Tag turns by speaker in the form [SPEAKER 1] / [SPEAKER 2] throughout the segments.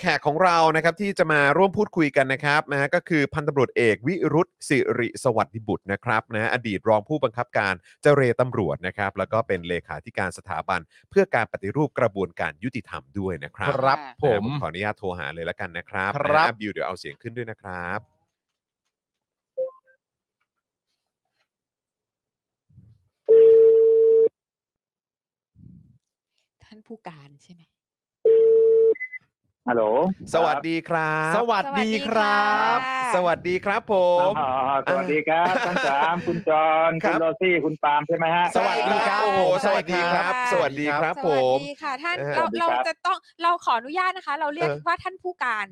[SPEAKER 1] แขกของเรานะครับที่จะมาร่วมพูดคุยกันนะครับนะฮะก็คือพันตำรวจเอกวิรุธสิริสวัสดิบุตรนะครับนะฮะอดีตรองผู้บังคับการเจรตำรวจนะครับ แล้วก็เป็นเลขาธิการสถาบัน เพื่อการปฏิรูปกระบวนการยุติธรรมด้วยนะครับ
[SPEAKER 2] ค
[SPEAKER 1] นะ
[SPEAKER 2] รั
[SPEAKER 1] ฮะ
[SPEAKER 2] บ
[SPEAKER 3] ค่ะ
[SPEAKER 2] ผม
[SPEAKER 1] ขออนุญาตโทรหาเลยละกันนะครับ
[SPEAKER 2] ครับ
[SPEAKER 1] นะฮะบิวเดี๋ยวเอาเสียงขึ้นด้วยนะครับ
[SPEAKER 3] ท่านผู้การใช่ไหม
[SPEAKER 4] ฮัลโหล
[SPEAKER 1] สวัสดีครับ
[SPEAKER 2] สวัสดีครับ
[SPEAKER 1] สวัสดีครับผม
[SPEAKER 4] อ่าสวัสดีครับทั้งสามคุณจอน
[SPEAKER 1] ครั
[SPEAKER 4] คุ
[SPEAKER 1] บ
[SPEAKER 4] ณโรซี่คุณปาล์มใช่ไหมฮะ
[SPEAKER 2] สวัสดีครับ
[SPEAKER 1] โอ้โหส
[SPEAKER 2] สวั
[SPEAKER 1] วัส
[SPEAKER 2] สดี
[SPEAKER 1] ดีค
[SPEAKER 2] ครั
[SPEAKER 1] รับ
[SPEAKER 2] บ
[SPEAKER 1] สวัสดีครับผม
[SPEAKER 3] สวัสดีค่ะ ท่าน
[SPEAKER 1] เออ
[SPEAKER 3] เราเรา
[SPEAKER 4] สวัสดีครับ
[SPEAKER 3] จะต้องเราขออนุญาตนะคะ เราเรียก
[SPEAKER 1] เออ
[SPEAKER 3] ว่าท่านผู้การ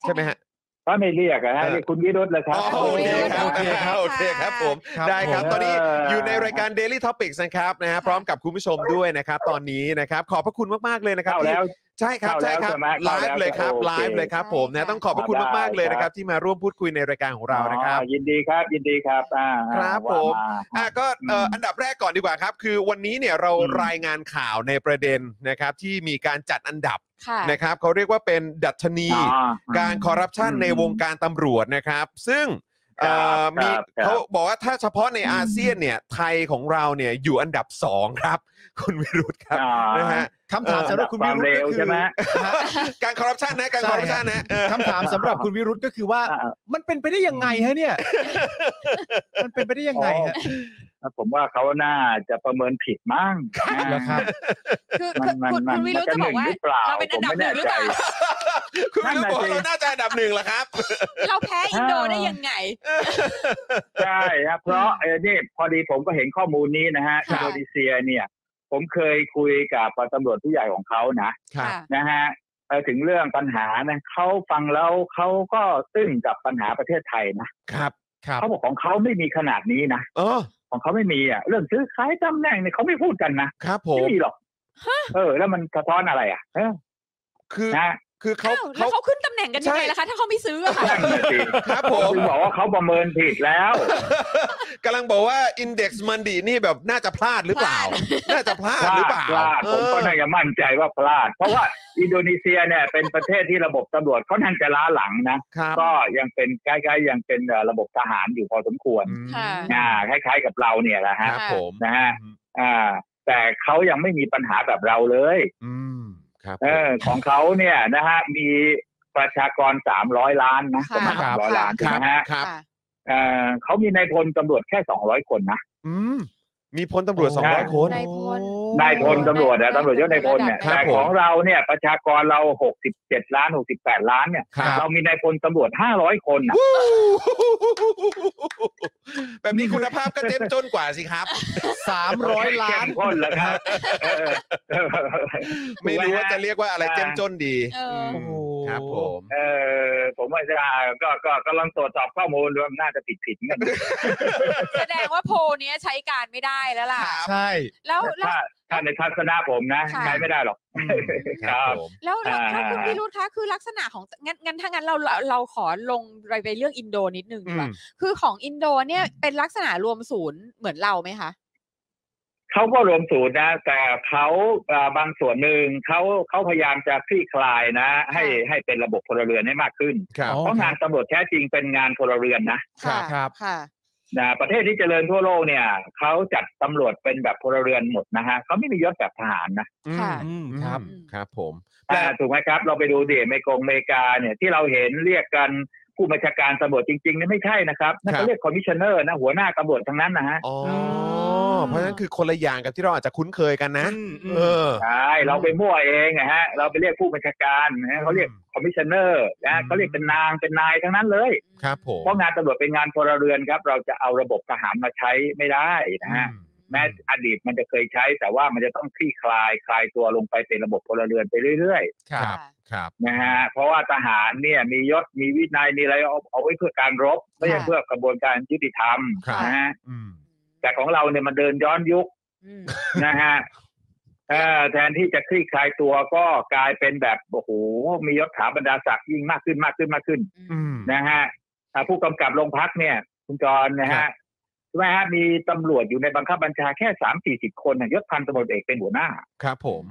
[SPEAKER 1] ใช่ไหมฮะ
[SPEAKER 4] ก็ไม่เรียกอะฮะ
[SPEAKER 1] เออ
[SPEAKER 4] เรียกคุณวิรุธเลยครับ
[SPEAKER 1] อ๋อโอเคครับ
[SPEAKER 3] โอเคครับ
[SPEAKER 1] โอเคครับผม
[SPEAKER 2] ครับ
[SPEAKER 1] ได้ครับ
[SPEAKER 2] ผม
[SPEAKER 1] ตอนนี้
[SPEAKER 4] เออ
[SPEAKER 1] อ
[SPEAKER 4] อ
[SPEAKER 1] ยู่ในรายการ Daily Topics นะครับนะฮะพร้อมกับคุณผู้ชมด้วยนะครับ ตอนนี้นะครับ ขอบพระคุณมาก ๆ เลยนะครับ
[SPEAKER 4] เข้า
[SPEAKER 1] ที่
[SPEAKER 4] แล้ว
[SPEAKER 1] ใช่ครับ
[SPEAKER 4] เข้าแล้
[SPEAKER 1] ใช่
[SPEAKER 4] ว
[SPEAKER 1] ครับ
[SPEAKER 4] ใช่ไหม
[SPEAKER 1] ไล
[SPEAKER 4] เข้าแล้ว
[SPEAKER 1] ฟ์เลยครับ
[SPEAKER 4] โอเค
[SPEAKER 1] ไลฟ์เลยครับผมนะต้องขอบพระคุณมาก ๆ เลยนะครับ ที่มาร่วมพูดคุยในรายการของเรานะครับ
[SPEAKER 4] อ๋อยินดีครับ ยินดีครับอ่าอ่า
[SPEAKER 1] ครับ
[SPEAKER 4] ว่า
[SPEAKER 1] ผม
[SPEAKER 4] า
[SPEAKER 1] อ่ะก็เอ่ออ
[SPEAKER 4] ม
[SPEAKER 1] อันดับแรกก่อนดีกว่าครับ คือวันนี้เนี่ยเรา
[SPEAKER 4] อืม
[SPEAKER 1] รายงานข่าวในประเด็นนะครับ ที่มีการจัดอันดับ
[SPEAKER 3] ค่ะ
[SPEAKER 1] นะครับเขาเรียกว่าเป็นดัชนี
[SPEAKER 4] อ๋อ
[SPEAKER 1] การคอร์รัปชันในวงการตำรวจนะครับ ซึ่งเอ่อ
[SPEAKER 4] ครับ
[SPEAKER 1] มี
[SPEAKER 4] ครับครับ
[SPEAKER 1] เขาบอกว่าถ้าเฉพาะใน
[SPEAKER 4] อืม
[SPEAKER 1] อาเซียนเนี่ย ไทยของเราเนี่ยอยู่อันดับ 2 ครับ คุณวิรุธครับ
[SPEAKER 4] อ่า
[SPEAKER 1] นะฮะ
[SPEAKER 2] คำถามสำหรับคุณวิรุธ
[SPEAKER 4] วามเร็
[SPEAKER 2] ก็
[SPEAKER 4] ว
[SPEAKER 2] คือ
[SPEAKER 4] ใช่ไหม
[SPEAKER 2] ฮะ
[SPEAKER 1] การคอร์รัปชันนะการค
[SPEAKER 2] ใช่ฮะ
[SPEAKER 1] อร์รัปชันนะเออ
[SPEAKER 2] คำถามสำหรับคุณวิรุธก็คือว่า
[SPEAKER 4] อ่า
[SPEAKER 2] มันเป็นไปได้ยังไงฮะเนี่ย มันเป็นไปได้ยังไงฮะ
[SPEAKER 4] อ่าผมว่าเขาน่าจะประเมินผิดมั้ง
[SPEAKER 2] เหรอครับ
[SPEAKER 3] คือ
[SPEAKER 4] มั
[SPEAKER 3] คื
[SPEAKER 4] น
[SPEAKER 3] อ
[SPEAKER 4] มัน
[SPEAKER 3] คุณ
[SPEAKER 4] มั
[SPEAKER 3] คุณวิ
[SPEAKER 4] น
[SPEAKER 3] รุธ
[SPEAKER 4] จะ
[SPEAKER 3] จะ
[SPEAKER 4] ห
[SPEAKER 3] บอกว่า
[SPEAKER 4] นึ่งหรือเปล่า
[SPEAKER 3] เราเป็น
[SPEAKER 4] ผม
[SPEAKER 3] อันดับห
[SPEAKER 4] ไม่
[SPEAKER 3] นึ่
[SPEAKER 4] แน่
[SPEAKER 3] งหรือ
[SPEAKER 4] ใจ
[SPEAKER 3] เปล่า
[SPEAKER 1] คุณวิรุธบอกว่า
[SPEAKER 4] นั่น
[SPEAKER 1] เรา
[SPEAKER 4] น่ะสิ
[SPEAKER 1] น่าจะอันดับหนึ่งเหรอครับ
[SPEAKER 3] เราแพ้อินโดได้ยังไง
[SPEAKER 4] ใช่ครับเพราะเออนี่พอดีผมก็เห็นข้อมูลนี้นะฮะ
[SPEAKER 3] ค่ะ
[SPEAKER 4] อินโดนีเซียเนี่ย ผมเคยคุยกับตำรวจผู้ใหญ่ของเขานะ
[SPEAKER 1] ครับ
[SPEAKER 4] นะฮะเอ่อถึงเรื่องปัญหานะเขาฟังแล้วเขาก็ตึ้งกับปัญหาประเทศไทยนะครับ
[SPEAKER 1] ครับ
[SPEAKER 4] เขาบอกของเขาไม่มีขนาดนี้นะ
[SPEAKER 1] เออ
[SPEAKER 4] ของเขาไม่มีอ่ะเรื่องซื้อขายตำแหน่งเนี่ยเขาไม่พูดกันนะครับ
[SPEAKER 1] ผ
[SPEAKER 4] ไม่
[SPEAKER 1] ม
[SPEAKER 4] มีหรอกเออ แล้วมันสะท้อนอะไรอ่ะเออ
[SPEAKER 1] คือ
[SPEAKER 4] นะ
[SPEAKER 1] คือเขา
[SPEAKER 3] อ้าวแล้
[SPEAKER 1] เขา
[SPEAKER 3] วเขาขึ้นตำแหน่งกันยังไง
[SPEAKER 1] ใช่
[SPEAKER 3] ล่ะคะ ถ้าเขาไม่ซื้ออะค่ะ
[SPEAKER 4] นั่นน่ะสิ
[SPEAKER 1] ครับผ
[SPEAKER 4] ผม
[SPEAKER 1] ม
[SPEAKER 4] ถึงบอกว่าเขาประเมินผิดแล้ว
[SPEAKER 1] กำลังบอกว่าอินเด็กซ์มันดีนี่แบบน่าจะพลาดหรือเปล่า
[SPEAKER 3] พลา
[SPEAKER 1] น่าจะพลาด
[SPEAKER 4] พลา
[SPEAKER 1] หรือ
[SPEAKER 4] ด
[SPEAKER 1] เปล่า
[SPEAKER 4] พลาดผมก็น่าจะมั่นใจว่าพลาด เพราะว่าอินโดนีเซียเนี่ยเป็นประเทศที่ระบบตำรวจเขานั่งจะล้าหลังนะ
[SPEAKER 1] ครับ
[SPEAKER 4] ก็ยังเป็นใกล้ๆยังเป็นเอ่อระบบทหารอยู่พอสมควร
[SPEAKER 1] อืม
[SPEAKER 3] ค่ะ
[SPEAKER 4] อ่าคล้ายๆกับเราเนี่ยแหละ
[SPEAKER 1] ค
[SPEAKER 4] ฮะ
[SPEAKER 1] รับผม
[SPEAKER 4] นะฮะอ่า แต่เขายังไม่มีปัญหาแบบเราเลย
[SPEAKER 1] อืมครับ
[SPEAKER 4] เออของเขาเนี่ยนะฮะมีประชากรสามร้อยล้านนะ
[SPEAKER 3] ค่ะ
[SPEAKER 4] ประมาณ
[SPEAKER 3] ครั
[SPEAKER 4] สา
[SPEAKER 3] บ
[SPEAKER 4] มร้อยล้าน
[SPEAKER 1] ค
[SPEAKER 4] ถูก
[SPEAKER 1] รับ
[SPEAKER 4] ไหมฮะ
[SPEAKER 1] ครับ
[SPEAKER 3] ค่ะ
[SPEAKER 4] เออเขามีนายพลตำรวจแค่สองร้อยคนนะ
[SPEAKER 1] อืมมีพลตำรวจ
[SPEAKER 2] ใช่
[SPEAKER 1] 200 คน
[SPEAKER 3] นายพล
[SPEAKER 4] นายพลตำรวจนะ
[SPEAKER 3] นายพล
[SPEAKER 4] ตำรวจยศนายพลเนี่ย
[SPEAKER 1] ครับ
[SPEAKER 4] แต่
[SPEAKER 1] ผม
[SPEAKER 4] ของเราเนี่ยประชากรเราหกสิบเจ็ดล้านหกสิบแปดล้านเนี่ย
[SPEAKER 1] ครับ
[SPEAKER 4] เรามีนายพลตำรวจห้าร้อยคนน่ะ
[SPEAKER 1] แบบนี้คุณภาพก็เต็มจนกว่าสิครับ
[SPEAKER 2] สามร้อยล้าน
[SPEAKER 4] เข้มข้นแล้วครับเออเออ
[SPEAKER 1] ไม่รู้ว่าจะเรียกว่าอะไร
[SPEAKER 4] อ่า
[SPEAKER 1] เต็มจนดี
[SPEAKER 3] เอออื
[SPEAKER 1] มครับผม
[SPEAKER 4] เออผมว่าจะก็ก็กำลังตรวจสอบข้อมูลดูน่าจะผิดผิดเนี่ย
[SPEAKER 3] แสดงว่าโพลเนี้ยใช้การไม่ได้แล้วล่ะ
[SPEAKER 2] ใช่
[SPEAKER 3] แล้วแล้ว
[SPEAKER 4] ถ้าถ้าในทัศนะผมนะ
[SPEAKER 3] ค่ะ
[SPEAKER 4] ใช้ไม่ได้หรอก
[SPEAKER 1] อืมค
[SPEAKER 4] ครั
[SPEAKER 1] รับบ ผม
[SPEAKER 3] แล้วแล้วแล้วคุณ
[SPEAKER 4] อ่า
[SPEAKER 3] วิรุธคะคือลักษณะของงั้นงั้นถ้างั้นเราเราเราขอลงรายไปเรื่องอินโดนิดนึงดี
[SPEAKER 1] อื
[SPEAKER 3] กว่า
[SPEAKER 1] ม
[SPEAKER 3] คือของอินโดเนี่ยเป็นลักษณะรวมศูนย์เหมือนเราไหมคะ
[SPEAKER 4] เขาก็รวมศูนย์นะ แต่เขาเอ่อบางส่วนหนึ่งเขาเขาพยายามจะคลี่คลายนะ ให้
[SPEAKER 3] ค่ะ
[SPEAKER 4] ให้เป็นระบบพลเรือนให้มากขึ้น
[SPEAKER 1] ครับ
[SPEAKER 2] อ๋อ
[SPEAKER 4] เพราะงานตำรวจแท้จริงเป็นงานพลเรือนนะ
[SPEAKER 2] ครับ
[SPEAKER 3] ค่ะค่ะ
[SPEAKER 4] นะประเทศที่เจริญทั่วโลกเนี่ยเขาจัดตำรวจเป็นแบบพลเรือนหมดนะฮะเขาไม่มียศแบบทหารนะ
[SPEAKER 1] อืม
[SPEAKER 3] ค่ะ
[SPEAKER 2] อืม
[SPEAKER 1] อืม
[SPEAKER 2] ครับ
[SPEAKER 1] ครับผม
[SPEAKER 4] อ่าถูกไหมครับ เราไปดูดิเมกงเมกาเนี่ยที่เราเห็นเรียกกันผู้บัญชาการตำรวจจริงๆเนี่ยไม่ใช่นะครับนั่น
[SPEAKER 1] ครับ
[SPEAKER 4] เขาเรียกคอมมิชชั่นเนอร์นะหัวหน้าตำรวจทั้งนั้นนะฮะ
[SPEAKER 1] อ๋ออ
[SPEAKER 3] ม
[SPEAKER 1] เพราะฉะนั้นคือคนละอย่างกับที่เราอาจจะคุ้นเคยกันนะ
[SPEAKER 2] อืมอืม
[SPEAKER 1] เออ
[SPEAKER 4] ใช่เราไปมั่วเองนะฮะเราไปเรียกผู้บัญชาการนะฮะเขาเรียกคอมมิชชั่นเนอร์นะฮะเขาเรียกเป็นนางเป็นนายทั้งนั้นเลย
[SPEAKER 1] ครับผม
[SPEAKER 4] เพราะงานตำรวจเป็นงานพลเรือนครับ เราจะเอาระบบทหารมาใช้ไม่ได้นะฮะ แม้อดีตมันจะเคยใช้ แต่ว่ามันจะต้องคลี่คลายคลายตัวลงไปเป็นระบบพลเรือนไปเรื่อย
[SPEAKER 1] ครับ ครับ
[SPEAKER 4] ๆนะฮะเพราะว่าทหารเนี่ยมียศมีวินัยมีอะไรเอาเอาไว้เพื่อการรบไม่ใช่
[SPEAKER 3] ค่ะ
[SPEAKER 4] เพื่อกระบวนการยุติธรรม
[SPEAKER 1] ครับ
[SPEAKER 4] นะฮะ
[SPEAKER 1] อืม
[SPEAKER 4] แต่ของเราเนี่ยมันเดินย้อนยุค
[SPEAKER 3] อืม
[SPEAKER 4] นะฮะเอ่อแทนที่จะคลี่คลายตัวก็กลายเป็นแบบโอ้โหมียศถาบรรดาศักดิ์ยิ่งมากขึ้นมากขึ้นมากขึ้น
[SPEAKER 1] อืม
[SPEAKER 4] นะฮะอ่าผู้กำกับโรงพักเนี่ย คุณจรนะ
[SPEAKER 1] ครั
[SPEAKER 4] ฮะ
[SPEAKER 1] บ
[SPEAKER 4] ใช่ไหมฮะมีตำรวจอยู่ในบังคับบัญชาแค่สามสี่สิบคนน่ะยศพันตำรวจเอกเป็นหัวหน้า
[SPEAKER 1] ครับผม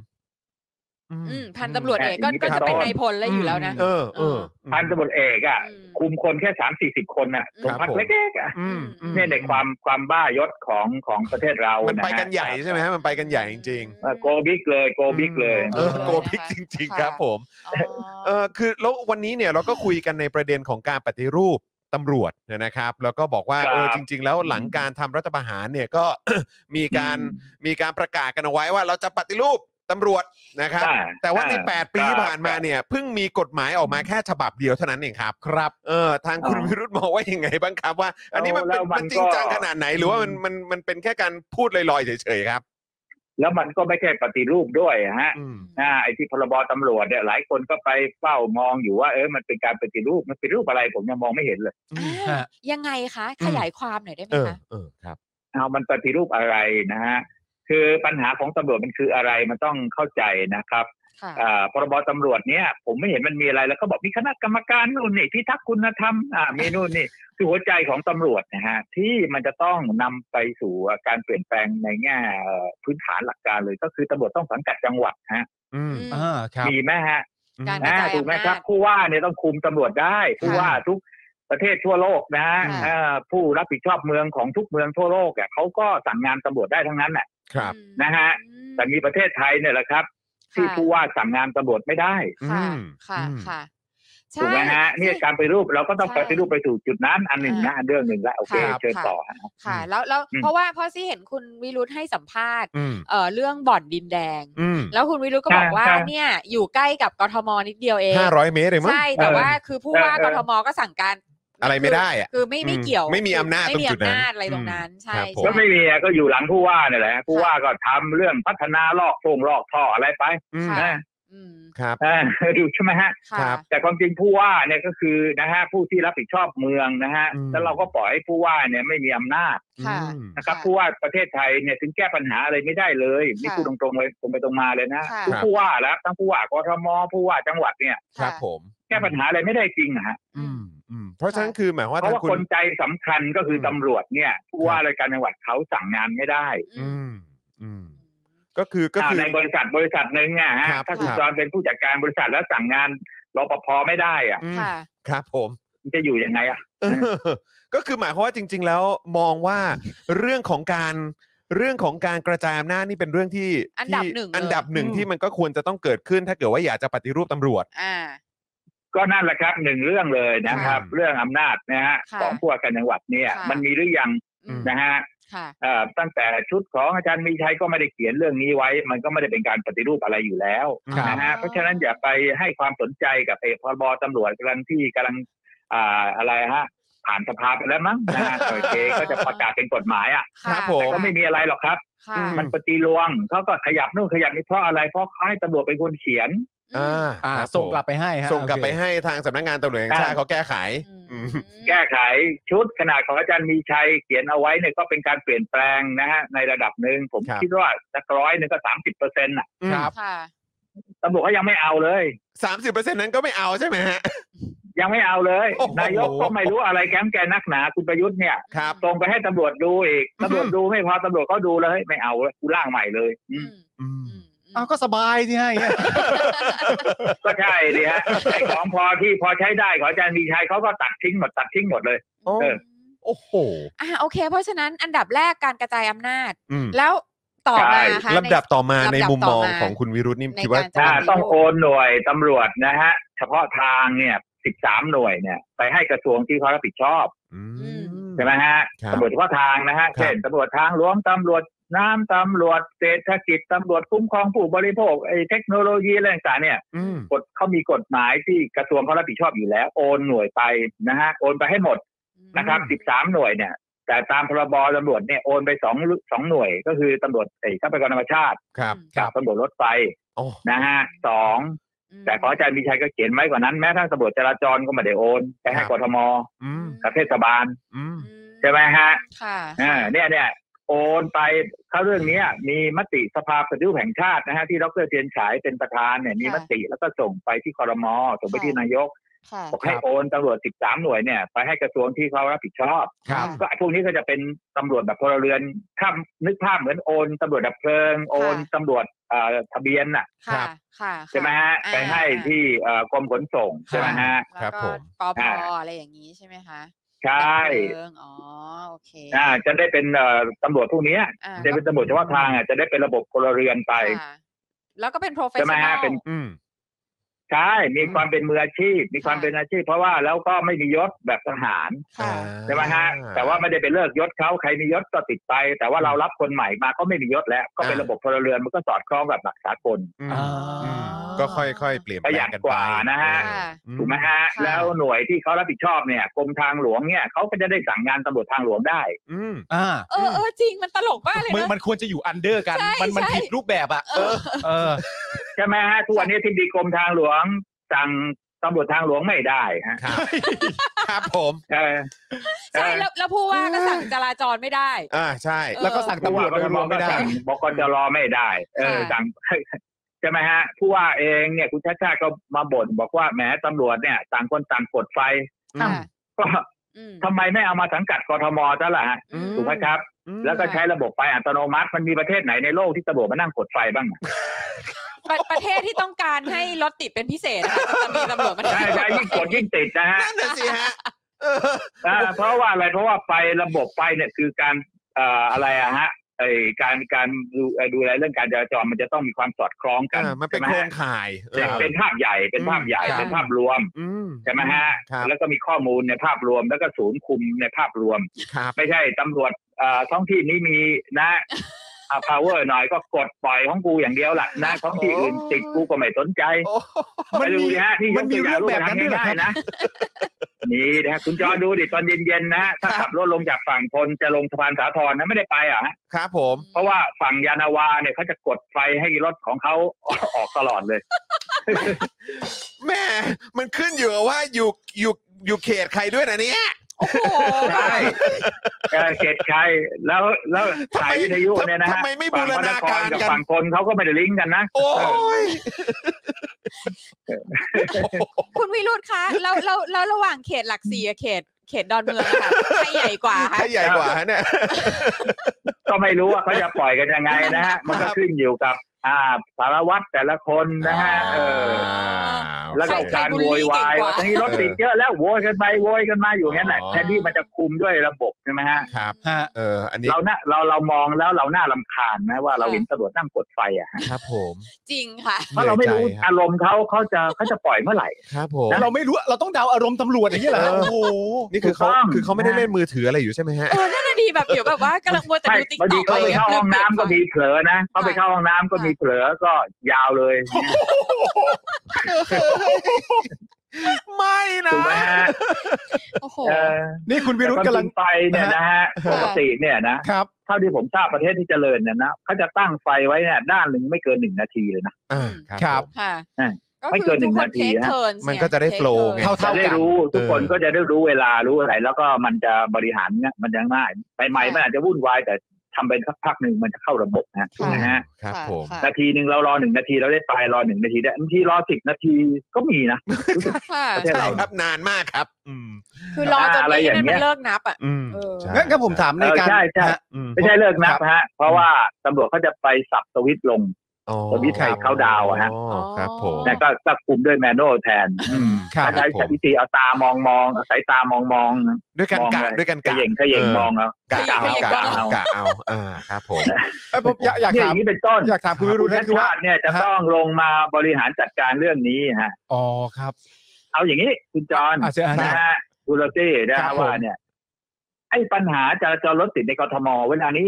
[SPEAKER 1] อืม
[SPEAKER 3] อืมพันตำรวจเอกก็
[SPEAKER 4] อืม
[SPEAKER 3] ก็จะเป็นนายพลแล้วอยู่แล้วนะ
[SPEAKER 1] เออเออ
[SPEAKER 4] พันตำรวจเอกอ่ะ
[SPEAKER 3] อืม
[SPEAKER 4] คุมคนแค่สามสี่สิบคนน่ะ
[SPEAKER 3] ครับ
[SPEAKER 4] โรงพัก
[SPEAKER 1] ผม
[SPEAKER 4] เล็กๆอ่ะ
[SPEAKER 1] อืมอืม
[SPEAKER 4] เนี่ยในความความบ้ายศของของประเทศเรา
[SPEAKER 1] มัน
[SPEAKER 4] นะ
[SPEAKER 1] ไปกันใหญ่ใช่ไหมฮะมันไปกันใหญ่จริง
[SPEAKER 4] เออโกบิ๊กเลยโกบิ๊กเลย
[SPEAKER 1] เออโกพิกจริง ๆ ครับผม
[SPEAKER 3] อ๋อ
[SPEAKER 1] เออคือแล้ววันนี้เนี่ยเราก็คุยกันในประเด็นของการปฏิรูปตำรวจเนยนะครับ แล้วก็บอกว่า
[SPEAKER 4] ครับ
[SPEAKER 1] เออจริง ๆ แล้วหลังการทำรัฐประหารเนี่ยก็ มีการมีการประกาศกันเอาไว้ว่าเราจะปฏิรูปตำรวจนะครับ
[SPEAKER 4] อ่
[SPEAKER 1] แต่ว่าใน
[SPEAKER 4] อ่
[SPEAKER 1] 8 ปีที่ผ่านมาเนี่ยเพิ่งมีกฎหมายออกมาแค่ฉบับเดียวเท่านั้นเองครับครับเออทางคุณ
[SPEAKER 4] อ่า
[SPEAKER 1] วิรุธมองว่ายังไงบ้างครับว่า อันนี้มันเป็น
[SPEAKER 4] แล้วมั
[SPEAKER 1] มัน
[SPEAKER 4] น
[SPEAKER 1] จริง
[SPEAKER 4] ก็
[SPEAKER 1] จังขนาดไหนหรือว่ามันมันมันเป็นแค่การพูดลอยๆเฉยๆครับ
[SPEAKER 4] แล้วมันก็ไม่ใช่ปฏิรูปด้วยฮะ
[SPEAKER 1] อืม
[SPEAKER 4] นะไอ้ที่พรบตำรวจเนี่ยหลายคนก็ไปเฝ้ามองอยู่ว่าเออมันเป็นการปฏิรูปมันปฏิรูปอะไรผมยังมองไม่เห็นเลย
[SPEAKER 1] อืม
[SPEAKER 2] ฮะ
[SPEAKER 3] ยังไงคะ ขยายความหน่อยได้ไหม
[SPEAKER 1] เออ
[SPEAKER 3] คะ
[SPEAKER 1] เออครับ
[SPEAKER 4] เอามันปฏิรูปอะไรนะฮะคือปัญหาของตำรวจมันคืออะไรมันต้องเข้าใจนะครับ
[SPEAKER 3] ค่ะ
[SPEAKER 4] อ่าพรบตำรวจเนี่ย ผมไม่เห็นมันมีอะไรแล้วก็บอกมีคณะกรรมการนู่นนี่พิทักษ์คุณธรรมอ่ามีนู่นนี่คือหัวใจของตำรวจนะฮะที่มันจะต้องนำไปสู่การเปลี่ยนแปลงในแง่เอ่อพื้นฐานหลักการเลย ก็คือตำรวจต้องสังกัดจังหวัดฮะ
[SPEAKER 1] อืม
[SPEAKER 3] ม
[SPEAKER 2] อ่าครับ
[SPEAKER 4] มีไหมฮะ
[SPEAKER 3] การกระ
[SPEAKER 4] นะ
[SPEAKER 3] จาย
[SPEAKER 4] ถูกไหม
[SPEAKER 3] อำนาจ
[SPEAKER 4] ครับผู้ว่าเนี่ยต้องคุมตำรวจได้ผู้ว่าทุกประเทศทั่วโลกนะฮะ
[SPEAKER 3] ค่ะ
[SPEAKER 4] เอ่อผู้รับผิดชอบเมืองของทุกเมืองทั่วโลกอ่ะเขาก็สั่งงานตำรวจได้ทั้งนั้นแหละ
[SPEAKER 1] ครับ
[SPEAKER 3] อืม
[SPEAKER 4] นะฮะ
[SPEAKER 3] อื
[SPEAKER 4] แต่มีประเทศไทยเนี่ยแหละครับ ที่
[SPEAKER 3] ค่ะ
[SPEAKER 4] ผู้ว่าสั่งงานตำรวจไม่ได้
[SPEAKER 3] ค่ะ
[SPEAKER 1] อืม
[SPEAKER 3] ค่ะ
[SPEAKER 1] อืม
[SPEAKER 3] ค่ะใช่
[SPEAKER 4] ถูกไหมฮะเนี่ยการไปฏิรูปเราก็ต้อง
[SPEAKER 3] ใช่
[SPEAKER 4] ไปฏิรูปไปสู่จุดนั้นอันหนึ่งนะอันเรื่องหนึ่งละโอเค
[SPEAKER 3] ครับ
[SPEAKER 4] เชิญ
[SPEAKER 3] ค่ะ
[SPEAKER 4] ต่อฮะ
[SPEAKER 3] ค่ะ แล้วแล้ว
[SPEAKER 4] อืม
[SPEAKER 3] เพราะว่าเพราะซี่เห็นคุณวิรุธให้สัมภาษณ์
[SPEAKER 1] อืม
[SPEAKER 3] เอ่อเรื่องบ่อนดินแดง
[SPEAKER 1] อืม
[SPEAKER 3] แล้วคุณวิรุธก็บอกว่า
[SPEAKER 4] ใช่ใช่
[SPEAKER 3] เนี่ยอยู่ใกล้กับกทมนิดเดียวเอง
[SPEAKER 1] ห้าร้อยเมตรเองมั้ง
[SPEAKER 3] ใช่แต่
[SPEAKER 4] เออ
[SPEAKER 3] ว่าคือผู้ว่า
[SPEAKER 4] เออเออ
[SPEAKER 3] กทมก็สั่งการ
[SPEAKER 1] อะไรไม่ได้อะ
[SPEAKER 3] คือไม่ไม่
[SPEAKER 1] อืม
[SPEAKER 3] เกี่ยว
[SPEAKER 1] ไม่มีอำนาจ
[SPEAKER 3] ไม่มี
[SPEAKER 1] ตรงจุดนั้น
[SPEAKER 3] อำนาจอะไรตรงนั้นใช่
[SPEAKER 1] ครับผม
[SPEAKER 3] ใช่
[SPEAKER 4] ก็ไม่มีอะก็อยู่หลังผู้ว่าเนี่ยแหละผู้ว่าก็ทำเรื่องพัฒนาลอกโพรงลอกท่ออะไรไป
[SPEAKER 1] อืม
[SPEAKER 3] ค่ะ
[SPEAKER 4] นะ
[SPEAKER 3] อืม
[SPEAKER 1] ครับ
[SPEAKER 4] เออ ดูใช่ไหมฮะ
[SPEAKER 3] ค่ะ
[SPEAKER 1] ครับ
[SPEAKER 4] แต่ความจริงผู้ว่าเนี่ยก็คือนะฮะผู้ที่รับผิดชอบเมืองนะฮะ
[SPEAKER 1] อืม
[SPEAKER 4] แล้วเราก็ปล่อยให้ผู้ว่าเนี่ยไม่มีอำนาจ
[SPEAKER 3] ค่ะ
[SPEAKER 1] อืม
[SPEAKER 4] นะครับ
[SPEAKER 3] ค่ะ
[SPEAKER 4] ผู้ว่าประเทศไทยเนี่ยถึงแก้ปัญหาอะไรไม่ได้เลยนี่
[SPEAKER 3] ค่ะ
[SPEAKER 4] พูดตรงๆเลยตรงไปตรงมาเลยนะ
[SPEAKER 3] ค่ะ
[SPEAKER 4] ทุกผู้ว่าแล้วทั้งผู้ว่ากทมผู้ว่าจังหวัดเนี่ย
[SPEAKER 1] ครับ
[SPEAKER 3] ค่ะ
[SPEAKER 1] ผม
[SPEAKER 4] แก้ปัญหาอะไรไม่ได้จริงอะฮะ
[SPEAKER 1] อืมอืมเพราะฉะนั้นคือหมายความว่า
[SPEAKER 4] เพราะ
[SPEAKER 1] ทาง
[SPEAKER 4] ว่า
[SPEAKER 1] คุ
[SPEAKER 4] ค
[SPEAKER 1] ณ
[SPEAKER 4] นใจสำคัญก็คืออ
[SPEAKER 1] ม
[SPEAKER 4] ตำรวจเนี่ยผู้ว่าราชการจังหวัดเขาสั่งงานไม่ได้
[SPEAKER 1] อืมอืมก็คือก็
[SPEAKER 4] อ่า
[SPEAKER 1] คือ
[SPEAKER 4] ในบริษัทบริษัทหนึ่งอะฮะ
[SPEAKER 1] ครับ
[SPEAKER 4] ถ้าคุณ
[SPEAKER 1] ครับ
[SPEAKER 4] จอนเป็นผู้จัดการบริษัทแล้วสั่งงานรปภไม่ได้อะ
[SPEAKER 1] อืม
[SPEAKER 3] ค่ะ
[SPEAKER 1] ครับผม
[SPEAKER 4] มันจะอยู่ยังไงอะ
[SPEAKER 1] ก็คือหมายความว่าจริง ๆ แล้วมองว่าเรื่องของการเรื่องของการกระจายอำนาจนี่เป็นเรื่องที่
[SPEAKER 3] อันดับ
[SPEAKER 1] ที่
[SPEAKER 3] หนึ่งเลย
[SPEAKER 1] อันดับหนึ่งที่มันก็ควรจะต้องเกิดขึ้น ถ้าเกิดว่าอยากจะปฏิรูปตำรวจ
[SPEAKER 3] อ่า
[SPEAKER 4] ก็นั่นแหละครับหนึ่งเรื่องเลยนะครับ
[SPEAKER 1] ค่ะ
[SPEAKER 4] เรื่องอำนาจนะฮะ
[SPEAKER 3] ค่ะ
[SPEAKER 4] ของผู้ว่าการจังหวัดเนี่ย
[SPEAKER 3] ค่ะ
[SPEAKER 4] มันมีหรือยัง
[SPEAKER 3] อืม
[SPEAKER 4] นะฮะ
[SPEAKER 3] ค่ะ
[SPEAKER 4] เอ่อตั้งแต่ชุดของอาจารย์มีชัยก็ไม่ได้เขียนเรื่องนี้ไว้ มันก็ไม่ได้เป็นการปฏิรูปอะไรอยู่แล้ว
[SPEAKER 1] ครับ
[SPEAKER 4] นะฮะเพราะฉะนั้นอย่าไปให้ความสนใจกับไอ้พรบตำรวจกำลังที่กำลังอ่าอะไรฮะ ผ่านสภาไปแล้วมั้งนะฮะ โอเคก็จะประกาศเป็นกฎหมายอ่ะ
[SPEAKER 1] ครั
[SPEAKER 3] ค่ะ
[SPEAKER 1] บผม
[SPEAKER 4] แต่ก็ไม่มีอะไรหรอกครับ
[SPEAKER 3] ค่ะ
[SPEAKER 1] อืม
[SPEAKER 4] มันปฏิรวงเขาก็ขยับนู่นขยับนี่เพราะอะไรเพราะเขาให้ตำรวจเป็นคนเขียน
[SPEAKER 3] อื
[SPEAKER 1] อ่าม
[SPEAKER 2] อ่า
[SPEAKER 1] ครับ
[SPEAKER 2] ส่ง
[SPEAKER 1] ผม
[SPEAKER 2] กลับไปให้ฮะ
[SPEAKER 1] ส่งกลับ
[SPEAKER 2] โอ
[SPEAKER 1] ไป
[SPEAKER 2] เค
[SPEAKER 1] ให้ทางสำนักงานตำรวจแห่งชาติเขาแก้ไข
[SPEAKER 3] อืม
[SPEAKER 4] แก้ไขชุดขนาดของอาจารย์มีชัยเขียนเอาไว้เนี่ยก็เป็นการเปลี่ยนแปลงนะฮะในระดับหนึ่งผม
[SPEAKER 1] ครับ
[SPEAKER 4] คิดว่าสักร้อยหนึ่งก็สามสิบเปอร์เซ็นต์่ะ
[SPEAKER 2] ครับ
[SPEAKER 3] ค่ะ
[SPEAKER 4] ตำรวจก็ยังไม่เอาเลย
[SPEAKER 1] สามสิบเปอร์เซ็นต์นั้นก็ไม่เอาใช่ไหมฮะ
[SPEAKER 4] ยังไม่เอาเลย
[SPEAKER 1] โอ้โห
[SPEAKER 4] นายกก็ไม่รู้อะไรแก้มแกนักหนาคุณประยุทธ์เนี่ย
[SPEAKER 1] ครับ
[SPEAKER 4] ส่งไปให้ตำรวจดูอีก
[SPEAKER 1] อือฮึ
[SPEAKER 4] ตำรวจดูไม่พอตำรวจก็ดูเลยไม่เอาเว้ยกูร่างใหม่เลยอื
[SPEAKER 3] อื
[SPEAKER 4] ม
[SPEAKER 3] ม
[SPEAKER 1] อืม
[SPEAKER 3] อืม
[SPEAKER 2] เอาก็สบายที่ให้เนี่ย
[SPEAKER 4] ก็ใช่ดิฮะไอ้ของพอที่พอใช้ได้ของอาจารย์มีชัยเขาก็ตัดทิ้งหมดตัดทิ้งหมดเลย
[SPEAKER 1] โอ้
[SPEAKER 4] เออ
[SPEAKER 1] โอ้โห
[SPEAKER 3] อ่าโอเค เพราะฉะนั้นอันดับแรกการกระจายอำนาจ
[SPEAKER 1] อืม
[SPEAKER 3] แล้วต่อมา
[SPEAKER 4] ใช่
[SPEAKER 3] ค่ะ
[SPEAKER 1] ลำดับ
[SPEAKER 3] ใน
[SPEAKER 1] ต่อมาใน
[SPEAKER 3] ลำดับ
[SPEAKER 1] มุมมอง
[SPEAKER 3] ต่อมา
[SPEAKER 1] ของคุณวิรุธนี่
[SPEAKER 3] ใน
[SPEAKER 1] คิดว่า
[SPEAKER 3] การจะ
[SPEAKER 4] อ่า
[SPEAKER 3] ปฏิรูป
[SPEAKER 4] ต้องโอนหน่วยตำรวจนะฮะ เฉพาะทางเนี่ยสิบสามหน่วยเนี่ย ไปให้กระทรวงที่เขารับผิดชอบ
[SPEAKER 1] อืม
[SPEAKER 4] ใช่ไหมฮะ
[SPEAKER 1] ครับ
[SPEAKER 4] ตำรวจเฉพาะทางนะฮะเช่นตำรวจทางหลวงตำรวจน้ำตำรวจเศรษฐกิจตำรวจคุ้มครองผู้บริโภคไอ้เทคโนโลยีอะไรต่างๆเนี่ย
[SPEAKER 1] อืม
[SPEAKER 4] กฎเขามีกฎหมายที่กระทรวงเขารับผิดชอบอยู่แล้ว โอนหน่วยไปนะฮะโอนไปให้หมด นะครับ 13 หน่วยเนี่ย แต่ตามพรบตำรวจเนี่ยโอนไป2หรือสองหน่วย ก็คือตำรวจเอกทรัพยากรธรรมชาติ
[SPEAKER 1] ครับ
[SPEAKER 4] กับตำรวจรถไฟ
[SPEAKER 1] โอ้
[SPEAKER 4] นะฮะสอง
[SPEAKER 3] ม
[SPEAKER 4] แต่ขออาจารย์มีชัยก็เขียนไว้กว่านั้นแม้กระทั่งตำรวจจราจรก็ไม่ได้โอนไปให้กทม
[SPEAKER 1] อืม
[SPEAKER 4] กับเทศบาล
[SPEAKER 1] อืม
[SPEAKER 4] ใช่ไหมฮะ
[SPEAKER 3] ค่ะ
[SPEAKER 4] อ่าเนี่ยเนี่ยโอนไปเข้าเรื่องเนี้ยมีมติสภาปฏิรูปแห่งชาตินะฮะที่ดรเทียนฉายเป็นประธานเนี่ยมีมติแล้วก็ส่งไปที่คอรมอส่งไปที่นายก
[SPEAKER 5] ค่ะ
[SPEAKER 4] บอกให้โอนตำรวจ 13 หน่วยเนี่ยไปให้กระทรวงที่เขารับผิดชอบ
[SPEAKER 1] ครับ
[SPEAKER 4] ก็พวกนี้ก็จะเป็นตำรวจแบบพลเรือนถ้านึกภาพเหมือนโอนตำรวจดับเพลิง โอน
[SPEAKER 5] ค่ะ
[SPEAKER 4] ตำรวจเอ่อทะเบียนน่ะ
[SPEAKER 1] ครั
[SPEAKER 3] ค่ะ
[SPEAKER 1] บ
[SPEAKER 3] ค่ะ
[SPEAKER 4] ใช่ไหม
[SPEAKER 3] ค่ะ
[SPEAKER 4] ฮะ
[SPEAKER 3] อ่า
[SPEAKER 4] ไปให้ที่เอ่อกรมขนส่งใช่ไหมฮะ
[SPEAKER 1] ครั
[SPEAKER 3] แล้
[SPEAKER 1] บ
[SPEAKER 3] วก็
[SPEAKER 1] ผม
[SPEAKER 3] กอพ
[SPEAKER 4] า
[SPEAKER 3] อะไรอย่างนี้ใช่ไหมคะ
[SPEAKER 4] ใช่
[SPEAKER 3] ดับเพลิงอ๋อโอเค
[SPEAKER 4] อ่าจะได้เป็นเอ่อตำรวจพวกเนี้ย
[SPEAKER 3] อ่า
[SPEAKER 4] จะเป็นตำรวจเฉพาะทางอ่ะจะได้เป็นระบบพลเรือนไป
[SPEAKER 3] ค่ะแล้วก็เป็นโปรเฟช
[SPEAKER 4] ใช่ไหม
[SPEAKER 3] ชั่นอ
[SPEAKER 4] ฮะ
[SPEAKER 3] ล
[SPEAKER 4] เป็น
[SPEAKER 1] อืม
[SPEAKER 4] ใช่มีความเป็นมืออาชีพ มีความ
[SPEAKER 3] ค่ะ
[SPEAKER 4] เป็นอาชีพ เพราะว่าแล้วก็ไม่มียศแบบทหาร
[SPEAKER 5] ค่ะ
[SPEAKER 4] ใช่ไหมฮะ แต่ว่าไม่ได้ไปเลิกยศเขาใครมียศก็ติดไป แต่ว่าเรารับคนใหม่มาก็ไม่มียศแล้ว ก็เป็น
[SPEAKER 1] อ่า
[SPEAKER 4] ระบบพลเรือนมันก็สอดคล้องกับหลักสากล
[SPEAKER 1] อืม
[SPEAKER 2] อ่า
[SPEAKER 1] อืมก็ค่อยๆ เปลี่ยน
[SPEAKER 4] ป
[SPEAKER 1] แประ ล
[SPEAKER 4] หยั
[SPEAKER 1] ง
[SPEAKER 4] ด
[SPEAKER 1] กัน
[SPEAKER 4] ก
[SPEAKER 1] ไป
[SPEAKER 4] ว่านะฮะ
[SPEAKER 3] ค่ะ
[SPEAKER 1] อื
[SPEAKER 4] ถูกไหมฮะ
[SPEAKER 3] ค่ะ
[SPEAKER 4] แล้วหน่วยที่เขารับผิดชอบเนี่ยกรมทางหลวงเนี่ยเขาก็จะได้สั่งงานตำรวจทางหลวงได้
[SPEAKER 1] อืม
[SPEAKER 2] อ่า
[SPEAKER 3] เออเออจริงมันตลกมากเลย
[SPEAKER 2] มัน
[SPEAKER 3] นะ
[SPEAKER 2] มันควรจะอยู่อันเดอร์กัน
[SPEAKER 3] ใช่
[SPEAKER 2] มันมัน
[SPEAKER 3] ใช่
[SPEAKER 2] ผิดรูปแบบอ่ะเออเออ
[SPEAKER 4] ใช่ไหมฮะ ทุกวันนี้ที่ดีกรมทางหลวง สั่งตำรวจทางหลวงไม่ได้ฮะ
[SPEAKER 1] ครับ ครับผม
[SPEAKER 4] เออ
[SPEAKER 3] ใช่แล้วแล้วผู้ว่าก็สั่งจราจรไม่ได้
[SPEAKER 1] อ่าใช่
[SPEAKER 3] เออ
[SPEAKER 1] แล้วก็สั่งตำรวจโดยรวมไม่ได้
[SPEAKER 4] สั่งบกจรไม่ได้ เออ
[SPEAKER 3] ค่ะ
[SPEAKER 4] สั่ง ใช่ไหมฮะ ผู้ว่าเองเนี่ยคุณชาติชาติก็มาบ่นบอกว่าแหมตำรวจเนี่ยต่างคนต่างกดไฟ
[SPEAKER 1] อืม
[SPEAKER 3] ค่ะ
[SPEAKER 4] ก็
[SPEAKER 3] อืม
[SPEAKER 4] ทำไมไม่เอามาสังกัดกทมซะล่ะฮะ
[SPEAKER 1] อืม
[SPEAKER 4] ถูกไหมครับ
[SPEAKER 1] อืม
[SPEAKER 4] แล้วก็
[SPEAKER 3] ค่ะ
[SPEAKER 4] ใช้ระบบไฟอัตโนมัติ มันมีประเทศไหนในโลกที่ตำรวจมานั่งกดไฟบ้างอะ
[SPEAKER 3] ประประเทศที่ต้องการให้รถติดเป็นพิเศษนะคะจะมีตำรวจมา
[SPEAKER 4] ใช่ใช่ยิ่งกดยิ่งติดนะฮะ
[SPEAKER 1] นั่นน่ะสิฮะเออ
[SPEAKER 4] อ่าเพราะว่าอะไรเพราะว่าไฟระบบไฟเนี่ยคือการเอ่ออะไรอะฮะไอการการดูเอ่อดูแลเรื่องการจราจรมันจะต้องมีความสอดคล้องกัน
[SPEAKER 1] อ่ามันเป็นโคร
[SPEAKER 4] ใช่ไห
[SPEAKER 1] งข่ายเออ
[SPEAKER 4] ฮะเป็นภาพใหญ่เป็นภาพใหญ่
[SPEAKER 1] อืม
[SPEAKER 4] เป็นภาพรวม
[SPEAKER 1] อืม
[SPEAKER 4] ใช่ไหมฮะ
[SPEAKER 1] ครับ
[SPEAKER 4] แล้วก็มีข้อมูลในภาพรวม แล้วก็ศูนย์คุมในภาพรวม
[SPEAKER 1] ครับ
[SPEAKER 4] ไม่ใช่ตำรวจเอ่อท้องที่นี้มี นะอ่า power หน่อยก็กดปล่อยของกูอย่างเดียวล่ะนะท้องที่อื่นติดกูก็ไม่สนใจ
[SPEAKER 1] โอ้
[SPEAKER 4] ไปดูดิฮะที่ย
[SPEAKER 2] มั
[SPEAKER 4] ก
[SPEAKER 2] นมี
[SPEAKER 4] ตัวอย่าง
[SPEAKER 2] รูปแบบ
[SPEAKER 4] รูปนั้
[SPEAKER 2] นั้น นด้วยเหรอ
[SPEAKER 4] ง่า
[SPEAKER 2] ครั
[SPEAKER 4] ย
[SPEAKER 2] บ
[SPEAKER 4] ๆนะนี่ นะฮะคุณจอดูดิตอนเย็นๆนะถ้าขับรถลงจากฝั่งพลจะลงสะพานสาทรนะไม่ได้ไปอ่ะฮะ
[SPEAKER 1] ครับผม
[SPEAKER 4] เพราะว่าฝั่งยานาวาเนี่ยเขาจะกดไฟให้รถของเขา ออกตลอดเลย
[SPEAKER 1] แม่มันขึ้นอยู่กับว่าอยู่อยู่อยู่เขตใครด้วยนะเนี่ย
[SPEAKER 3] โอ้โห
[SPEAKER 4] ใช่เอ่อเขตชัยแล้วแล้วสายวิทยุเนี่ยนะ
[SPEAKER 1] ทำ
[SPEAKER 4] ฮะ
[SPEAKER 1] ไมไม่บู
[SPEAKER 4] ฝั่
[SPEAKER 1] ร
[SPEAKER 4] งพระน
[SPEAKER 1] ณา
[SPEAKER 4] ค
[SPEAKER 1] การ ร
[SPEAKER 4] กับ
[SPEAKER 1] กัน
[SPEAKER 4] ฝั่งพลเขาก็ไม่ได้ลิงก์กันนะ
[SPEAKER 1] โอ้ย
[SPEAKER 3] คุณวิรุธคะแล้วแล้วแล้วระหว่างเขตหลักสี่กับเขตเขตดอนเมืองอะค่ะใครใหญ่กว่าคะ
[SPEAKER 1] ถ้าใหญ่กว่าฮะเนี่ย
[SPEAKER 4] ก็ไม่รู้ว่าเขาจะปล่อยกันยังไงนะฮะ มันก็ขึ้นอยู่กับ อ่าสารวัตรแต่ละคนนะฮะเออ แล้วก็การโวยวายว่าตอนนี้รถติดเยอะแล้วโวยกันไปโวยกันมาอยู่อย่างนั้นแหละ
[SPEAKER 1] อ๋อ
[SPEAKER 4] แทนที่มันจะคุมด้วยระบบใช่ไหมฮะ
[SPEAKER 1] ครับ
[SPEAKER 2] ฮะ
[SPEAKER 1] เออ อันนี้
[SPEAKER 4] เราน่ะเราเรามองแล้วเราหน้าลำคาญนะว่าเราเห็นตำรวจนั่งกดไฟอ่ะฮะ
[SPEAKER 1] ครับผม
[SPEAKER 3] จริงค่ะ
[SPEAKER 4] เพราะเราไม่รู้
[SPEAKER 1] หนื่อยใจคบ
[SPEAKER 4] อารมณ์เขาเขาจะเขาจะปล่อยเมื่อไหร่
[SPEAKER 1] ครับผม
[SPEAKER 2] เราไม่รู้ เราต้องเดาอารมณ์ตำรวจอย่างนี้เหรอฮะ
[SPEAKER 1] เออ
[SPEAKER 2] โอ้โห
[SPEAKER 1] นี่คือเขา
[SPEAKER 4] ถูกต้อง
[SPEAKER 1] คือเขาไม่ได้เล่นมือถืออะไรอยู่ใช่ไหมฮะ
[SPEAKER 3] เออนั่นน่ะดีแบบเดี๋ยวแบบว่ากำลังมัวแต่
[SPEAKER 4] ใช่
[SPEAKER 3] ดูติ๊ก
[SPEAKER 4] บาง
[SPEAKER 3] ต็
[SPEAKER 4] ที
[SPEAKER 3] อก
[SPEAKER 4] เขาไปเข้าห้องน้ำก็มีเผลอนะเขาไปเข้าห้องน้ำก็มีเผลอก็ยาวเลย
[SPEAKER 1] ไม่นะ
[SPEAKER 4] ถูกไหมฮะ
[SPEAKER 3] โอ้โห
[SPEAKER 4] เออ
[SPEAKER 2] นี่คุณวิรุธกำลัง
[SPEAKER 4] แต่ความจริไปเนี่ยนะฮะ
[SPEAKER 3] ค่ะ
[SPEAKER 4] ปกติเนี่ยนะ
[SPEAKER 2] ครับ
[SPEAKER 4] เท่าที่ผมทราบประเทศที่เจริญเนี่ยนะเขาจะตั้งไฟไว้เนี่ยด้านหนึ่งไม่เกินหนึ่งนาทีเลยนะ
[SPEAKER 1] อ่า
[SPEAKER 2] ครับ
[SPEAKER 1] ผม
[SPEAKER 3] ค่ะ
[SPEAKER 4] อ่ะไม่เกินหนึ่งนาที
[SPEAKER 3] เทค
[SPEAKER 4] นะ
[SPEAKER 3] เทิร์น
[SPEAKER 1] มันก็จะได้ flow ไง
[SPEAKER 2] เท่า
[SPEAKER 4] จะ
[SPEAKER 2] เท่า
[SPEAKER 4] ได้
[SPEAKER 2] กัน
[SPEAKER 4] รู้ทุกคน
[SPEAKER 1] เออ
[SPEAKER 4] ก็จะได้รู้เวลารู้อะไร แล้วก็มันจะบริหารเนี่ยมันจะง่ายใหม่ๆมันอาจจะวุ่นวายแต่ทำเป็นสักพักหนึ่งมันจะเข้าระบบนะถูกไหมฮะ
[SPEAKER 1] ครับผม
[SPEAKER 5] ค่ะ
[SPEAKER 4] นาทีหนึ่งเรารอหนึ่งนาทีเราได้ไปรอหนึ่งนาทีได้บางทีรอสิบนาทีก็มีนะ
[SPEAKER 3] ค่ะ
[SPEAKER 4] ประเทศ
[SPEAKER 1] ใช่ครับนานมากครับ อืม
[SPEAKER 3] คือรอจน
[SPEAKER 4] อะไรอ
[SPEAKER 3] ไอ้
[SPEAKER 4] ย่าง
[SPEAKER 3] นั่น
[SPEAKER 4] เงี้
[SPEAKER 3] มัน
[SPEAKER 4] ย
[SPEAKER 3] เลิกนับอ่ะ
[SPEAKER 1] อืม
[SPEAKER 3] เออ
[SPEAKER 1] ใช่
[SPEAKER 2] งั้นก็ผมถามในการ
[SPEAKER 4] เออใช่ใช่
[SPEAKER 2] ฮะ
[SPEAKER 1] อืม
[SPEAKER 4] ไม่ใช่เลิกนับฮะ เพราะว่าตำรวจเขาจะไปสับสวิตช์ลง
[SPEAKER 1] อ๋อ
[SPEAKER 4] คนที่ใส่เข้าดาวอะฮะ
[SPEAKER 1] อ๋อครับผม
[SPEAKER 4] แต่ก็ก็คุมด้วยแมนนวลแทน
[SPEAKER 1] อืมค
[SPEAKER 2] ครั
[SPEAKER 1] รับบ
[SPEAKER 4] ใช้
[SPEAKER 1] ผ
[SPEAKER 4] ส
[SPEAKER 1] ม
[SPEAKER 4] ถิติเอาตามองมองสายตามองมอง
[SPEAKER 1] ด้วยกัน
[SPEAKER 4] มอง
[SPEAKER 1] กะ
[SPEAKER 4] เลย
[SPEAKER 1] ด้วยกัน
[SPEAKER 4] เข
[SPEAKER 1] กะ
[SPEAKER 4] ย่งเขย่งมองเอา
[SPEAKER 1] กะเอา
[SPEAKER 3] เขย่ง
[SPEAKER 1] กะ
[SPEAKER 3] มอง
[SPEAKER 1] เอากะเอาอ่าครับผม
[SPEAKER 2] เอ้ยผมอยากอยาก
[SPEAKER 4] เนี่ยอ
[SPEAKER 2] ถาม
[SPEAKER 4] ย่างนี้เป็นต้น
[SPEAKER 2] อยากถามคุณวิรุธนะ
[SPEAKER 4] ชาติ
[SPEAKER 2] คือว่า
[SPEAKER 4] ชาติเนี่ยจะ
[SPEAKER 2] ฮะ
[SPEAKER 4] ต้องลงมาบริหารจัดการเรื่องนี้ฮะ
[SPEAKER 2] อ๋อครับ
[SPEAKER 4] เอาอย่างนี้คุณจอน
[SPEAKER 2] อ่ะเชิญฮะ
[SPEAKER 4] นะฮะคุณโรตี้นะ
[SPEAKER 2] ครับ
[SPEAKER 4] ฮะ
[SPEAKER 2] ผม
[SPEAKER 4] ว่าเนี่ยไอ้ปัญหาจราจรรถติดในกทมเวลานี้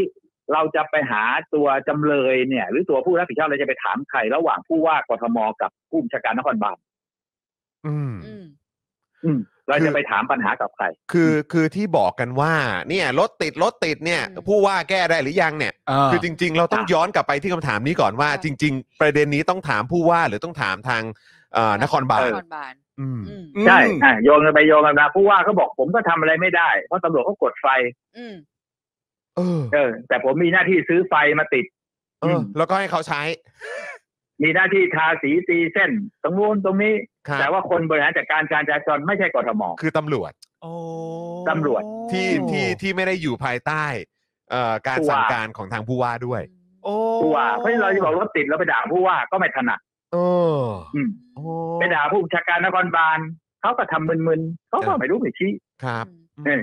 [SPEAKER 4] เราจะไปหาตัวจำเลยเนี่ย หรือตัวผู้รับผิดชอบเราจะไปถามใครระหว่างผู้ว่ากทมกับผู้บัญชาการนครบาล
[SPEAKER 1] อืม
[SPEAKER 3] อืม
[SPEAKER 4] อืมเรา
[SPEAKER 1] คือ
[SPEAKER 4] จะไปถามปัญหากับใคร
[SPEAKER 1] คือคือที่บอกกันว่า เนี่ยรถติดรถติดเนี่ย
[SPEAKER 3] อืม
[SPEAKER 1] ผู้ว่าแก้ได้หรือยังเนี่ย
[SPEAKER 2] อ่า
[SPEAKER 1] คือจริง ๆ เราต้องย้อนกลับไปที่คำถามนี้ก่อนว่า
[SPEAKER 3] ค่ะ
[SPEAKER 1] จริง ๆ ประเด็นนี้ต้องถามผู้ว่าหรือต้องถามทางเอ่อนครบาล
[SPEAKER 3] นครบาล
[SPEAKER 1] อืม
[SPEAKER 3] อืม
[SPEAKER 2] อืม
[SPEAKER 4] ใช่อ่ะโยงกันไปโยงกันมาผู้ว่าก็บอกผมก็ทำอะไรไม่ได้เพราะตำรวจก็กดไฟ
[SPEAKER 3] อืม
[SPEAKER 1] เออ
[SPEAKER 4] เออ แต่ผมมีหน้าที่ซื้อไฟมาติด
[SPEAKER 1] เออ แล้วก็ให้เขาใช้
[SPEAKER 4] มีหน้าที่ทาสีตีเส้น ตรงนู้นตรงนี้
[SPEAKER 1] ครับ
[SPEAKER 4] แต่ว่าคนบริหารจัดการการจราจรไม่ใช่กทม
[SPEAKER 1] คือตำรวจ
[SPEAKER 2] โอ้
[SPEAKER 4] ตำรวจ
[SPEAKER 1] ที่ที่ที่ไม่ได้อยู่ภายใต้เอ่อการ
[SPEAKER 4] ผู้ว่า
[SPEAKER 1] สั่งการของทางผู้ว่าด้วย
[SPEAKER 2] โอ้
[SPEAKER 4] ผู้ว่าเพราะฉะนั้นเราจะบอกรถติดแล้วไปด่าผู้ว่าก็ไม่ถนัด
[SPEAKER 1] เออ
[SPEAKER 4] อืม
[SPEAKER 1] โอ้
[SPEAKER 4] ไปด่าผู้บัญชาการนครบาลเขาก็ทำมึนๆเขาก็ไม่รู้ไม่ชี้
[SPEAKER 1] ครับ
[SPEAKER 4] เออ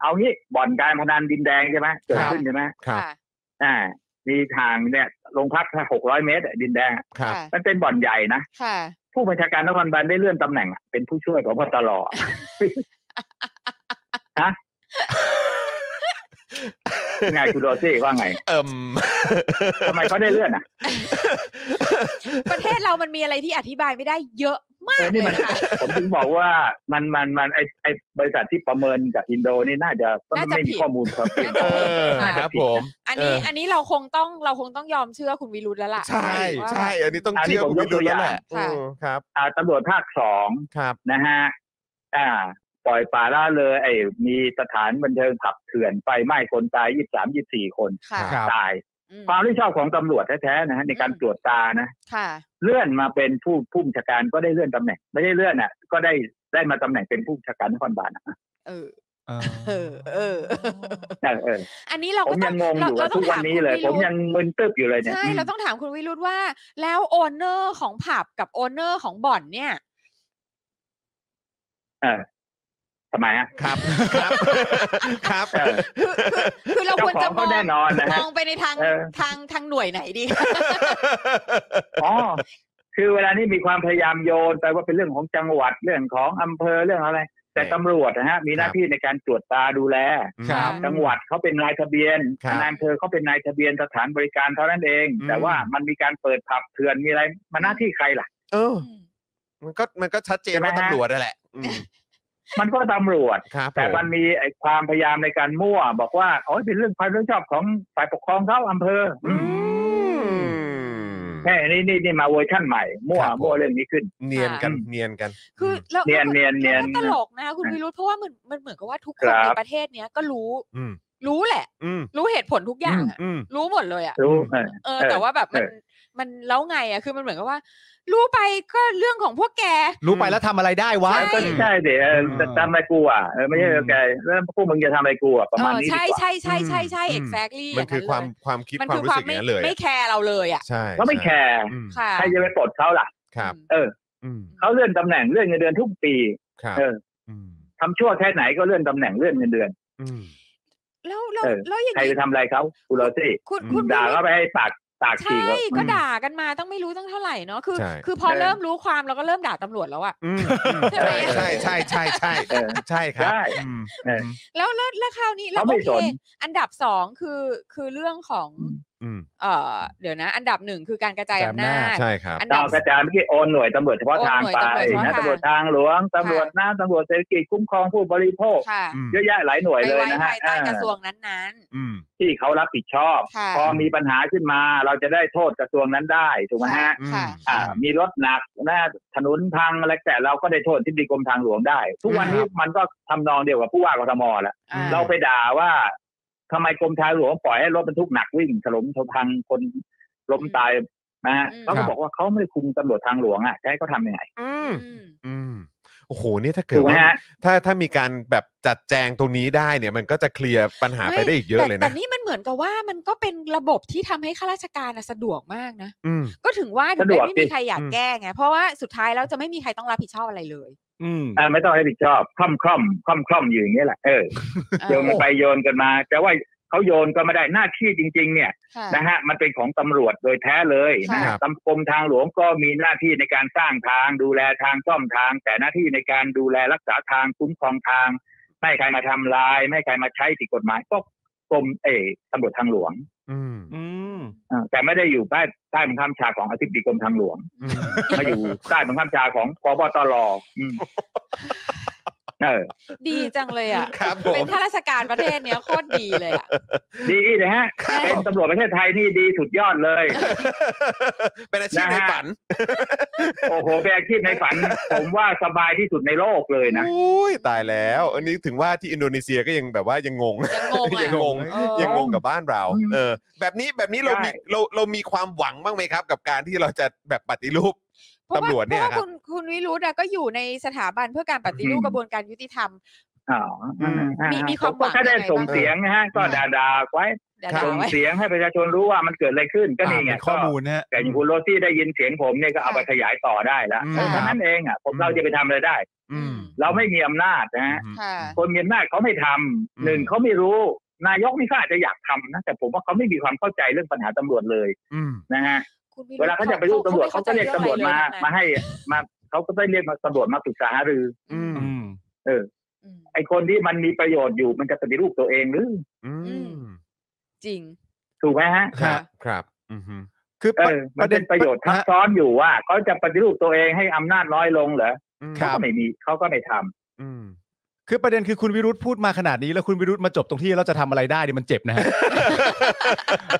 [SPEAKER 4] เอางี้บ่อนการพนันดินแดงใช่ไหมเกิดขึ้นใช่ไหม
[SPEAKER 1] ครับ
[SPEAKER 3] ค่ะ
[SPEAKER 4] อ่า มีทางเนี่ยโรงพักหกร้อยเมตรอะดินแดงอะ
[SPEAKER 1] ครับ
[SPEAKER 4] มันเป็นบ่อนใหญ่นะ
[SPEAKER 3] ค่ะ
[SPEAKER 4] ผู้บัญชาการนครบาลได้เลื่อนตำแหน่งอะเป็นผู้ช่วยพบตร อะฮะไงคุณโรซี่ว่าไง
[SPEAKER 1] เอิ่ม
[SPEAKER 4] ทำไมเขาได้เลื่อนอ่ะ
[SPEAKER 3] ประเทศเรามันมีอะไรที่อธิบายไม่ได้เยอะมา
[SPEAKER 4] เอก อ
[SPEAKER 3] เล
[SPEAKER 4] นี่
[SPEAKER 3] ย
[SPEAKER 4] มัน
[SPEAKER 3] นะคะ
[SPEAKER 4] ผมถึงบอกว่ามันมันมันไอไอบริษัทที่ประเมินกับอินโดนี่น่าจะ
[SPEAKER 3] น่าจะ
[SPEAKER 4] ไม่
[SPEAKER 3] ผิ
[SPEAKER 4] มี
[SPEAKER 3] ด
[SPEAKER 4] ข้อมูลครับ
[SPEAKER 3] น่า
[SPEAKER 1] เอ
[SPEAKER 3] จะเป็น
[SPEAKER 1] อ
[SPEAKER 3] ค่ะ
[SPEAKER 1] ครับผม
[SPEAKER 3] อันนี้
[SPEAKER 1] เอออั
[SPEAKER 3] อันนี้เราคงต้องเราคงต้องยอมเชื่อคุณวิรุธแล้วล่ะ
[SPEAKER 1] ใช่
[SPEAKER 3] ว่า
[SPEAKER 1] ใช่ อันนี้ต้อง
[SPEAKER 4] อันนี้
[SPEAKER 1] เชื่อ
[SPEAKER 4] ผม
[SPEAKER 1] คุณ
[SPEAKER 4] ย
[SPEAKER 1] วิ
[SPEAKER 4] ก
[SPEAKER 1] รุ
[SPEAKER 4] ตั
[SPEAKER 1] ธ
[SPEAKER 4] ว
[SPEAKER 1] แล้ว
[SPEAKER 4] อย่าง
[SPEAKER 1] แหละ
[SPEAKER 3] ค่ะ
[SPEAKER 1] เออครับ
[SPEAKER 4] อ่าตำรวจภาคสอง
[SPEAKER 1] ครับ
[SPEAKER 4] นะฮะอ่า ปล่อยป่าละเลย ไอมีสถานบันเทิงผับเถื่อนไฟไหม้คนตายยี่สามยี่สี่คน
[SPEAKER 3] ค่ะ
[SPEAKER 1] ครับ
[SPEAKER 4] ตาย
[SPEAKER 3] อืม
[SPEAKER 4] ความรับผิดชอบของตำรวจแท้ๆนะฮะในการ
[SPEAKER 3] อืม
[SPEAKER 4] ตรวจตานะ
[SPEAKER 3] ค่ะ
[SPEAKER 4] เลื่อนมาเป็นผู้ผู้บัญชาการก็ได้เลื่อนตำแหน่ง ไม่ได้เลื่อนอ่ะ ก็ได้ได้มาตำแหน่งเป็นผู้บัญชาการนครบาลอะ
[SPEAKER 3] เออ
[SPEAKER 2] เออ
[SPEAKER 3] เออ
[SPEAKER 4] เออเออ
[SPEAKER 3] อันนี้เรา
[SPEAKER 4] ผ
[SPEAKER 3] ก็
[SPEAKER 4] ม
[SPEAKER 3] ต้
[SPEAKER 4] ยั
[SPEAKER 3] องง
[SPEAKER 4] งงอยู่
[SPEAKER 3] เรา
[SPEAKER 4] อะ
[SPEAKER 3] ต้
[SPEAKER 4] ทุ
[SPEAKER 3] อง
[SPEAKER 4] กวั
[SPEAKER 3] ถาน ม
[SPEAKER 4] นี้
[SPEAKER 3] คุณ
[SPEAKER 4] เลย
[SPEAKER 3] วิ
[SPEAKER 4] ผม
[SPEAKER 3] รุธ
[SPEAKER 4] ยังมึนตึ๊บอยู่เลยเนี่ย
[SPEAKER 3] ใช่
[SPEAKER 4] อืม
[SPEAKER 3] เราต้องถามคุณวิรุธว่า แล้วโอเนอร์ของผับกับโอเนอร์ของบ่อนเนี่ย
[SPEAKER 4] ทำไมฮะ
[SPEAKER 1] ครับ ครับ ครับ
[SPEAKER 4] เออ
[SPEAKER 3] คือเราควรจะม
[SPEAKER 4] เจ้าของ
[SPEAKER 3] อง
[SPEAKER 4] ก็แน่นอนนะ
[SPEAKER 3] ม
[SPEAKER 4] ฮะ
[SPEAKER 3] องไปในทาง
[SPEAKER 4] เออ
[SPEAKER 3] ทางทางหน่วยไหนดี
[SPEAKER 4] อ๋อ คือเวลานี้มีความพยายามโยนไปว่าเป็นเรื่องของจังหวัดเรื่องของอำเภอเรื่องอะไร แต่ตำรวจนะฮะ มีหน้าที่ในการตรวจตาดูแล
[SPEAKER 2] ครับ
[SPEAKER 4] จังหวัดเขาเป็นนายทะเบียน
[SPEAKER 1] ครับ
[SPEAKER 4] นายอำเภอเขาเป็นนายทะเบียนสถานบริการเท่านั้นเอง
[SPEAKER 1] อืม
[SPEAKER 4] แต่ว่ามันมีการเปิดผับเถื่อนมีอะไร มันหน้าที่ใครล่ะ
[SPEAKER 1] เออ มันก็มันก็ชัดเจน
[SPEAKER 4] ใช่ไหม
[SPEAKER 1] ว่า
[SPEAKER 4] ฮะ
[SPEAKER 1] ตำรวจนั่นแหละอืม
[SPEAKER 4] มันก็ตำรวจ
[SPEAKER 1] ครับ
[SPEAKER 4] แต่
[SPEAKER 1] ผม
[SPEAKER 4] มันมีไอ้ความพยายามในการมั่ว บอกว่าโอ้ยเป็นเรื่องความรับผิดชอบของฝ่ายปกครองเขาอำเภออื
[SPEAKER 1] อื
[SPEAKER 4] ม
[SPEAKER 1] ม
[SPEAKER 4] แค่นี้นี่นี่มาเวอร์ชั่นใหม่ มั่ว
[SPEAKER 1] ครับผม
[SPEAKER 4] มั่วเรื่องนี้ขึ้น
[SPEAKER 1] เนียนกัน
[SPEAKER 4] ค่ะ
[SPEAKER 1] เนียนกัน
[SPEAKER 3] คือเรา
[SPEAKER 4] เนียนเนียนเนียน
[SPEAKER 3] ราก็ตลกนะคุณวิรุธเพราะว่ามันมันเหมือนกับว่าทุกค
[SPEAKER 4] ครั
[SPEAKER 3] น
[SPEAKER 4] บ
[SPEAKER 3] ในประเทศเนี้ยก็รู้
[SPEAKER 1] อืม
[SPEAKER 3] รู้แหละ
[SPEAKER 1] อืม
[SPEAKER 3] รู้เหตุผลทุกอย่างอะ
[SPEAKER 1] อืม
[SPEAKER 3] รู้หมดเลยอ่ะ
[SPEAKER 4] รู้เออ
[SPEAKER 3] เออ
[SPEAKER 4] เ
[SPEAKER 3] แต่ว่าแบบมันมันแล้วไงอ่ะคือมันเหมือนกับว่า รู้ไปก็เรื่องของพวกแก
[SPEAKER 2] รู้ไปแล้วทำอะไรได้วะ
[SPEAKER 3] ใช่
[SPEAKER 4] ก็ใช่เดี๋ยว
[SPEAKER 1] อืม
[SPEAKER 4] ทำอะไรกูอ่ะเออไม่ใช่
[SPEAKER 2] อืม
[SPEAKER 4] แกแล้วพวกมึงจะทำอะไรกูอ่ะประ
[SPEAKER 3] เอ
[SPEAKER 4] มาณ
[SPEAKER 3] อ
[SPEAKER 4] นี้ดี
[SPEAKER 3] ใช่
[SPEAKER 4] กว่า
[SPEAKER 3] ใช่ใช่ใช่ใช่
[SPEAKER 1] อืม
[SPEAKER 3] exactly
[SPEAKER 1] มันคือความความคิด
[SPEAKER 3] มัน
[SPEAKER 1] ความ
[SPEAKER 3] คือ
[SPEAKER 1] รู้
[SPEAKER 3] ควา
[SPEAKER 1] สึ
[SPEAKER 3] ม
[SPEAKER 1] กอ
[SPEAKER 3] ไม่
[SPEAKER 1] ย่างนั้นเลย
[SPEAKER 3] ไม่แคร์เราเลยอ่ะ
[SPEAKER 1] ใช่
[SPEAKER 4] เขาไม่แคร์
[SPEAKER 1] อืม
[SPEAKER 3] ค่ะ
[SPEAKER 4] ใครจะไปปลดเขาล่ะ
[SPEAKER 1] ครับ
[SPEAKER 4] เออ
[SPEAKER 1] อืม
[SPEAKER 4] เขาเลื่อนตำแหน่งเลื่อนเงินเดือนทุกปี
[SPEAKER 1] ครับ
[SPEAKER 4] เออ
[SPEAKER 1] ม
[SPEAKER 4] ทำชั่วแค่ไหนก็เลื่อนตำแหน่งเลื่อนเงินเดือน
[SPEAKER 1] อืม
[SPEAKER 3] แล้วแล้ว
[SPEAKER 4] เออ
[SPEAKER 3] แล้วอย่าง
[SPEAKER 4] ใครไป
[SPEAKER 3] นี้
[SPEAKER 4] ทำอะไรเขากูเราสิ
[SPEAKER 3] คุณ
[SPEAKER 1] อืม
[SPEAKER 3] คุณ
[SPEAKER 4] ด่า
[SPEAKER 3] วิรุธ
[SPEAKER 4] เขาไปให้ปากปากฉี
[SPEAKER 3] ใช่
[SPEAKER 4] กอ่ะ
[SPEAKER 3] ก็
[SPEAKER 1] อืม
[SPEAKER 3] ด่ากันมาต้องไม่รู้ตั้งเท่าไหร่เนาะคือ
[SPEAKER 1] ใช่
[SPEAKER 3] คือพอ
[SPEAKER 4] ใช่
[SPEAKER 3] เริ่มรู้ความเราก็เริ่มด่าตำรวจแล้วอะ
[SPEAKER 1] อืมอืมใช่ใช่ใช่ใช่ใช่
[SPEAKER 4] เออ
[SPEAKER 1] ใช่ครับ
[SPEAKER 4] ได้
[SPEAKER 1] อืม
[SPEAKER 3] แล้วแล้วแล้วคราวนี้แล้วโอ
[SPEAKER 4] เขาไม่
[SPEAKER 3] เค
[SPEAKER 4] สน
[SPEAKER 3] อันดับสองคือคือเรื่องของ
[SPEAKER 4] อืม
[SPEAKER 1] อืม
[SPEAKER 3] เอ่อเดี๋ยวนะ อันดับหนึ่งคือการกระจายอำนาจ
[SPEAKER 1] ใช่ครับ
[SPEAKER 3] อัน
[SPEAKER 4] ดา
[SPEAKER 3] ดับ
[SPEAKER 4] วกระจายเมื่อกี้โอนหน่วยตำรวจเฉพาะทาง
[SPEAKER 3] โอนหน่วยตำรวจเฉพาะ
[SPEAKER 4] ไปนะ
[SPEAKER 3] ทาง
[SPEAKER 4] ตำรวจทางหลวงตำรวจน้ำตำรวจเศรษฐกิจคุ้มครองผู้บริโภค
[SPEAKER 3] ค่ะ
[SPEAKER 1] อืม
[SPEAKER 4] เยอะแยะหลายหน่วย
[SPEAKER 3] ไป
[SPEAKER 4] เลย
[SPEAKER 3] ไว้
[SPEAKER 4] นะฮะ
[SPEAKER 3] ภายใต้
[SPEAKER 4] อ่า
[SPEAKER 3] กระทรวงนั้น
[SPEAKER 1] อืม
[SPEAKER 4] ที่เขารับผิดชอบ
[SPEAKER 3] ค่ะ
[SPEAKER 4] พอมีปัญหาขึ้นมาเราจะได้โทษกระทรวงนั้นได้ถูกไหมฮะ
[SPEAKER 1] อืม
[SPEAKER 3] ค่ะ
[SPEAKER 4] อ่า มีรถหนักหน้าถนนพังอะไรแต่เราก็ได้โทษที่ดีกรมทางหลวงได้ ทุกวันนี้มันก็ทำนองเดียวกับผู้ว่ากทมแหละ
[SPEAKER 3] อ่า
[SPEAKER 4] เราไปด่าว่าทำไมกรมทางหลวงปล่อยให้รถบรรทุกหนักวิ่งถล่มทพังคนล้มตายนะฮะ
[SPEAKER 3] อืม
[SPEAKER 4] เขาก็บอกว่าเขาไม่ได้คุมตำรวจทางหลวงอ่ะจะให้เขาทำยังไง
[SPEAKER 1] อื
[SPEAKER 3] ๆ
[SPEAKER 1] ม
[SPEAKER 3] อืม
[SPEAKER 1] อืมโอ้โหนี่ถ้าเกิด
[SPEAKER 4] ถูกไหม
[SPEAKER 1] ว่า
[SPEAKER 4] ฮะ
[SPEAKER 1] ถ้าถ้ามีการแบบจัดแจงตรงนี้ได้เนี่ย มันก็จะเคลียร์ปัญหา
[SPEAKER 3] ไม่
[SPEAKER 1] ไปได้อีกเยอะ
[SPEAKER 3] แต่
[SPEAKER 1] เลย
[SPEAKER 3] แต่
[SPEAKER 1] นะ
[SPEAKER 3] นี่มันเหมือนกับว่ามันก็เป็นระบบที่ทำให้ข้าราชการน่ะสะดวกมากนะ
[SPEAKER 1] อืม
[SPEAKER 3] ก็ถึงว่าถึง
[SPEAKER 4] สะด
[SPEAKER 3] ได้
[SPEAKER 4] วก
[SPEAKER 3] ไม่มี
[SPEAKER 4] สิ
[SPEAKER 3] ใครอยาก
[SPEAKER 1] อืม
[SPEAKER 3] แก้ไงเพราะว่าสุดท้ายแล้วจะไม่มีใครต้องรับผิดชอบอะไรเลย
[SPEAKER 2] อืม
[SPEAKER 4] อ่าไม่ต้องรับผิดชอบคล่อมคล่อมคล่อมคล่อมอยู่อย่างนี้ยแหละเออโยนกันไปโยนกันมา แต่ว่าเขาโยนก็ไม่ได้หน้าที่จริง ๆ เนี่ย
[SPEAKER 3] ค่ะ
[SPEAKER 4] นะฮะมันเป็นของตำรวจโดยแท้เลยนะ
[SPEAKER 1] ครั
[SPEAKER 4] ฮะ
[SPEAKER 1] บ
[SPEAKER 4] ตำกรมทางหลวงก็มีหน้าที่ในการสร้างทางดูแลทางซ่อมทาง แต่หน้าที่ในการดูแลรักษาทางคุ้มครองทาง ไม่ให้ใครมาทำลาย ไม่ให้ใครมาใช้ผิดกฎหมายก็กรมเออตำรวจทางหลวง
[SPEAKER 1] อืม
[SPEAKER 2] อืม
[SPEAKER 4] อ่าแต่ไม่ได้อยู่ใต้ใต้บังคับบัญชาของอธิบดีกรมทางหลวง
[SPEAKER 1] อืม
[SPEAKER 4] มาอยู่ใต้บังคับบัญชาของพบตรอืมเออ
[SPEAKER 3] ดีจังเลยอ่ะ
[SPEAKER 1] ครับผ
[SPEAKER 3] เป็น
[SPEAKER 1] ม
[SPEAKER 3] ข้าราชการประเทศเนี้ยโคตรดีเลยอ่ะ
[SPEAKER 4] ดีนะฮะ
[SPEAKER 1] ครับ
[SPEAKER 4] เป็นตำรวจประเทศไทยนี่ดีสุดยอดเลย
[SPEAKER 1] เป็นอาชีพในฝัน
[SPEAKER 4] โอ้โหเป็นอาชีพในฝัน ผมว่าสบายที่สุดในโลกเลยนะ
[SPEAKER 1] อุ้ยตายแล้ว อันนี้ถึงว่าที่อินโดนีเซียก็ยังแบบว่ายังงง
[SPEAKER 3] ยังงง
[SPEAKER 1] ยังงง
[SPEAKER 3] อ่ะเออ
[SPEAKER 1] ยังงงกับบ้านเรา
[SPEAKER 4] อืม
[SPEAKER 1] เออ แบบนี้แบบนี้เรา
[SPEAKER 4] ใช่
[SPEAKER 1] มีเราเรามีความหวังบ้างไหมครับ กับการที่เราจะแบบปฏิรูป
[SPEAKER 3] พราะว่า
[SPEAKER 1] ตำรวจเนี่ย
[SPEAKER 3] พาะา
[SPEAKER 1] ครับ
[SPEAKER 3] คุณคุณวิรุธอะก็อยู่ในสถาบันเพื่อการปฏิรูป
[SPEAKER 4] อืม
[SPEAKER 3] กระบวนการยุติธรรม
[SPEAKER 4] อ๋ออ่าอ่า
[SPEAKER 3] มีมีความหวัง
[SPEAKER 4] ก็ได้
[SPEAKER 3] ยังไงบ้าง
[SPEAKER 4] ส่งเสียงนะฮะก็ด่าๆไว้
[SPEAKER 3] เดี๋ยว
[SPEAKER 1] ครับ
[SPEAKER 3] ด่า
[SPEAKER 4] ส่ง
[SPEAKER 3] ไว้
[SPEAKER 4] เสียงให้ประชาชนรู้ว่ามันเกิดอะไรขึ้นก็นี่ไง
[SPEAKER 2] อ่าเป็ข้อมูลนะฮะ
[SPEAKER 4] แต่อย่างคุณโรซี่ได้ยินเสียงผมเนี่ยก็เอาไปขยายต่อได้ละ
[SPEAKER 1] อืม
[SPEAKER 4] เออเท่านั้นเองอ่ะผมเราจะไปทำอะไรได้
[SPEAKER 1] อืม
[SPEAKER 4] เราไม่มีอำนาจนะฮะ
[SPEAKER 3] ค่ะ
[SPEAKER 4] คนมีอำนาจเขาไม่ท
[SPEAKER 1] ม
[SPEAKER 4] ำหนึ่งเขาไม่รู้ นายกนี่เขาอาจจะอยากทำนะ แต่ผมว่าเขาไม่มีความเข้าใจเรื่องปัญหาตำรวจเลย
[SPEAKER 1] อืม
[SPEAKER 4] นะฮะ
[SPEAKER 3] คุณวิรุธ
[SPEAKER 4] เวลาเขาจะไปรูปตำรวจเขาก็เรียกตำรวจมา
[SPEAKER 3] เข
[SPEAKER 4] มาให้มาเขาก็ได้เรียกมาตำรวจมาปรึกษาหารือ
[SPEAKER 1] อืม
[SPEAKER 2] อืม
[SPEAKER 3] อืม
[SPEAKER 4] ไอ้คนที่มันมีประโยชน์อยู่มันจะปฏิรูปตัวเองหรือ
[SPEAKER 1] อืม
[SPEAKER 3] จริง
[SPEAKER 4] ถูกไหมฮะ
[SPEAKER 1] ค
[SPEAKER 2] ค่ะ
[SPEAKER 1] รับครับอืมฮึ
[SPEAKER 2] คือ
[SPEAKER 4] เอ
[SPEAKER 2] ปะ
[SPEAKER 4] อมันเป็นประโยชน์ทับ
[SPEAKER 2] ฮะ
[SPEAKER 4] ซ้อนอยู่ว่าเขาจะปฏิรูปตัวเองให้อำนาจน้อยลงเหรอ
[SPEAKER 1] อืม
[SPEAKER 2] ครับ
[SPEAKER 4] เขาก็ไม่มีเขาก็ไม่ทำ
[SPEAKER 1] อืม
[SPEAKER 2] คือประเด็นคือคุณวิรุธพูดมาขนาดนี้ แล้วคุณวิรุธมาจบตรงที่เราจะทำอะไรได้เนี่ยมันเจ็บนะฮะ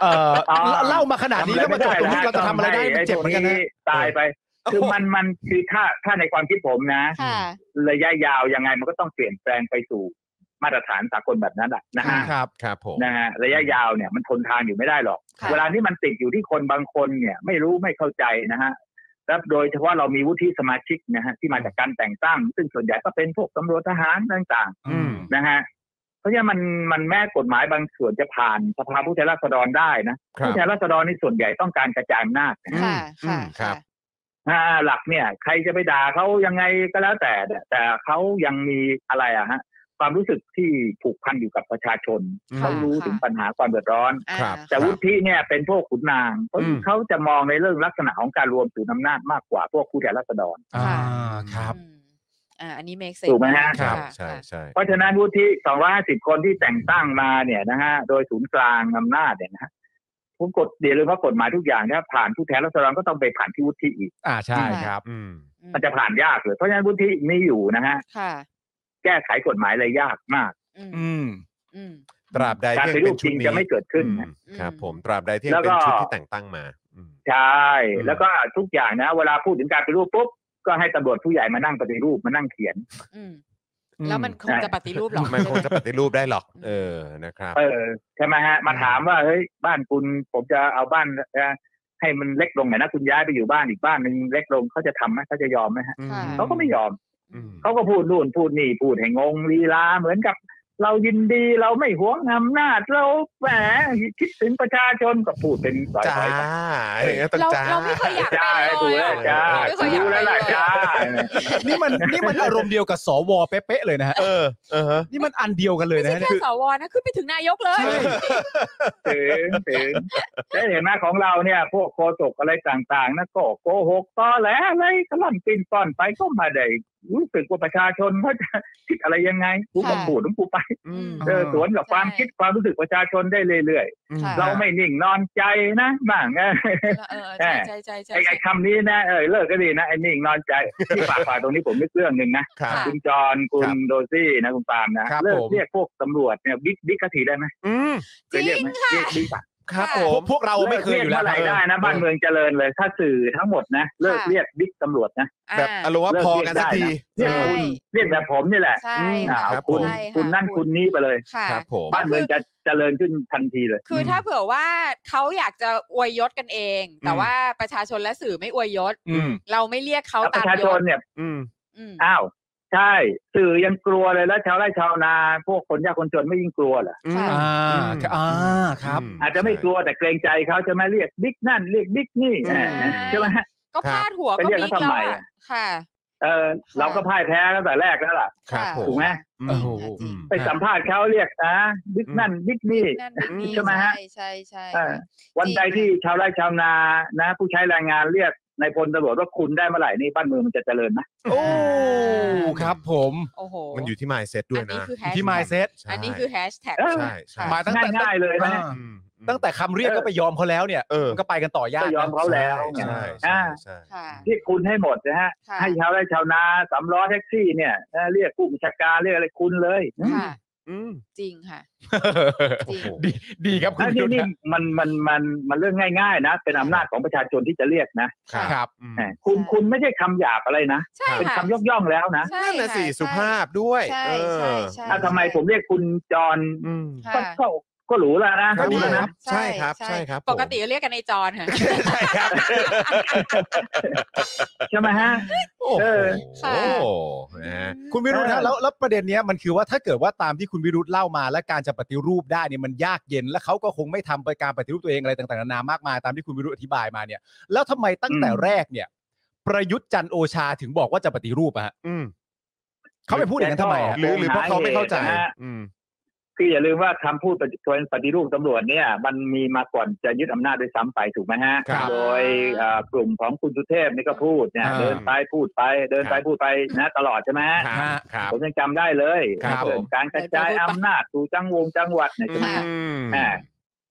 [SPEAKER 2] เอ่อเล่ามาขนาดนี้แล้วมาจบตรงที่เราจะทำอะไรได้
[SPEAKER 4] ทำ
[SPEAKER 2] มันเจ็บเหมือนกัน
[SPEAKER 4] ไอ้
[SPEAKER 2] นะ
[SPEAKER 4] ตัวตายไป คือมันมันคือถ้าถ้าในความคิดผมนะ
[SPEAKER 3] ค่ะ
[SPEAKER 4] ระยะยาวยังไงมันก็ต้องเปลี่ยนแปลงไปสู่มาตรฐานสากลแบบนั้นแหละนะฮะ
[SPEAKER 2] ครับ
[SPEAKER 1] ครับผม
[SPEAKER 4] นะฮะระยะยาวเนี่ยมันทนทานอยู่ไม่ได้หรอก
[SPEAKER 3] ค่ะ
[SPEAKER 4] เวลานี้มันติดอยู่ที่คนบางคนเนี่ย ไม่รู้ไม่เข้าใจนะฮะแล้วโดยเฉพาะเรามีวุฒิสมาชิกนะฮะที่มาจากการแต่งตั้ง ซึ่งส่วนใหญ่ก็เป็นพวกตำรวจทหารต่าง
[SPEAKER 1] อืม
[SPEAKER 4] ๆนะฮะเพราะฉะนั้นมันมันแม้กฎหมายบางส่วนจะผ่านสภาผู้แทนราษฎรได้นะครับ ผู้แทนราษฎรนี่ส่วนใหญ่ต้องการกระจายอำนาจนะฮะ
[SPEAKER 3] ค่ะ
[SPEAKER 1] อื
[SPEAKER 3] ค่ะ
[SPEAKER 1] มครับ
[SPEAKER 4] อ่าหลักเนี่ย ใครจะไปด่าเขายังไงก็แล้วแต่เนี่ยแต่เขายังมีอะไรอะฮะ ความรู้สึกที่ผูกพันอยู่กับประชาชน
[SPEAKER 1] อืม
[SPEAKER 4] เขารู้ถึงปัญหาความเดือดร้อน
[SPEAKER 3] อ่า
[SPEAKER 1] ครับ
[SPEAKER 4] แต่วุฒิเนี่ยเป็นพวกขุนนางเพราะ
[SPEAKER 1] อืม
[SPEAKER 4] เขาจะมองในเรื่องลักษณะของการรวมศูนย์อำนาจมากกว่าพวกผู้แทนราษฎร
[SPEAKER 2] อ่าครับ
[SPEAKER 3] อืมอ่าอันนี้เมกเซ
[SPEAKER 4] ถูกไหมฮะ
[SPEAKER 1] ครับ
[SPEAKER 3] ค่ะ
[SPEAKER 1] ใช่
[SPEAKER 3] ค่ะ
[SPEAKER 1] ใช่
[SPEAKER 4] เพราะฉะนั้นวุฒิ250 คนที่แต่งตั้งมาเนี่ยนะฮะ โดยศูนย์กลางอำนาจเนี่ยนะฮะผมกฎเดี๋ยวลืมว่ากฎหมายทุกอย่างถ้าผ่านผู้แทนราษฎรก็ต้องไปผ่านที่วุฒิอีก
[SPEAKER 2] อ่าใช่
[SPEAKER 3] ค่ะ
[SPEAKER 2] ครับ
[SPEAKER 1] อืม
[SPEAKER 4] มันจะผ่านยากเลยเพราะฉะนั้นวุฒิมีอยู่นะฮะ
[SPEAKER 3] ค่ะ
[SPEAKER 4] แก้ไขกฎหมายอะไรยากมาก
[SPEAKER 3] อืม
[SPEAKER 2] อืม
[SPEAKER 3] อืม
[SPEAKER 1] ตราบใด
[SPEAKER 4] การ
[SPEAKER 1] ที่ยัง
[SPEAKER 4] ปฏิรู
[SPEAKER 1] เป็
[SPEAKER 4] ป
[SPEAKER 1] น
[SPEAKER 4] จ
[SPEAKER 1] ชุด
[SPEAKER 4] ริง
[SPEAKER 1] นี้
[SPEAKER 4] จะไม่เกิดขึ้น
[SPEAKER 1] อื
[SPEAKER 4] นะ
[SPEAKER 1] มครับผมตราบใดที่ยัง
[SPEAKER 4] แล้ว
[SPEAKER 1] เป็น
[SPEAKER 4] ก็
[SPEAKER 1] ชุดที่แต่งตั้งมาอืม
[SPEAKER 4] ใช่
[SPEAKER 1] อืม
[SPEAKER 4] แล้วก็ทุกอย่างนะ เวลาพูดถึงการปฏิรูปปุ๊บก็ให้ตำรวจผู้ใหญ่มานั่งปฏิรูปมานั่งเขียน
[SPEAKER 3] อืมแล้วมันคงจะปฏิรูปหรอ
[SPEAKER 1] มันคงจะปฏิรูปได้หรอก เออนะครับ
[SPEAKER 4] เออใช่ไหมฮะมา
[SPEAKER 1] อืม
[SPEAKER 4] ถามว่าเฮ้ยบ้านคุณผมจะเอาบ้านเอ่อให้มันเล็กลงหน่อยนะคุณย้ายไปอยู่บ้านอีกบ้านหนึ่งเล็กลงเขาจะทำไหมเขาจะยอมไหมฮะ
[SPEAKER 1] อืม
[SPEAKER 3] ค่ะ
[SPEAKER 4] เขาก็ไม่ยอม
[SPEAKER 1] อืม
[SPEAKER 4] เขาก็พูดนู่นพูดนี่พูดให้งงลีลาเหมือนกับ เรายินดีเราไม่หวงอำนาจเราแหมคิดถึงประชาชนก็พูดเป็นต่
[SPEAKER 1] จ้า
[SPEAKER 4] อยๆไป
[SPEAKER 1] อย่างเงี้ยต้อง
[SPEAKER 3] เรา
[SPEAKER 1] จ้า
[SPEAKER 3] เราไม่เคยอยากไป
[SPEAKER 4] จ้า
[SPEAKER 3] เลย
[SPEAKER 4] ดูแล้วจ้า
[SPEAKER 3] อะไม่เคยอยาก
[SPEAKER 4] ดู
[SPEAKER 3] ไป
[SPEAKER 4] แล้ว
[SPEAKER 3] เล
[SPEAKER 4] ล่ะ
[SPEAKER 3] ย
[SPEAKER 4] จ้า
[SPEAKER 3] อะ
[SPEAKER 2] นี่มันนี่มันอารมณ์เดียวกับสวเป๊ะๆเลยนะฮะ
[SPEAKER 1] เออเออฮะ
[SPEAKER 2] นี่มันอันเดียวกันเลย
[SPEAKER 3] ไม่
[SPEAKER 2] นะฮะ
[SPEAKER 3] ใช่แค่
[SPEAKER 2] คือ
[SPEAKER 3] สวนะขึ้นไปถึงนายกเลย
[SPEAKER 2] ใช่
[SPEAKER 4] ถึงถึงแล้วเห็นไหมของเราเนี่ย พวกโคตกอะไรต่างๆนะก็โกหกตอแหลอะไรกระล่อนปินตอนไปก็ไมาได้รู้สึกว่าประชาชนเขาจะคิดอะไรยังไงกูก็
[SPEAKER 3] ค่ะ
[SPEAKER 4] ปูดของกูไป
[SPEAKER 1] อืม
[SPEAKER 4] เจอสวนกับความคิดความรู้สึกประชาชนได้เรื่อย
[SPEAKER 3] ค่ะ
[SPEAKER 4] ๆ เราไม่นิ่งนอนใจนะบ้างนะ
[SPEAKER 3] เออใช่ใช่ใช่ใช่
[SPEAKER 4] ไอ้ไอ้คำนี้นะเออเลิกก็ดีนะไอ้นิ่งนอนใจที่ปากฝ่ายตรงนี้ผมนึกเรื่องหนึ่งนะ
[SPEAKER 1] ครับ
[SPEAKER 4] คุณจอห์นคุณ
[SPEAKER 1] ครับ
[SPEAKER 4] โดซี่นะคุณปาล์มนะครับ เลิ
[SPEAKER 2] ผ
[SPEAKER 4] ก
[SPEAKER 2] ม
[SPEAKER 4] เรียกพวกตำรวจเนี่ยบิ๊กบิ๊กกะทีได้ไหม
[SPEAKER 1] อืม
[SPEAKER 4] เคยเรียกไหมเรียกบิ๊กอะ
[SPEAKER 1] ครับผ
[SPEAKER 2] พว
[SPEAKER 1] ม
[SPEAKER 2] กพวกเราไม่เคยอยู่แล้ว
[SPEAKER 4] เลิกเรีกเมื่อไหร่ได้นะบ้านเมืองเจริญเลย ถ้าสื่อทั้งหมดนะเลิกเรียกบิ๊กตำรวจนะ
[SPEAKER 3] อ่า
[SPEAKER 1] แบบอารมณ์ว่า
[SPEAKER 4] เลิก
[SPEAKER 1] พอ
[SPEAKER 4] เรียก
[SPEAKER 1] กันสัก
[SPEAKER 4] ได้
[SPEAKER 1] ที
[SPEAKER 4] นะ เนี่ย
[SPEAKER 3] ใช่
[SPEAKER 4] คุณ เรียกแบบผมนี่แหละ
[SPEAKER 3] ใช่
[SPEAKER 1] อ่า
[SPEAKER 3] ค่ะ
[SPEAKER 4] อ่า
[SPEAKER 1] รับ
[SPEAKER 4] คุณ
[SPEAKER 1] ใช่
[SPEAKER 3] ใช่ะ
[SPEAKER 4] คุณนั่นคุณนี้ไปเลย
[SPEAKER 3] ค่ะ
[SPEAKER 1] ครับผม
[SPEAKER 4] บ้านเมืองจะเจริญขึ้นทันทีเลย
[SPEAKER 3] คือถ้าเผื่อว่าเขาอยากจะอวยยศกันเอง แต่ว่าประชาชนและสื่อไม่อวยยศ
[SPEAKER 2] อืม
[SPEAKER 3] เราไม่เรียกเขา
[SPEAKER 4] แล้วป
[SPEAKER 3] ตาม
[SPEAKER 4] ระชาย ชน
[SPEAKER 3] ศ
[SPEAKER 4] เนี่ย
[SPEAKER 1] อืม
[SPEAKER 3] อืม
[SPEAKER 4] อ้าวใช่สื่อยังกลัวเลยแล้วชาวไร่ชาวนา พวกคนยากคนจนไม่ยิ่งกลัวเหรอ
[SPEAKER 3] ค่ะ
[SPEAKER 2] อ่า
[SPEAKER 1] อืม
[SPEAKER 2] อ่าครับ
[SPEAKER 1] ม
[SPEAKER 4] อาจจะไม่กลัวแต่เกรงใจเขาจะมาเรียกบิ๊กนั่นเรียกบิ๊กนี่
[SPEAKER 1] ใช่
[SPEAKER 4] ใช่ไหมฮะ
[SPEAKER 3] ก็พลาดหัวก็
[SPEAKER 4] ไปเรียก
[SPEAKER 3] บิ๊ก
[SPEAKER 4] เขา
[SPEAKER 3] แล้ว
[SPEAKER 4] ทำไม
[SPEAKER 3] อะ
[SPEAKER 4] อะ
[SPEAKER 3] ค่ะ
[SPEAKER 4] เออเราก็พ่ายแพ้ตั้งแต่แรกแล้วล่ะ
[SPEAKER 1] ครับผม
[SPEAKER 4] ถูกไหม
[SPEAKER 1] อืม
[SPEAKER 2] โอ้โห
[SPEAKER 1] อืม
[SPEAKER 4] ไปสัมภาษณ์เขาเรียกนะบิ๊กนั่นบิ๊กนี่
[SPEAKER 3] นั่นบิ๊กนี่
[SPEAKER 4] ใช่ไหมฮะ
[SPEAKER 3] ใช่ใช่
[SPEAKER 4] เอ
[SPEAKER 3] ใช่
[SPEAKER 4] อวันใดที่ชาวไร่ชาวนานะ ผู้ใช้แรงงานเรียกในายพลตำรวจว่าคุณได้เมื่อไหร่นี่บ้านเมืองมันจะเจริญนะ
[SPEAKER 2] โอ้
[SPEAKER 3] อ่า
[SPEAKER 2] ครับผม
[SPEAKER 3] โอ้โห
[SPEAKER 1] มันอยู่ที่ mindset ด้วยนะ
[SPEAKER 3] อันนี้คือ
[SPEAKER 2] อยู่ที่ mindset
[SPEAKER 1] ใช่
[SPEAKER 3] อันนี้คือแฮชแท็ก
[SPEAKER 4] เออ
[SPEAKER 1] ใช่ใช่
[SPEAKER 2] มาตั้งแต่
[SPEAKER 4] ง่ายๆเลยนะ
[SPEAKER 2] อ่า
[SPEAKER 1] อืม
[SPEAKER 2] ตั้งแต่คำเรียกก็ไปยอมเขาแล้วเนี่ย
[SPEAKER 1] เออ
[SPEAKER 2] มันก็ไปกันต่อยาก
[SPEAKER 4] ก็ยอม
[SPEAKER 2] นะ
[SPEAKER 4] เขาแล้ว
[SPEAKER 1] ใช่
[SPEAKER 4] อ่า
[SPEAKER 1] ใช่ใช่
[SPEAKER 3] ค่ะ
[SPEAKER 4] เรียกคุณให้หมดนะฮะ
[SPEAKER 3] ค่ะ
[SPEAKER 4] ให้ชาวไร่ชาวนาสำล้อแท็กซี่เนี่ยนะเรียกผู้บัญชาการเรียกอะไรคุณเลย
[SPEAKER 3] ค่ะ
[SPEAKER 1] อืม
[SPEAKER 3] จริงค่ะ
[SPEAKER 1] โอ้โห
[SPEAKER 2] ดีดีครับคุณ
[SPEAKER 4] นะ
[SPEAKER 2] ยุ
[SPEAKER 4] นี่
[SPEAKER 2] ทธ
[SPEAKER 4] นี่
[SPEAKER 2] นะ
[SPEAKER 4] มันมันมันมันเรื่องง่าย ๆ นะ เป็นอำนาจของประชาชนที่จะเรียกนะครับ
[SPEAKER 1] อืม
[SPEAKER 4] แหมคุณคุณไม่ใช่คำหยาบอะไรนะ
[SPEAKER 3] ใช่
[SPEAKER 4] เป็น
[SPEAKER 3] ค่ะ
[SPEAKER 4] คำยกย่องแล้วนะ
[SPEAKER 3] ใช่
[SPEAKER 1] นั่นน่ะ
[SPEAKER 3] ค่
[SPEAKER 1] สิ
[SPEAKER 3] ใช่
[SPEAKER 1] สุภาพด้วย
[SPEAKER 3] ใช่
[SPEAKER 1] เออ
[SPEAKER 3] ใช่ใช่
[SPEAKER 4] อ่ะทำไมผมเรียกคุณจร
[SPEAKER 1] อืม
[SPEAKER 3] ค่ะ
[SPEAKER 4] ก็ก็ ก็หรูแล้วนะ
[SPEAKER 1] ก็
[SPEAKER 4] หรู
[SPEAKER 1] ดีค
[SPEAKER 4] แล้วนะ
[SPEAKER 1] รับใช่ครับใช่ครับผม
[SPEAKER 3] ปกติเรียกกันในจอนค่ะ
[SPEAKER 1] ใช่ครับ
[SPEAKER 4] ใช่ไหมฮะ
[SPEAKER 1] โอ้โห
[SPEAKER 4] เออ
[SPEAKER 3] ค่ะ
[SPEAKER 1] โอ้โหนะฮะ
[SPEAKER 2] คุณวิรุธ
[SPEAKER 4] เอ
[SPEAKER 2] ฮะ
[SPEAKER 4] อ
[SPEAKER 2] แล้วแล้วประเด็นเนี้ยมันคือว่าถ้าเกิดว่าตามที่คุณวิรุธเล่ามาและการจะปฏิรูปได้เนี่ยมันยากเย็นและเขาก็คงไม่ทำไปการปฏิรูปตัวเองอะไรต่างๆนานามากมายตามที่คุณวิรุธอธิบายมาเนี่ย แล้วทำไมตั้งแต่แรกเนี่ย ประยุทธ์จันทร์โอชาถึงบอกว่าจะปฏิรูปอะฮะ
[SPEAKER 1] อืม
[SPEAKER 2] เขาไปพูดอย่างนั้นทำไมอะ
[SPEAKER 1] หรือหรือเพราะเขาไม่เข้าใจ
[SPEAKER 4] หาเหตุนะฮะ
[SPEAKER 1] อืม
[SPEAKER 4] คืออย่าลืมว่าคำพูดปฏิรูปตำรวจเนี่ยมันมีมาก่อนจะยึดอำนาจโดวยซ้ำไปถูกไหมฮะ
[SPEAKER 1] ครับ
[SPEAKER 4] โดยเอ่อกลุ่มของคุณสุเทพนี่ก็พูดเนี่ย
[SPEAKER 2] อ่า
[SPEAKER 4] เดินไปพูดไปเดินไป
[SPEAKER 1] ครับ
[SPEAKER 4] พูดไปนะตลอดใช่ไหมฮะ
[SPEAKER 1] ครับครับ
[SPEAKER 4] ผมยังจำได้เลย
[SPEAKER 1] ครับผม
[SPEAKER 4] เรื่องการกระจายอำนาจสู่จังหวงจังหวัดเนี่ยใช่ไหม
[SPEAKER 1] อืม
[SPEAKER 4] อ่า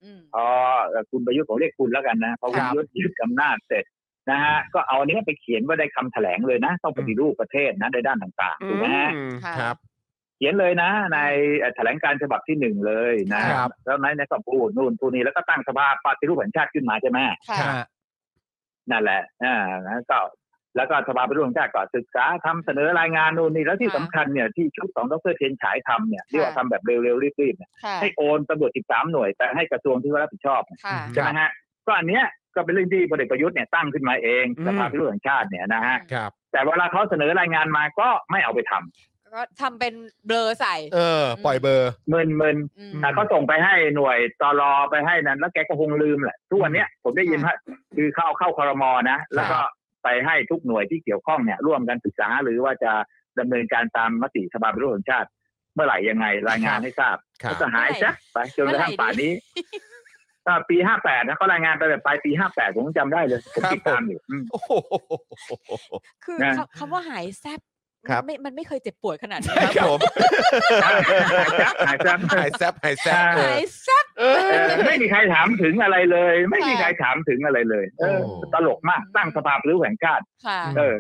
[SPEAKER 3] อืม
[SPEAKER 4] พอเอ่อคุณประยุทธ์ผมเรียกคุณแล้วกันนะพอคุณ
[SPEAKER 2] ครับ
[SPEAKER 4] ประยุทธ์ยึดอำนาจเสร็จนะฮะก็เอาอันนี้ไปเขียนไว้ในคำแถลงเลยนะ ต้องปฏิรูปประเทศนะในด้านต่างๆถูกไหมฮะ
[SPEAKER 1] อืม
[SPEAKER 3] ค่ะ
[SPEAKER 1] ครับ
[SPEAKER 4] เขียนเลยนะ ในเอ่อแถลงการฉบับที่หนึ่งเลยนะครับ แล้วนั้นเนี่ยก็พูดนู่นพูดนี่แล้วก็ตั้งสภาปฏิรูปแห่งชาติขึ้นมาใช่ไหม
[SPEAKER 3] ค่ะ
[SPEAKER 2] ฮะ
[SPEAKER 4] นั่นแหละอ่าแล้วก็แล้วก็สภาปฏิรูปแห่งชาติก็ศึกษาทำเสนอรายงานนู่นนี่แล้วที่
[SPEAKER 3] ค่ะ
[SPEAKER 4] สำคัญเนี่ยที่ชุดของดรเทียนฉายทำเนี่ยที่ว่า
[SPEAKER 3] ค่ะ
[SPEAKER 4] ทำแบบเร็วๆรีบๆเนี่ย
[SPEAKER 3] ค่ะ
[SPEAKER 4] ให้โอนตำรวจ 13 หน่วยแต่ให้กระทรวงที่ว่ารับผิดชอบ
[SPEAKER 3] ค่ะ
[SPEAKER 1] ครั
[SPEAKER 4] ใช่
[SPEAKER 1] บ
[SPEAKER 4] ไหมฮะก็อันเนี้ยก็เป็นเรื่องที่พลเอกประยุทธ์เนี่ยตั้งขึ้นมาเอง
[SPEAKER 1] อืม
[SPEAKER 4] สภาปฏิรูปแห่งชาติเนี่ยนะฮะ
[SPEAKER 1] ครับ
[SPEAKER 4] แต่เวลาเขาเสนอรายงานมาก็ไม่เอาไปท
[SPEAKER 3] ก็ทำเป็นเบลอใส่
[SPEAKER 1] เออ ปล่อยเบอร์
[SPEAKER 4] ำเมินเมินๆ
[SPEAKER 3] อืม
[SPEAKER 4] อ่ะเขาส่งไปให้หน่วยตรอไปให้นั้น แล้วแกก็คงลืมแหละทุกวันเนี้ยผมได้ยินว่าคือเข้าเข้าคอรมอนะ แล้วก็ไปให้ทุกหน่วยที่เกี่ยวข้องเนี่ย ร่วมกันศึกษาหรือว่าจะดำเนินการตามมติสภาปฏิรูปแห่งชาติ เมื่อไหร่ยังไงรายงานให้ทราบ
[SPEAKER 1] ครั
[SPEAKER 4] แล้
[SPEAKER 1] บ
[SPEAKER 4] วก็หาย
[SPEAKER 3] เมื่อไหร่
[SPEAKER 4] ซะไปจนกระทั่ง
[SPEAKER 3] เมื่อไหร่
[SPEAKER 4] ป่านนี้อ่าปีห้าแปดนะเขารายงานไปแบบปลายปีห้าแปดผมจำได้เลยผมติด
[SPEAKER 1] ครับผม
[SPEAKER 4] ตามอยู่อืม
[SPEAKER 1] โอ้โห
[SPEAKER 3] คือ
[SPEAKER 4] นะ
[SPEAKER 3] คำคำว่าหายแซบ
[SPEAKER 1] ครับ
[SPEAKER 3] ไม่มันไม่เคยเจ็บปวดขนาดนี้
[SPEAKER 1] ครับผม
[SPEAKER 4] หายซะหายซะ
[SPEAKER 1] หายแซบหายแซบ
[SPEAKER 4] เออ
[SPEAKER 3] หายแซบ
[SPEAKER 1] เออ
[SPEAKER 4] เออไม่มีใครถามถึงอะไรเลย ไม่มีใครถามถึงอะไรเลยเออ
[SPEAKER 1] โอ้
[SPEAKER 4] ตลกมากตั้งสภาปฏิรูปแห่งชาติ
[SPEAKER 3] ค่ะ
[SPEAKER 1] อืม
[SPEAKER 4] เออ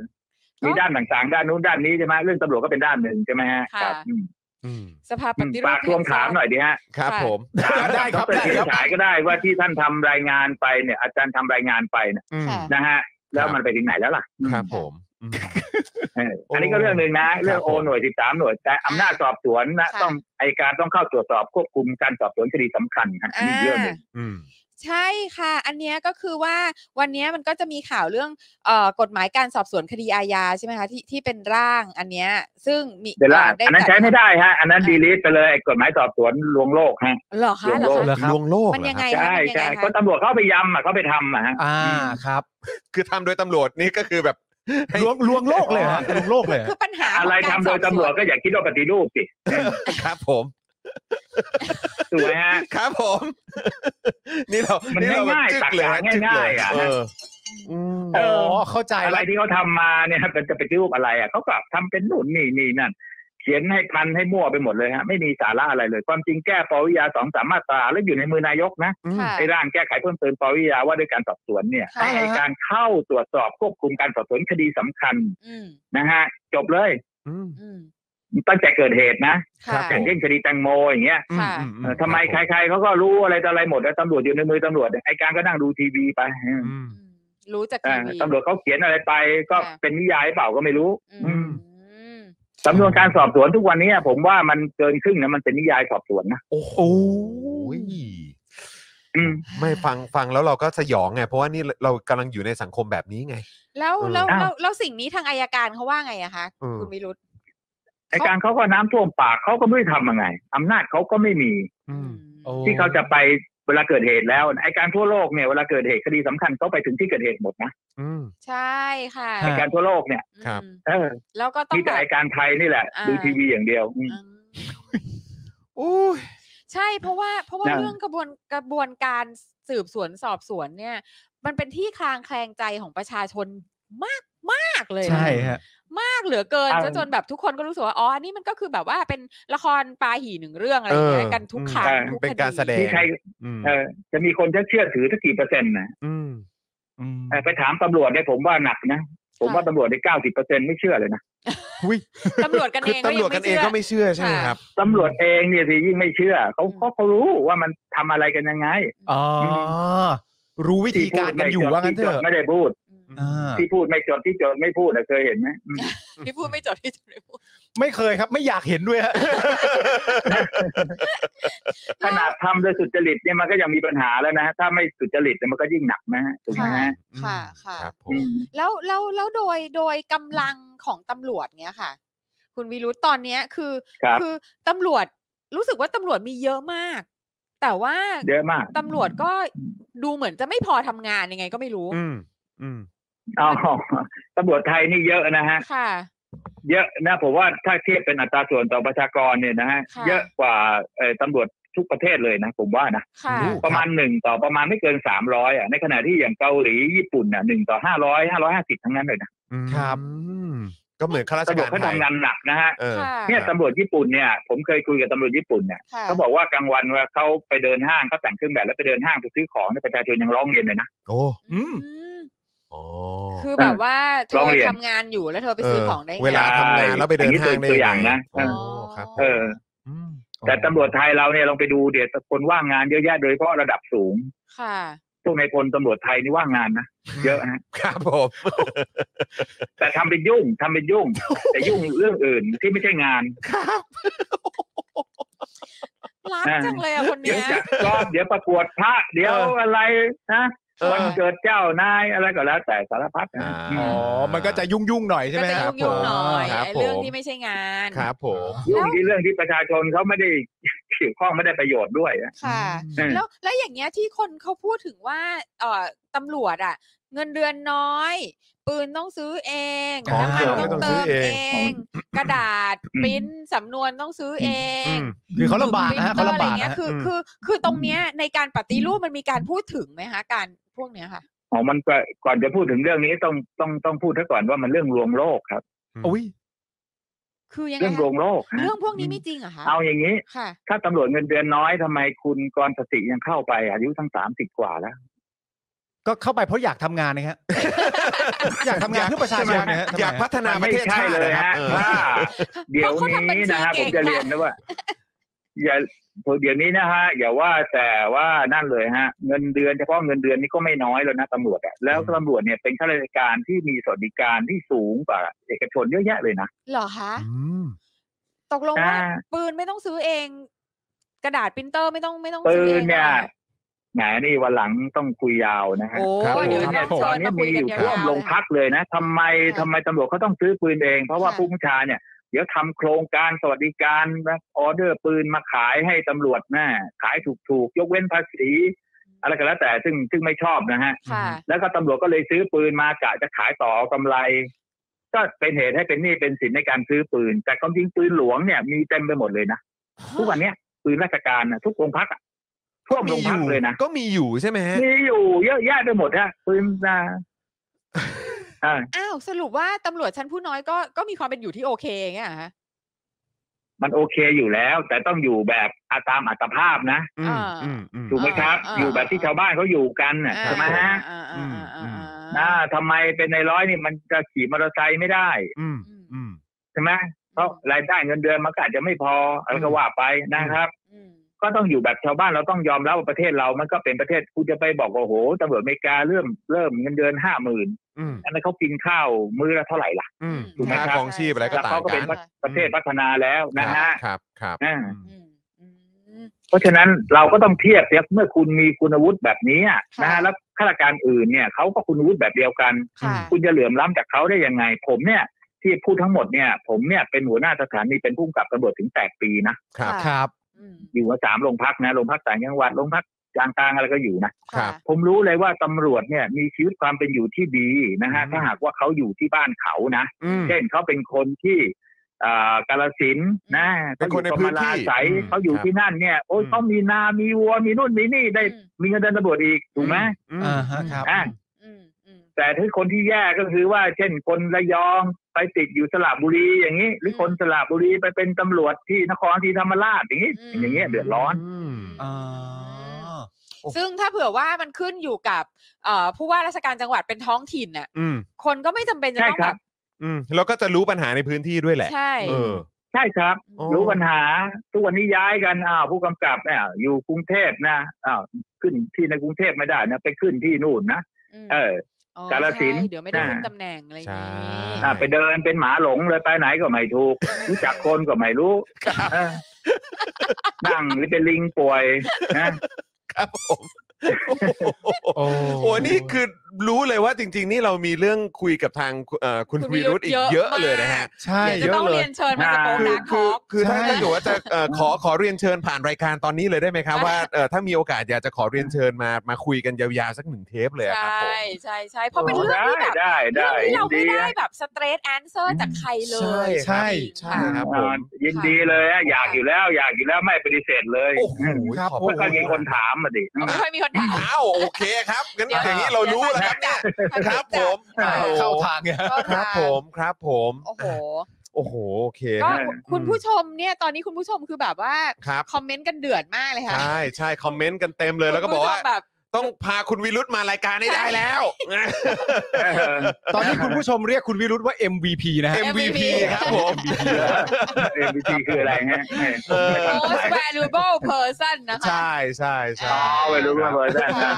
[SPEAKER 4] มีด้านต่างๆ ด้านนู้นด้านนี้ใช่ไหมเรื่องตำรวจก็เป็นด้านหนึ่งใช่ไหมฮะ
[SPEAKER 3] ค่ะ
[SPEAKER 4] ครับอืม
[SPEAKER 1] อืม
[SPEAKER 3] สภาพปฏิรูป
[SPEAKER 4] ฝากทวงถามหน่อยดีฮะ
[SPEAKER 1] ครับผม
[SPEAKER 4] ถาม
[SPEAKER 2] ได้ครับ
[SPEAKER 4] ด
[SPEAKER 2] ได้
[SPEAKER 4] เสีย
[SPEAKER 2] ครับ
[SPEAKER 4] ฉายก็ได้ว่าที่ท่านทำรายงานไปเนี่ย อาจารย์ทำรายงานไปเนี่ย
[SPEAKER 1] อืม
[SPEAKER 3] ค่ะ
[SPEAKER 4] นะฮะ แล้ว
[SPEAKER 1] ครับ
[SPEAKER 4] มันไปถึงไหนแล้วล่ะ
[SPEAKER 1] ครับผมอืม
[SPEAKER 4] เอออันนี้ก็เรื่องหนึ่งนะ เรื่อง
[SPEAKER 1] ครับ
[SPEAKER 4] โอ
[SPEAKER 1] ผม
[SPEAKER 4] หน่วยสิบสามหน่วยแต่อำนาจสอบสวนนะ
[SPEAKER 3] ค่ะ
[SPEAKER 4] ต้องอัยการต้องเข้าตรวจสอบควบคุมการสอบสวนคดีสำคัญนะ
[SPEAKER 3] อ่
[SPEAKER 4] อีกเรื่องห
[SPEAKER 3] า
[SPEAKER 4] นึ่ง
[SPEAKER 1] อืม
[SPEAKER 3] ใช่ค่ะ อันเนี้ยก็คือว่าวันเนี้ยมันก็จะมีข่าวเรื่องเอ่อกฎหมายการสอบสวนคดีอาญาใช่ไหมคะที่ที่เป็นร่างอันเนี้ยซึ่งมี
[SPEAKER 4] เดี๋ยวละ
[SPEAKER 3] อ่า
[SPEAKER 4] อันนั้น
[SPEAKER 3] จั
[SPEAKER 4] ใช้ไม่ได้ฮะ อันนั้น
[SPEAKER 3] อ่า
[SPEAKER 4] ดีลิทไปเลยไอ้กฎหมายสอบสวนลวงโลกฮะ
[SPEAKER 3] เหรอคะเหรอ
[SPEAKER 4] ลวงโลก
[SPEAKER 2] เหรอค
[SPEAKER 3] คะ
[SPEAKER 2] รับ
[SPEAKER 1] ลวงโลก
[SPEAKER 3] มัน
[SPEAKER 1] เหรอ
[SPEAKER 3] ยัง
[SPEAKER 1] ค
[SPEAKER 3] ไง
[SPEAKER 1] รับ
[SPEAKER 4] ใช่
[SPEAKER 3] คะมันยังไง
[SPEAKER 4] ใช่
[SPEAKER 3] คะ
[SPEAKER 4] ก็ตำรวจเข้าไปยำอ่ะเขาไปทำอ่ะฮะ
[SPEAKER 2] อ่าครับ
[SPEAKER 1] คือทำโดยตำรวจนี่ก็คือแบบ ให้
[SPEAKER 2] ลวงลวงโลกเลยฮะลวงโลกเลย
[SPEAKER 3] คือ
[SPEAKER 2] ฮะ
[SPEAKER 3] ปัญหาขง
[SPEAKER 4] อะไร
[SPEAKER 3] กา
[SPEAKER 4] ทำโดยตำรวจ
[SPEAKER 3] สอบสน
[SPEAKER 4] ก็อย่าคิดว่าปฏิรูปสิ
[SPEAKER 1] ครับผม
[SPEAKER 4] ถูกไหมฮะ
[SPEAKER 1] ครับผม นี่เรา
[SPEAKER 4] มัน
[SPEAKER 1] นี่เรา
[SPEAKER 4] ง่ายๆ
[SPEAKER 1] จึ๊กเลยฮะ
[SPEAKER 4] ตักกะ
[SPEAKER 1] จึ๊กเลย
[SPEAKER 4] ง่ายๆอ่ะ
[SPEAKER 1] เอออืม
[SPEAKER 4] เอ
[SPEAKER 2] อ๋
[SPEAKER 4] อ
[SPEAKER 2] อเข้าใจ
[SPEAKER 4] อะไร
[SPEAKER 2] แล้ว
[SPEAKER 4] ที่เขาทำมาเนี่ยเป็นจะปฏิรูปอะไรอ่ะเขากลับทำเป็นนู่นนี่นี่นั่น เขียนให้พันให้มั่วไปหมดเลยฮะไม่มีสาระอะไรเลย ความจริงแก้ปวิยาสองสามมาตราแล้วอยู่ในมือนายกนะ
[SPEAKER 1] อืม
[SPEAKER 3] ค่ะ
[SPEAKER 4] ไอ้ร่างแก้ไขเพิ่มเติมปวิยาว่าด้วยการสอบสวนเนี่ย
[SPEAKER 3] ค่ะ
[SPEAKER 4] ให้การเข้าตรวจสอบควบคุมการสอบสวนคดีสำคัญ
[SPEAKER 3] อืม
[SPEAKER 4] นะฮะ จบเลย
[SPEAKER 1] อืม
[SPEAKER 3] อืม
[SPEAKER 4] ตั้งแต่เกิดเหตุนะ
[SPEAKER 1] ครั
[SPEAKER 3] ค่ะ
[SPEAKER 1] บ
[SPEAKER 4] อย่างเช่นคดีแตงโมอย่างเงี้ย
[SPEAKER 1] อืม
[SPEAKER 3] ค่ะ
[SPEAKER 1] อือื
[SPEAKER 4] เออทำไมใครๆเขาก็รู้อะไรต่ออะไรหมดแล้วตำรวจอยู่ในมือตำรวจเนี่ยไอ้การก็นั่งดูทีวีไป
[SPEAKER 1] อืม
[SPEAKER 3] อืมรู้จาก
[SPEAKER 4] เอ
[SPEAKER 3] ที
[SPEAKER 4] อ
[SPEAKER 3] วี
[SPEAKER 4] ตำรวจเขาเขียนอะไรไปก็
[SPEAKER 3] ค่ะ
[SPEAKER 4] เป็นนิยายเปล่าก็ไม่รู้
[SPEAKER 3] อืม
[SPEAKER 4] สำนวนการสอบสวนทุกวันเนี้ยผมว่ามันเกินครึ่งนะมันเป็นนิยายสอบสวนนะ
[SPEAKER 1] โอ้โห
[SPEAKER 4] อืม
[SPEAKER 1] ไม่ฟังฟังแล้วเราก็สยองไง เพราะว่านี่เรากำลังอยู่ในสังคมแบบนี้ไง
[SPEAKER 3] แล้ว
[SPEAKER 1] เออ
[SPEAKER 3] แล้ว
[SPEAKER 4] อ้าว
[SPEAKER 3] แล้วแล้วสิ่งนี้ทางอายการเขาว่าไงอะคะ
[SPEAKER 1] เออ
[SPEAKER 3] คุณวิรุธ
[SPEAKER 4] ไอ้การเขาก็น้ำท่วมปากเขาก็ไม่รู้ทำยังไงอำนาจเขาก็ไม่มี
[SPEAKER 1] อืม
[SPEAKER 2] โอ้
[SPEAKER 4] ที่เขาจะไปเวลาเกิดเหตุแล้วไอ้การทั่วโลกเนี่ยเวลาเกิดเหตุคดีสำคัญเขาไปถึงที่เกิดเหตุหมดนะ
[SPEAKER 1] อืม
[SPEAKER 3] ใช่ค่ะ
[SPEAKER 2] ฮะ
[SPEAKER 4] การทั่วโลกเนี่ย
[SPEAKER 1] ครับ
[SPEAKER 3] อืม
[SPEAKER 4] เออ
[SPEAKER 3] แล้วก็ต้อง
[SPEAKER 4] มีแต่
[SPEAKER 3] แบบ
[SPEAKER 4] ไอ้การไทยนี่แหละ
[SPEAKER 3] อ่า
[SPEAKER 4] ดูทีวีอย่างเดียวอืม
[SPEAKER 3] อืม
[SPEAKER 1] อ้ย
[SPEAKER 3] ใช่เพราะว่าเพราะว่า
[SPEAKER 4] น่ะ
[SPEAKER 3] เรื่องกระบวนกระบวนการสืบสวนสอบสวนเนี่ย มันเป็นที่คลางแคลงใจของประชาชนมากมากเลยนะ
[SPEAKER 2] ใช่ฮะ
[SPEAKER 3] มากเหลือเกิน
[SPEAKER 4] อ่า
[SPEAKER 3] ซะจนแบบทุกคนก็รู้สึกว่าอ๋ออันนี้มันก็คือแบบว่าเป็นละครปาหีหนึ่งเรื่องอะไรอย่างเงี้
[SPEAKER 1] เอย อ
[SPEAKER 3] กันทุก
[SPEAKER 1] อืม
[SPEAKER 3] ครั้ง
[SPEAKER 1] ใช่
[SPEAKER 3] ทุก
[SPEAKER 1] เป็น
[SPEAKER 3] ค
[SPEAKER 1] การ
[SPEAKER 3] ดี
[SPEAKER 1] แสดง
[SPEAKER 4] ที่ใคร
[SPEAKER 1] อืม
[SPEAKER 4] เออจะมีคนจะเชื่อถือสักกี่เปอร์เซ็นต์นะ
[SPEAKER 1] อืม
[SPEAKER 2] อืม
[SPEAKER 4] เอ่อไปถามตำรวจเนี่ยผมว่าหนักนะ ผมว่าตำรวจในเก้าสิบเปอร์เซ็นไม่เชื่อเลยนะ
[SPEAKER 2] อุ้ย
[SPEAKER 3] ตำรวจกัน
[SPEAKER 1] คือ
[SPEAKER 3] เอง
[SPEAKER 1] ตำรวจกันเองก็
[SPEAKER 3] ไม่
[SPEAKER 1] ไม่เชื่อใช่ไหมครับ
[SPEAKER 4] ตำรวจเองเนี่ยสิยิ่งไม่เชื่อเขา
[SPEAKER 3] อืม
[SPEAKER 4] เขาเขารู้ว่ามันทำอะไรกันยังไง
[SPEAKER 2] อ๋อ รู้วิธีการกันอยู่ว่างั้นเถ
[SPEAKER 4] ที่พู
[SPEAKER 2] อะ
[SPEAKER 4] ดไม่ได้พูด
[SPEAKER 3] อืม
[SPEAKER 2] อ่า
[SPEAKER 4] ที่พูดไม่จดที่จดไม่พูดนะเคยเห็นไหมอืม
[SPEAKER 3] ที่พูดไม่จบที่จะไม่พูด
[SPEAKER 2] ไม่เคยครับ ไม่อยากเห็นด้วยฮะ
[SPEAKER 4] ขนาดทำโดยสุจริตเนี่ยมันก็ยังมีปัญหาแล้วนะฮะถ้าไม่สุจริตเนี่ยมันก็ยิ่งหนักนะฮะถูกไหมฮะ
[SPEAKER 3] ค่ะค่ะ
[SPEAKER 1] รับผ
[SPEAKER 4] อื
[SPEAKER 1] ม
[SPEAKER 4] ม
[SPEAKER 3] แล้วแล้วแล้วโดยโดยกำลังของตำรวจเนี้ยค่ะ คุณวิรุธตอนเนี้ยคือ
[SPEAKER 4] ครับ
[SPEAKER 3] อตำรวจรู้สึกว่าตำรวจมีเยอะมาก แต่ว่า
[SPEAKER 4] เยอะมาก
[SPEAKER 3] ตำรวจก็ดูเหมือนจะไม่พอทำงานยังไงก็ไม่รู้
[SPEAKER 1] อืม อืม
[SPEAKER 4] เอาตำรวจไทยนี่เยอะนะฮะ
[SPEAKER 3] ค่ะ
[SPEAKER 4] เยอะนะผมว่าถ้าเทียบเป็นอัตราส่วนต่อประชากรเนี่ยนะฮะ
[SPEAKER 3] ค่ะ
[SPEAKER 4] เยอะกว่าเอ่อตำรวจทุกประเทศเลยนะผมว่านะ
[SPEAKER 3] ค่ะ
[SPEAKER 1] รู้
[SPEAKER 4] ประมาณหนึ่งต่อประมาณไม่เกินสามร้อยอ่ะในขณะที่อย่างเกาหลีญี่ปุ่นอ่ะหนึ่งต่อห้าร้อยห้าร้อยห้าสิบทั้งนั้นเลยนะครับ
[SPEAKER 1] อืมก็เหมือนข้าราช
[SPEAKER 4] ตำรว
[SPEAKER 1] การ
[SPEAKER 4] จเขา
[SPEAKER 1] ไทย
[SPEAKER 4] ทำงานหนักนะฮะ
[SPEAKER 1] เออ
[SPEAKER 3] ค่ะ
[SPEAKER 4] เนี่ยตำรวจญี่ปุ่นเนี่ยผมเคยคุยกับตำรวจญี่ปุ่นเนี่ย
[SPEAKER 3] ค่ะ
[SPEAKER 4] เขาบอกว่ากลางวันเว่าเขาไปเดินห้างเขาแต่งเครื่องแบบแล้วไปเดินห้างไปซื้อของเนี่ยประชาชนยังร้องเรียนเลยนะ
[SPEAKER 1] โอ้
[SPEAKER 2] อืม
[SPEAKER 3] อืม
[SPEAKER 1] โอ้
[SPEAKER 3] คือแบบว่าเธ
[SPEAKER 4] ร้อ
[SPEAKER 3] อง
[SPEAKER 4] เรียน
[SPEAKER 3] ทำงานอยู่แล้วเธอไปซื้อของได้ไง
[SPEAKER 1] เวลาทำงานแล้วไปเดินห้างได้
[SPEAKER 4] อันนี้ตัว
[SPEAKER 1] ไ
[SPEAKER 4] อย่างนะ
[SPEAKER 1] โอ้ครับผม
[SPEAKER 4] เออ
[SPEAKER 1] อืม
[SPEAKER 4] แต่ตำรวจไทยเราเนี่ยลองไปดูเดี๋ยวคนว่างงานเยอะแยะโดยเฉพาะระดับสูง
[SPEAKER 3] ค่ะ
[SPEAKER 4] พวกในายพลตำรวจไทยนี่ว่างงานนะเยอะฮะ
[SPEAKER 1] ครับผม
[SPEAKER 4] แต่ทำเป็นยุ่งทำเป็นยุ่ง แต่ยุ่งเรื่องอื่นที่ไม่ใช่งาน
[SPEAKER 3] รักจังเลยอ่ะคน
[SPEAKER 4] เดี๋ย
[SPEAKER 3] เนี้
[SPEAKER 4] วย จะรอบเดี๋ยวประกวดพระเดี๋ยว
[SPEAKER 1] เอออ
[SPEAKER 4] อะไรนะ
[SPEAKER 1] เออ
[SPEAKER 4] วันเกิดเจ้านายอะไรก็แล้วแต่สารพัดนะ
[SPEAKER 1] อ่า
[SPEAKER 2] อ๋อ มันก็จะยุ่งยุ่งๆหน่อยใช่
[SPEAKER 3] ก็
[SPEAKER 2] ไหม
[SPEAKER 3] จะ
[SPEAKER 2] ครับ
[SPEAKER 3] ยุ่งยุ่งๆหน่อย
[SPEAKER 1] ครับ
[SPEAKER 3] ไอ้เรื่อง
[SPEAKER 1] ผม
[SPEAKER 3] ที่ไม่ใช่งาน
[SPEAKER 1] ครับผม
[SPEAKER 4] ยุ่งที่เรื่องที่ประชาชนเขาไม่ได้ เกี่ยวข้องไม่ได้ประโยชน์ด้วยอะ
[SPEAKER 3] ค่ะ
[SPEAKER 1] อืม
[SPEAKER 3] แล้วแล้วอย่างเงี้ยที่คนเขาพูดถึงว่าเอ่อตำรวจอ่ะ เงินเดือนน้อย ปืนต้องซื้อเอง
[SPEAKER 1] ของ
[SPEAKER 3] น้ำมัน
[SPEAKER 1] เธอ
[SPEAKER 3] ต้อง
[SPEAKER 1] ไม่ต้องซื้
[SPEAKER 3] เติ
[SPEAKER 1] อ
[SPEAKER 3] ม
[SPEAKER 1] เอ
[SPEAKER 3] เอง ง กระดาษ
[SPEAKER 4] อืม
[SPEAKER 3] ปริ้นสำนวนต้องซื้อเอง
[SPEAKER 1] อืม
[SPEAKER 2] คือเขาลำบากนะฮะ
[SPEAKER 3] ปริ
[SPEAKER 2] เขา
[SPEAKER 3] นตอร์
[SPEAKER 2] ลำบาก
[SPEAKER 3] อะไรเงี้
[SPEAKER 2] นะ
[SPEAKER 3] ย
[SPEAKER 2] ฮะ
[SPEAKER 3] คือ
[SPEAKER 1] อืม
[SPEAKER 3] คือคือตรงเนี้ยในการปฏิรูปมันมีการพูดถึงไหมคะการพวกเนี้ยค่ะ
[SPEAKER 4] ของมันก็ก่อนจะพูดถึงเรื่องนี้ต้องต้องต้องพูดซะก่อนว่ามันเรื่องลวงโลกครับ
[SPEAKER 2] อุ้ย
[SPEAKER 3] คือยังไง
[SPEAKER 4] เรื่องล
[SPEAKER 3] คะ
[SPEAKER 4] วงโลกนะ
[SPEAKER 3] เรื่องพวกนี้ไม่จริงเหรอคะ
[SPEAKER 4] เอาอย่างนี้
[SPEAKER 3] ค่ะ
[SPEAKER 4] ถ้าตำรวจเงินเดือนน้อยทำไมคุณกรณ์สติยังเข้าไปอายุทั้งสามสิบกว่าแล้ว
[SPEAKER 2] ก็เข้าไปเพราะอยากทำงานนะฮะ อยากทำงานเพื่อประชาชนนะฮะ
[SPEAKER 1] อยากพัฒนาประเทศชาติ
[SPEAKER 4] ไม่ใช่เลย
[SPEAKER 1] นะค
[SPEAKER 4] ฮะ
[SPEAKER 1] รับเออ
[SPEAKER 4] ถ้าเดี๋ยวนี้นะฮะ
[SPEAKER 3] เพ
[SPEAKER 4] ผ
[SPEAKER 3] ราะเขาทำบัญชี
[SPEAKER 4] ม
[SPEAKER 3] เก่งนะ
[SPEAKER 4] จะเรียนนะว่า อย่าเดี๋ยวนี้นะฮะอย่าว่าแต่ว่านั่นเลยฮะ เงินเดือนเฉพาะเงินเดือนนี่ก็ไม่น้อยแล้วนะตำรวจอะแล้ว
[SPEAKER 1] อืม
[SPEAKER 4] ตำรวจเนี่ยเป็นข้าราชการที่มีสวัสดิการที่สูงกว่าเอกชนเยอะแยะเลยนะ
[SPEAKER 3] เหรอคะ
[SPEAKER 1] อืม
[SPEAKER 3] ตกลงว่า
[SPEAKER 4] อ่า
[SPEAKER 3] ปืนไม่ต้องซื้อเอง กระดาษปรินเตอร์ไม่ต้องไม่ต้อง
[SPEAKER 4] ปื
[SPEAKER 3] ซื้อเอน ง
[SPEAKER 4] เนี่ย
[SPEAKER 3] หรอ
[SPEAKER 4] แหมนี่วันหลังต้องคุยยาวนะฮะ
[SPEAKER 3] โอ้
[SPEAKER 1] ครับ
[SPEAKER 3] ยเดี๋ยว
[SPEAKER 1] ผม
[SPEAKER 3] เดี๋ยว
[SPEAKER 4] ปื
[SPEAKER 3] เชิ
[SPEAKER 4] ตอน
[SPEAKER 3] ญ
[SPEAKER 4] นี้
[SPEAKER 3] มาคุยกัน
[SPEAKER 4] มีอยู่
[SPEAKER 3] ยา
[SPEAKER 4] ท่วม
[SPEAKER 3] วๆ
[SPEAKER 4] โร
[SPEAKER 3] เล
[SPEAKER 4] ง
[SPEAKER 3] ย
[SPEAKER 4] พั
[SPEAKER 3] ค่ะ
[SPEAKER 4] กเลยนะทำไม
[SPEAKER 3] ค่ะ
[SPEAKER 4] ทำไมตำรวจเขาต้องซื้อปืนเอง เพราะว่า
[SPEAKER 3] ค่ะ
[SPEAKER 4] ผู้บัญชาเนี่ย เดี๋ยวทำโครงการสวัสดิการนะออเดอร์ปืนมาขายให้ตำรวจนะขายถูกๆ ยกเว้นภาษี อะไรก็แล้วแต่ซึ่งซึ่งไม่ชอบนะฮะ
[SPEAKER 3] ค่ะ
[SPEAKER 4] แล้วก็ตำรวจก็เลยซื้อปืนมากะจะขายต่อเอากำไร ก็เป็นเหตุให้เป็นหนี้เป็นสินในการซื้อปืน แต่ความจริงปืนหลวงเนี่ยมีเต็มไปหมดเลยนะ ทุกวันเนี้ยปืนราชการนะทุกโรงพักอะท่วมโร
[SPEAKER 1] มี
[SPEAKER 4] ง
[SPEAKER 1] อ
[SPEAKER 4] พัก
[SPEAKER 1] ยู่
[SPEAKER 4] เลยนะ
[SPEAKER 1] ก็มีอยู่ใช่ไหมฮะ
[SPEAKER 4] มีอยู่เยอะแยะไปหมดฮะปืนนะอ่า
[SPEAKER 3] อ้าวสรุปว่าตำรวจชั้นผู้น้อยก็ก็มีความเป็นอยู่ที่โอเคอย่างเงี้ยเหรอคะ
[SPEAKER 4] มันโอเคอยู่แล้ว แต่ต้องอยู่แบบอาตามอัตภาพนะ
[SPEAKER 1] อืมอืมอืม
[SPEAKER 4] ถูกไหมครับ
[SPEAKER 3] า
[SPEAKER 4] อยู่แบบที่ชาวบ้านเขาอยู่กันน่ะ
[SPEAKER 3] อ่า
[SPEAKER 4] ใช่ไหมฮะ
[SPEAKER 3] อ่าอ่าอ่าอ่า
[SPEAKER 1] อืม
[SPEAKER 3] อ่า
[SPEAKER 4] อ่าทำไมเป็นในร้อยนี่มันจะขี่มอเตอร์ไซค์ไม่ได้
[SPEAKER 1] อืมอืม
[SPEAKER 4] ใช่ไหมเพราะรายได้เงินเดือนมันก็อาจจะไม่พออะไรก็ว่าไปนะครับ
[SPEAKER 3] อืม
[SPEAKER 4] ก็ต้องอยู่แบบชาวบ้านเราต้องยอมรับว่าประเทศเรามันก็เป็นประเทศคุณจะไปบอกว่าโอ้โหตำรวจอเมริกาเริ่มเริ่มเงินเดือนห้าหมื่น
[SPEAKER 1] อืม
[SPEAKER 4] อันนั้นเขากินข้าวมื้อละเท่าไหร่ล่ะ
[SPEAKER 1] อืม
[SPEAKER 4] ถูกไหม
[SPEAKER 1] ค่า
[SPEAKER 4] ครับ
[SPEAKER 1] ของชีพอะไรก็
[SPEAKER 4] แล้ว
[SPEAKER 1] ต่าง
[SPEAKER 4] เขาก็
[SPEAKER 1] กั
[SPEAKER 4] เป็น
[SPEAKER 1] น
[SPEAKER 4] ประประเทศพัฒนาแล้วนะฮะ
[SPEAKER 1] ครับครับ
[SPEAKER 4] อ่า
[SPEAKER 1] อืม
[SPEAKER 3] อืมอืม
[SPEAKER 4] เพราะฉะนั้นเราก็ต้องเทียบเทียบเมื่อคุณมีคุณวุฒิแบบนี้อะนะ
[SPEAKER 3] ค่ะ
[SPEAKER 4] ฮะแล้วข้าราชการอื่นเนี่ยเขาก็คุณวุฒิแบบเดียวกัน
[SPEAKER 3] ค่ะ
[SPEAKER 4] คุณจะเหลื่อมล้ำจากเขาได้ยังไง ผมเนี่ยที่พูดทั้งหมดเนี่ย ผมเนี่ยเป็นหัวหน้าสถานีเป็นผู้กำกับตำรวจถึงแปดปีนะ
[SPEAKER 1] ครับ
[SPEAKER 2] ครับ
[SPEAKER 3] อืม
[SPEAKER 4] อยู่มาสามโรงพักนะโรงพักต่างจังหวัดโรงพักกลางกลางๆอะไรก็อยู่นะ
[SPEAKER 1] ครั
[SPEAKER 3] ค่ะ
[SPEAKER 1] บ
[SPEAKER 4] ผมรู้เลยว่าตำรวจเนี่ยมีชีวิตความเป็นอยู่ที่ดีนะฮะ
[SPEAKER 1] อืม
[SPEAKER 4] ถ้าหากว่าเขาอยู่ที่บ้านเขานะ
[SPEAKER 1] อืม
[SPEAKER 4] เช่นเขาเป็นคนที่อ่ากาลสินธุ์นะ
[SPEAKER 1] เป็นคนในพื้นที่
[SPEAKER 4] เขาอยู่กรรมลาไสย
[SPEAKER 1] อืม
[SPEAKER 4] เขาอยู่
[SPEAKER 1] ครับ
[SPEAKER 4] ที่นั่นเนี่ย โอ้ย
[SPEAKER 1] อืม
[SPEAKER 4] เขามีนา มีวัวมีนู่นมีนี่ได้
[SPEAKER 3] อืม
[SPEAKER 4] มีเงินเดือนตำรวจอีกถูกไหม
[SPEAKER 1] อืม
[SPEAKER 2] อ่าฮะครับ
[SPEAKER 4] อ่ะ
[SPEAKER 3] อืมอืม
[SPEAKER 4] แต่ถ้าคนที่แย่ก็คือว่าเช่นคนระยองไปติดอยู่สระบุรีอย่างนี้ หรือคนสระบุรีไปเป็นตำรวจที่นครศรีธรรมราชอย่างนี้
[SPEAKER 3] อืม
[SPEAKER 4] อย่างเงี้ยเดือดร้อน
[SPEAKER 1] ม
[SPEAKER 2] อ่า โอ้
[SPEAKER 3] ซึ่งถ้าเผื่อว่ามันขึ้นอยู่กับเอ่อผู้ว่าราชการจังหวัดเป็นท้องถิ่นน่ะ
[SPEAKER 1] อืม
[SPEAKER 3] คนก็ไม่จำเป็นจะ
[SPEAKER 4] ใช่
[SPEAKER 3] ต้อง
[SPEAKER 4] ครั
[SPEAKER 3] แบบ บ
[SPEAKER 1] อืมแล้วก็จะรู้ปัญหาในพื้นที่ด้วยแหละ
[SPEAKER 3] ใช่
[SPEAKER 1] เออ
[SPEAKER 4] ใช่ครับ
[SPEAKER 1] อ๋อ
[SPEAKER 4] รู้ปัญหาทุกวันนี้ย้ายกันอ้าวผู้กำกับเนี่ยอยู่กรุงเทพนะอ้าวขึ้นที่ในกรุงเทพไม่ได้นะไปขึ้นที่นู่นนะ
[SPEAKER 3] อืม
[SPEAKER 4] เออ
[SPEAKER 3] อ๋อก
[SPEAKER 4] าฬสินธุ์
[SPEAKER 3] ใช่เดี๋ยวไม่ได้ขึ้นตำแหน่งอะไรอย่างนี้
[SPEAKER 1] ใช่
[SPEAKER 4] อ่ะไปเดินเป็นหมาหลงเลยไปไหนก็ไม่ถูก รู้จักคนก็ไม่รู้เออนั่งหรือเป็นลิงป่วยนะครับ
[SPEAKER 1] ผมโอ้โหนี่คือรู้เลยว่าจริง ๆ นี่เรามีเรื่องคุยกับทางเอ่อคุณวีรุธอีกเยอะเลยนะฮะ
[SPEAKER 2] ใช่
[SPEAKER 3] เดี๋ยวจะต้องเรียนเชิญมาสโป
[SPEAKER 1] คื
[SPEAKER 3] น
[SPEAKER 1] อ
[SPEAKER 3] ค
[SPEAKER 1] คือ
[SPEAKER 3] อก
[SPEAKER 1] คือถ้าถ้าเกิดว่าจะ เอ่อขอขอเรียนเชิญผ่านรายการตอนนี้เลยได้ไหมครับ ว่าเอ่อถ้ามีโอกาสอยากจะขอเรียนเชิญมามาคุยกันยาวๆสักหนึ่งเทปเลยอะครับผม
[SPEAKER 3] ใช่ใช่ใช่เพราะเป็นเรื่องที่
[SPEAKER 4] ได้
[SPEAKER 3] แบบ
[SPEAKER 4] ได้
[SPEAKER 3] เรื่
[SPEAKER 4] ได้
[SPEAKER 3] องที่เราไม่
[SPEAKER 4] ยินดี
[SPEAKER 3] ได้
[SPEAKER 4] นะ
[SPEAKER 3] แบบสเตรทแอนเซอร์จากใครเลย
[SPEAKER 1] ใช่ใช่
[SPEAKER 3] ะ
[SPEAKER 1] ครับ ผม
[SPEAKER 4] เออยินดีเลยอะอยากอยู่แล้ว อยากอยู่แล้วไม่ปฏิเสธเลย
[SPEAKER 1] โอ้โห
[SPEAKER 2] ครับ
[SPEAKER 1] ขอบ
[SPEAKER 2] ผ
[SPEAKER 4] ไม่ค่อยมีคนถามมาดิ
[SPEAKER 3] ไม่ค่อยมีคนถาม
[SPEAKER 1] อ้าวโอเคครับงั้น
[SPEAKER 3] เดี๋ยว
[SPEAKER 1] อย่างนี้เรารู้แล้วครับเนี่ย
[SPEAKER 3] เดี๋ยว
[SPEAKER 1] ครับผม
[SPEAKER 3] เดี๋ยว
[SPEAKER 1] โอ้โห
[SPEAKER 2] เข้าทางเนี่ย
[SPEAKER 3] ก็
[SPEAKER 1] ครับผมครับผม
[SPEAKER 3] โอ้โห
[SPEAKER 1] โอ้โหโอเค
[SPEAKER 3] ก็
[SPEAKER 1] ฮะ
[SPEAKER 3] คุณผู้ชมเนี่ยตอนนี้คุณผู้ชมคือแบบว่า
[SPEAKER 1] ครับ
[SPEAKER 3] คอมเมนต์กันเดือดมากเลยค่ะ
[SPEAKER 1] ใช่ใช่คอมเมนต์กันเต็มเลยแล้วก็บอกว่า
[SPEAKER 3] คุณผู้ชมแบบ
[SPEAKER 1] ต้องพาคุณวิรุธมารายการให้ได้แล้ว
[SPEAKER 2] ตอนนี้คุณผู้ชมเรียกคุณวิรุธว่า MVP นะฮะ
[SPEAKER 1] MVP ครับผม
[SPEAKER 4] เอ็มบีคืออะไรฮะไม่ผ
[SPEAKER 1] เอ
[SPEAKER 4] ม
[SPEAKER 1] อ
[SPEAKER 3] โ o
[SPEAKER 4] ไม่เข้า
[SPEAKER 3] s
[SPEAKER 4] ใจ
[SPEAKER 3] t valuable person นะคะ
[SPEAKER 1] ใช่ใช่ใช่
[SPEAKER 3] อ๋อ
[SPEAKER 4] เอาไปรู้ว่าเบอร์ได้นะ